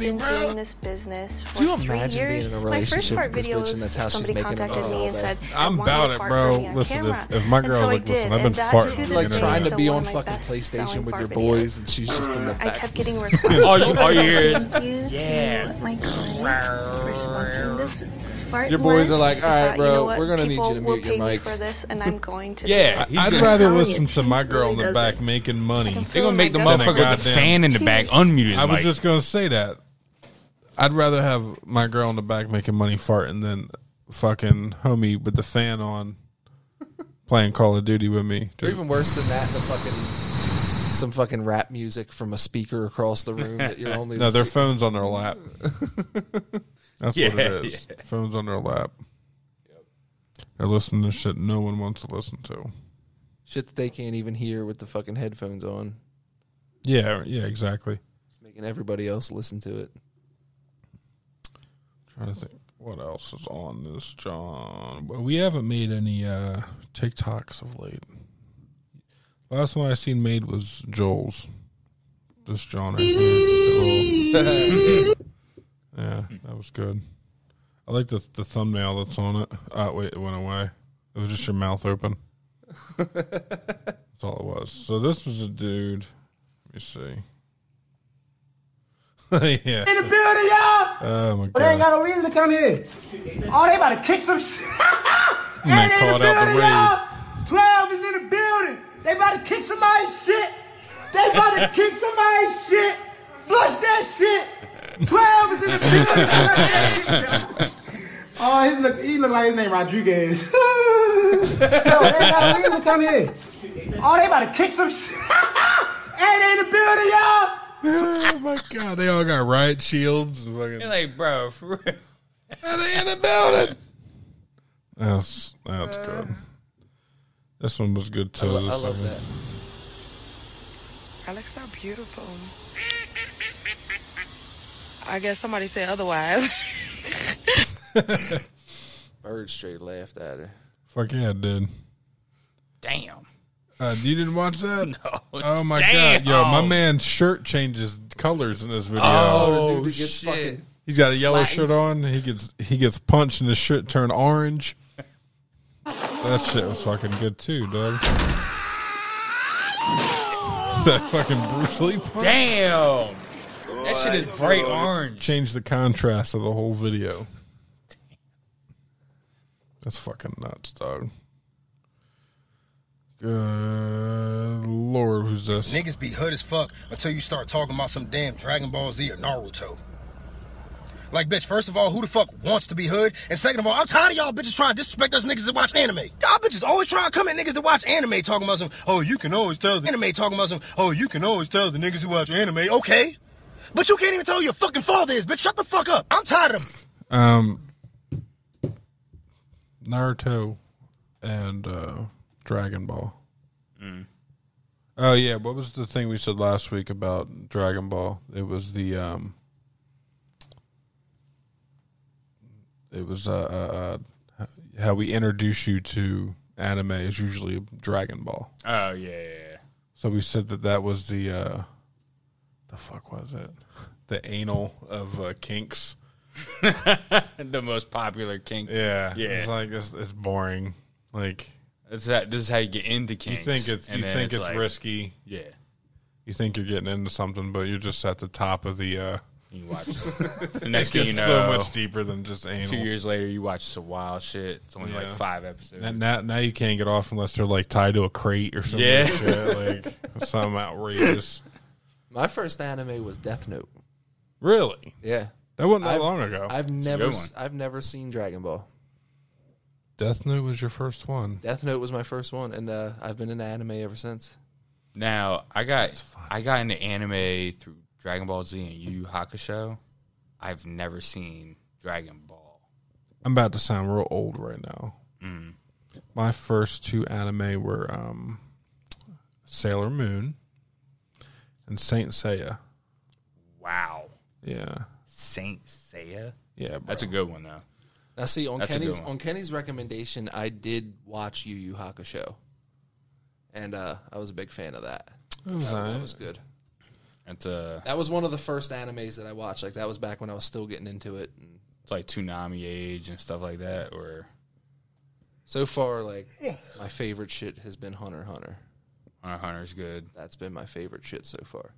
A: been doing this business for
F: Do you
A: three
F: imagine being
A: years.
F: in a
A: my first
F: relationship
A: fart
F: with this
A: video
F: bitch and
A: was
F: that's how she's
A: somebody
F: making it
A: contacted
F: up?
A: me and said, "I
E: I'm
A: want you
E: about
A: to
E: it,
A: fart
E: bro.
A: for me on
E: Listen, if,
A: camera."
E: if my
A: And
E: girl
A: so I
E: like, listen,
A: did,
E: I've been
A: and that,
E: farting.
A: too, this
E: you
F: Like
E: know,
F: trying to be
A: still
F: on
A: one of my
F: fucking PlayStation
A: best-selling
F: with your
A: fart
F: boys, and she's just in the
A: I
F: back.
A: kept getting
E: (laughs)
G: all,
A: requests.
G: you, all you hear is
A: you to my client for sponsoring this fart (laughs)
F: Your boys
A: month.
F: are like,
A: I
F: "All
A: thought,
F: right,
A: you know
F: bro,
A: what?
F: we're gonna need you
A: People
F: to
A: will
F: mute your
A: pay me
F: mic."
A: for this, and I'm going to.
G: Yeah,
A: do it.
G: he's
E: I'd
G: gonna-
E: rather
A: Telling you,
E: listen to my girl in the
A: really
E: back
A: doesn't.
E: making money.
G: They're gonna make the
A: Than a
G: motherfucker with the
E: goddamn-
G: fan in the back unmute his
E: I was
G: mic.
E: just gonna say that. I'd rather have my girl in the back making money farting than fucking homie with the fan on playing Call of Duty with me.
F: Or even worse than that, the fucking some fucking rap music from a speaker across the room that you're
E: (laughs)
F: only.
E: No, their phone's on their lap. That's what
G: Yeah,
E: it is. Phone's on their lap. They're listening to shit no one wants to listen to.
F: shit that they can't even hear with the fucking headphones on.
E: Yeah, yeah, exactly.
F: It's making everybody else listen to it.
E: trying to think what else is on this, John. Well, we haven't made any uh, TikToks of late. Last one I seen made was Joel's. This John right here. The little- (laughs) yeah, that was good. I like the the thumbnail that's on it. Oh, wait, it went away. It was just your mouth open. that's all it was. So this was a dude. Let me see. (laughs) yeah.
S: In the building, y'all.
E: Oh my
S: But they ain't
E: god.
S: got no reason to come here. Oh, they about to kick some shit.
E: Man called out the raid.
S: 12 is in the building. They about to kick somebody's shit. They about to kick somebody's shit. Flush that shit. 12 is in the (laughs) building. oh, his look, he look like his name Rodriguez. (laughs) Yo, they ain't got no reason to come here. Oh, they about to kick some shit. (laughs) hey, they in the building, y'all.
E: (laughs) oh my god, they all got riot shields. and
G: You're
E: Fucking,
G: like, bro, for real.
E: in the building. That's that's good. This one was good too.
F: Uh. I, lo-
E: This
F: I love
E: one-
F: that.
W: I look so beautiful. I guess somebody said
E: (laughs)
F: (laughs)
W: otherwise.
F: Bird straight laughed at her.
E: Fuck yeah, it did.
G: Damn.
E: Uh, you didn't watch that?
G: (laughs) No.
E: Oh my
G: Damn.
E: god, yo, my man's shirt changes colors in this video.
G: Oh, The dude that gets shit. fucking
E: He's got a yellow
G: flattened.
E: shirt on. He gets he gets punched, and his shirt turned orange. that shit was fucking good too, dog. (laughs) that fucking Bruce Lee punch.
G: Damn. That shit is bright orange.
E: Change the contrast of the whole video. That's fucking nuts, dog. Good lord, who's this?
B: Niggas be hood as fuck until you start talking about some damn Dragon Ball Z or Naruto. Like, bitch, first of all, who the fuck wants to be hood? And second of all, I'm tired of y'all bitches trying to disrespect us niggas that watch anime. Y'all bitches always trying to come at niggas that watch anime talking about some, oh, you can always tell the anime talking about some, oh, you can always tell the niggas who watch anime, okay. But you can't even tell who your fucking father is, bitch. Shut the fuck up. I'm tired of them.
E: Um, Naruto and uh, Dragon Ball.
G: Mm.
E: Oh yeah, what was the thing we said last week about Dragon Ball? It was the um, it was uh, uh, uh how we introduce you to anime is usually Dragon Ball.
G: Oh yeah, yeah,
E: So we said that that was the uh, the fuck was it? (laughs) The anal of uh, kinks.
G: yeah. (laughs) the most popular kink.
E: Yeah,
G: yeah.
E: It's like it's, it's boring. Like
G: That's that. This is how you get into
E: you
G: kinks.
E: think it's
G: and
E: you
G: then
E: think it's,
G: like-
E: risky.
G: Yeah.
E: You think you're getting into something, but you're just at the top of the. Uh,
G: You
E: (laughs)
G: watch. the next
E: It
G: thing you
E: gets
G: know,
E: so much deeper than just anal.
G: Two years later, you watch some wild shit. It's only like
E: Yeah.
G: five episodes.
E: And now, now you can't get off unless they're like tied to a crate or something.
G: Yeah.
E: shit, like (laughs) something outrageous.
F: My first anime was Death Note.
E: Really?
F: Yeah,
E: That wasn't that
F: I've-
E: long ago.
F: I've
E: It's a
F: never,
E: good
F: s- I've never seen Dragon Ball.
E: Death Note was your first one.
F: Death Note was my first one, and uh, I've been into anime ever since.
G: Now I got I got into anime through Dragon Ball Z and Yu Yu Hakusho. I've never seen Dragon Ball.
E: I'm about to sound real old right now.
G: Mm.
E: My first two anime were um, Sailor Moon and Saint Seiya.
G: Wow.
E: Yeah.
G: Saint Seiya.
E: Yeah, bro.
G: that's a good one though.
F: Now, see on
G: That's a good
F: Kenny's
G: one.
F: on Kenny's recommendation, I did watch Yu Yu Hakusho, and uh, I was a big fan of that.
E: All
F: That- that
E: right.
F: was good.
G: That's a
F: That was one of the first animes that I watched. Like that was back when I was still getting into it. And
G: it's like Toonami age and stuff like that. Or
F: so far, like my favorite shit has been Hunter x Hunter.
G: Hunter x Hunter's good.
F: That's been my favorite shit so far.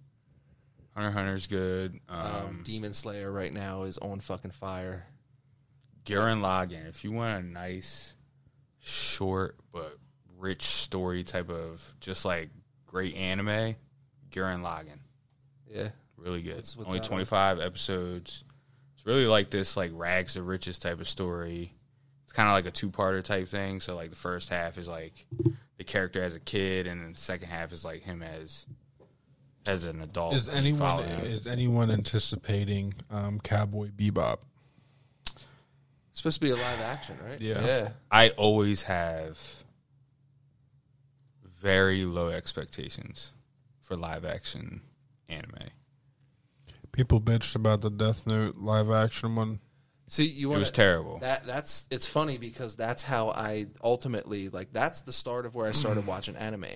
G: Hunter x Hunter's good. Um,
F: Um, Demon Slayer right now is on fucking fire.
G: Garen Logan. If you want a nice, short but rich story type of just like great anime, Garen Logan.
F: Yeah.
G: really good.
F: What's- what's
G: Only
F: that on?
G: twenty five episodes. It's really like this like rags to riches type of story. It's kind of like a two parter type thing. So like the first half is like the character as a kid, and then the second half is like him as as an adult.
E: Is
G: and you follow
E: anyone
G: him.
E: is anyone anticipating um, Cowboy Bebop?
F: It's supposed to be a live action, right?
E: Yeah.
F: Yeah.
G: I always have very low expectations for live action anime.
E: People bitched about the Death Note live action one.
F: See, you
G: It
F: want
G: was terrible.
F: That that's it's funny because that's how I ultimately like that's the start of where
E: (clears throat)
F: I started watching anime.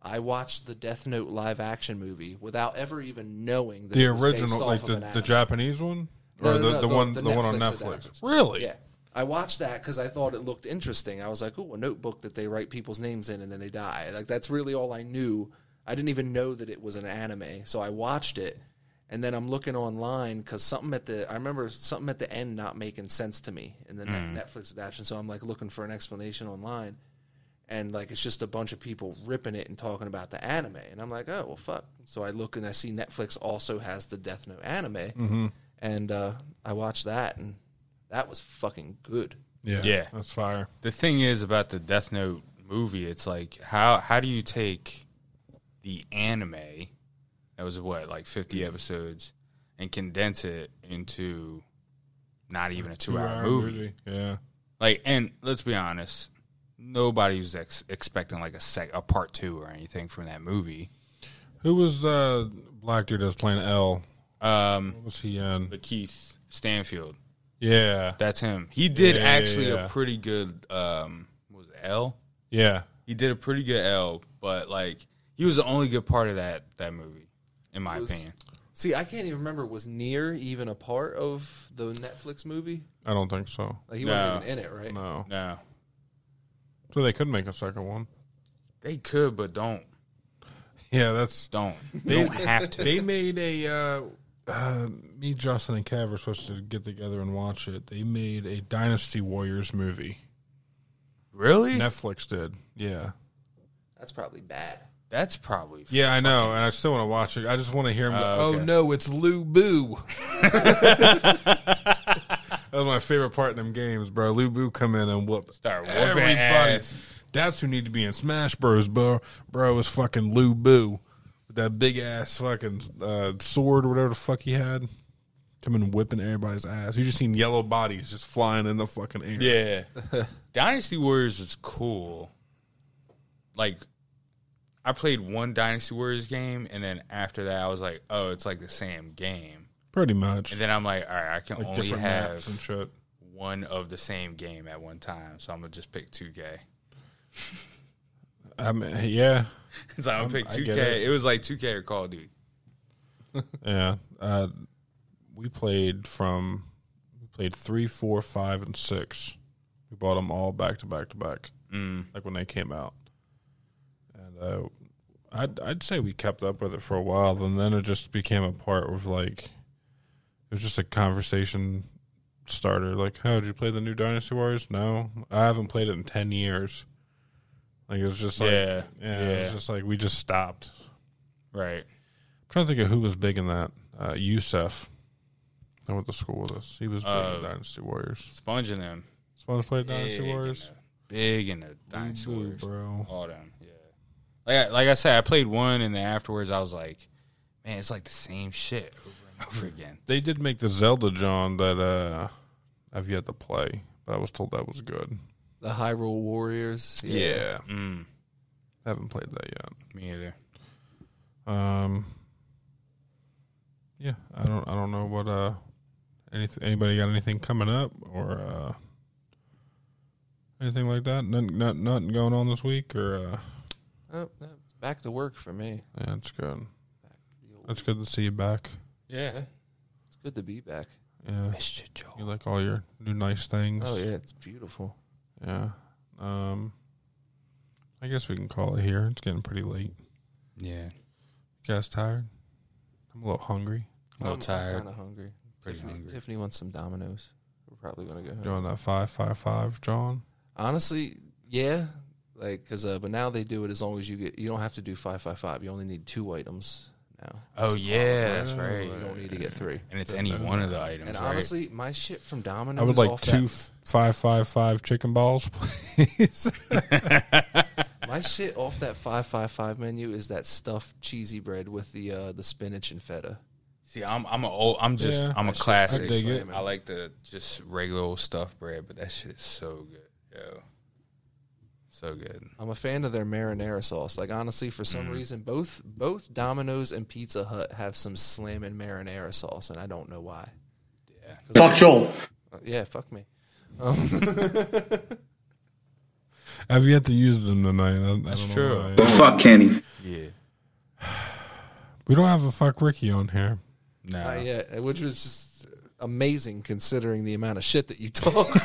F: I watched the Death Note live action movie without ever even knowing that
E: The
F: it was based
E: original,
F: off
E: like
F: of
E: the,
F: an
E: the
F: anime.
E: Japanese one,
F: No,
E: or
F: no,
E: the,
F: no,
E: the, one the, one on
F: Netflix
E: Netflix.
F: adaptation.
E: Really?
F: Yeah. I watched that because I thought it looked interesting. I was like, "Ooh, a notebook that they write people's names in and then they die." Like that's really all I knew. I didn't even know that it was an anime, so I watched it. And then I'm looking online because something at the I remember something at the end not making sense to me in the ne-
G: Mm.
F: Netflix adaptation. So I'm like looking for an explanation online, and like it's just a bunch of people ripping it and talking about the anime. And I'm like, "Oh well, fuck." So I look and I see Netflix also has the Death Note anime,
E: Mhm.
F: and uh, I watched that and that was fucking good.
E: Yeah.
G: Yeah.
E: That's fire.
G: The thing is about the Death Note movie, it's like how how do you take the anime that was what like 50 episodes and condense it into not even a 2-hour
E: Two-hour
G: movie.
E: movie, yeah.
G: Like and let's be honest, nobody was ex- expecting like a sec- a part 2 or anything from that movie.
E: Who was the black dude that was playing L?
G: Um,
E: what was he in?
G: The Keith Stanfield.
E: Yeah.
G: That's him. He did
E: Yeah, yeah,
G: actually
E: yeah.
G: a pretty good um what was it, L?
E: Yeah.
G: He did a pretty good L, but like he was the only good part of that that movie, in my
F: It was-
G: opinion.
F: See, I can't even remember. Was Near even a part of the Netflix movie?
E: I don't think so.
F: Like, he wasn't No. even in it, right?
E: No.
G: No.
E: So they could make a second one. (laughs)
G: They could, but don't.
E: Yeah, that's
G: don't.
E: (laughs) They
G: Don't have to.
E: They made a uh, uh, me, Justin, and Cav were supposed to get together and watch it. They made a Dynasty Warriors movie.
G: Really?
E: Netflix did. Yeah.
F: That's probably bad.
G: That's probably
E: Yeah, I know, and I still want to watch it. I just want to hear him.
G: Uh,
E: go,
G: okay.
E: Oh no, it's Lou Boo. (laughs) that was my favorite part in them games, bro. Lou Boo come in and whoop
G: start
E: whooping
G: ass.
E: That's who need to be in Smash Bros, bro. Bro is fucking Lou Boo with that big ass fucking uh, sword or whatever the fuck he had. Coming and whipping everybody's ass. You just seen yellow bodies just flying in the fucking air.
G: Yeah. (laughs) Dynasty Warriors was cool. Like, I played one Dynasty Warriors game, and then after that, I was like, oh, it's like the same game.
E: Pretty much.
G: And then I'm like, all right, I can
E: Like
G: only
E: different
G: have
E: maps and shit.
G: one of the same game at one time, so I'm going to just pick 2K.
E: I mean, yeah.
G: (laughs) so I'm going to pick
E: I get
G: 2K. It. was like 2K or Call of Duty.
E: Yeah. Uh, we played from we played three, four, five, and six. We bought them all back to back to back,
G: Mm.
E: like when they came out. And uh, I'd I'd say we kept up with it for a while, and then it just became a part of like it was just a conversation starter. Like, oh, did you play the new Dynasty Warriors? No, I haven't played it in ten years. Like it was just like
G: Yeah,
E: yeah. it
G: yeah.
E: was just like we just stopped.
G: Right.
E: I'm trying to think of who was big in that. Uh, Youssef. I went to school with us. He was big
G: Uh,
E: in Dynasty Warriors.
G: Sponge in them.
E: Sponge played Dynasty
G: Big in
E: Warriors.
G: the- Big in the Dynasty Warriors.
E: bro.
G: All them. Yeah. Like I, like I said, I played one, and then afterwards, I was like, man, it's like the same shit over and over again.
E: They did make the Zelda John that uh, I've yet to play, but I was told that was good.
F: The Hyrule Warriors.
G: Mm,
E: Haven't played that yet.
G: me either.
E: Um, yeah, I don't, I don't know what uh, anything. Anybody got anything coming up or uh, anything like that? Nothing, not, nothing going on this week or uh,
F: Oh, no, it's back to work for me.
E: yeah, it's good. It's good to see you back.
G: Yeah.
F: It's good to be back.
E: Yeah,
G: missed you, Joel.
E: You like all your new nice things.
F: Oh, yeah. It's beautiful.
E: yeah. Um, I guess we can call it here. It's getting pretty late.
G: Yeah.
E: You guys tired? I'm a little hungry.
G: A little tired.
F: kind of hungry.
G: Pretty
F: Tiffany,
G: hungry.
F: Tiffany wants some Dominoes. We're probably going to go home.
E: Doing that five five five, John.
F: Honestly, yeah. Like, because, uh, but now they do it as long as you get, you don't have to do 555. You only need two items now.
G: Oh, yeah, that's
F: So
G: right.
F: You don't need to get three.
G: And it's any one of the items,
F: And
G: right?
F: honestly, my shit from Domino's.
E: I would like
F: off
E: two
F: that-
E: f- five five five chicken balls, (laughs) please. (laughs)
F: My shit off that five five five menu is that stuffed cheesy bread with the uh, the spinach and feta.
G: See, I'm I'm a old, I'm just
E: Yeah.
G: I'm
E: That
G: a
E: shit's
G: classic.
E: pretty
G: I,
E: slamming.
G: like the just regular old stuffed bread, but that shit is so good, yo, so good.
F: I'm a fan of their marinara sauce. Like honestly, for
E: Mm.
F: some reason, both both Domino's and Pizza Hut have some slamming marinara sauce, and I don't know why. Yeah,
E: Fuck Joel.
F: yeah, fuck me. Um,
E: I've yet to use them tonight. I, I don't know why.
G: Kenny. Yeah.
E: We don't have a fuck Ricky on here.
G: No.
F: Not yet, uh, which was just amazing considering the amount of shit that you (laughs) talk.
G: (laughs)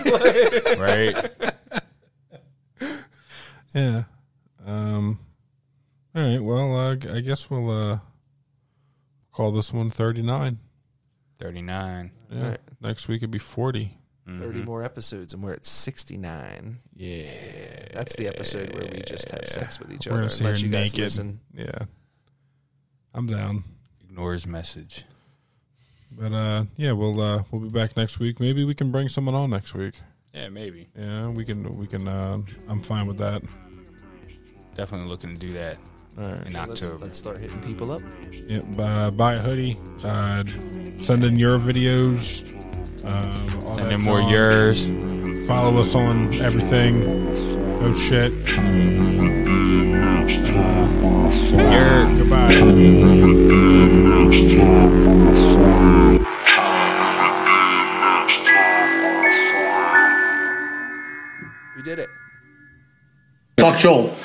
E: (laughs)
G: Right.
E: Yeah. Um. All right. Well, uh, I guess we'll uh call this one thirty nine.
G: Thirty nine.
E: Yeah.
F: Right.
E: Next week it'd be forty.
F: 30 more episodes and we're at 69.
G: Yeah.
F: That's the episode where we just have sex with each
E: We're
F: other
E: gonna
F: and
E: sit
F: let
E: here
F: you guys
E: naked.
F: listen.
E: Yeah. I'm down.
G: Ignores message.
E: But uh, yeah, we'll uh, we'll be back next week. Maybe we can bring someone on next week.
G: Yeah, maybe.
E: Yeah, we can. We can. Uh, I'm fine with that.
G: Definitely looking to do that
E: All right.
G: in
F: Let's,
G: October.
F: let's start hitting people up.
E: Yeah, uh, buy a hoodie. Uh, send in your videos. Um, all
G: Send
E: that
G: in more
E: junk.
G: yours.
E: Follow us on everything. Oh shit. Uh, Goodbye.
F: We did it.
C: Fuck Joel.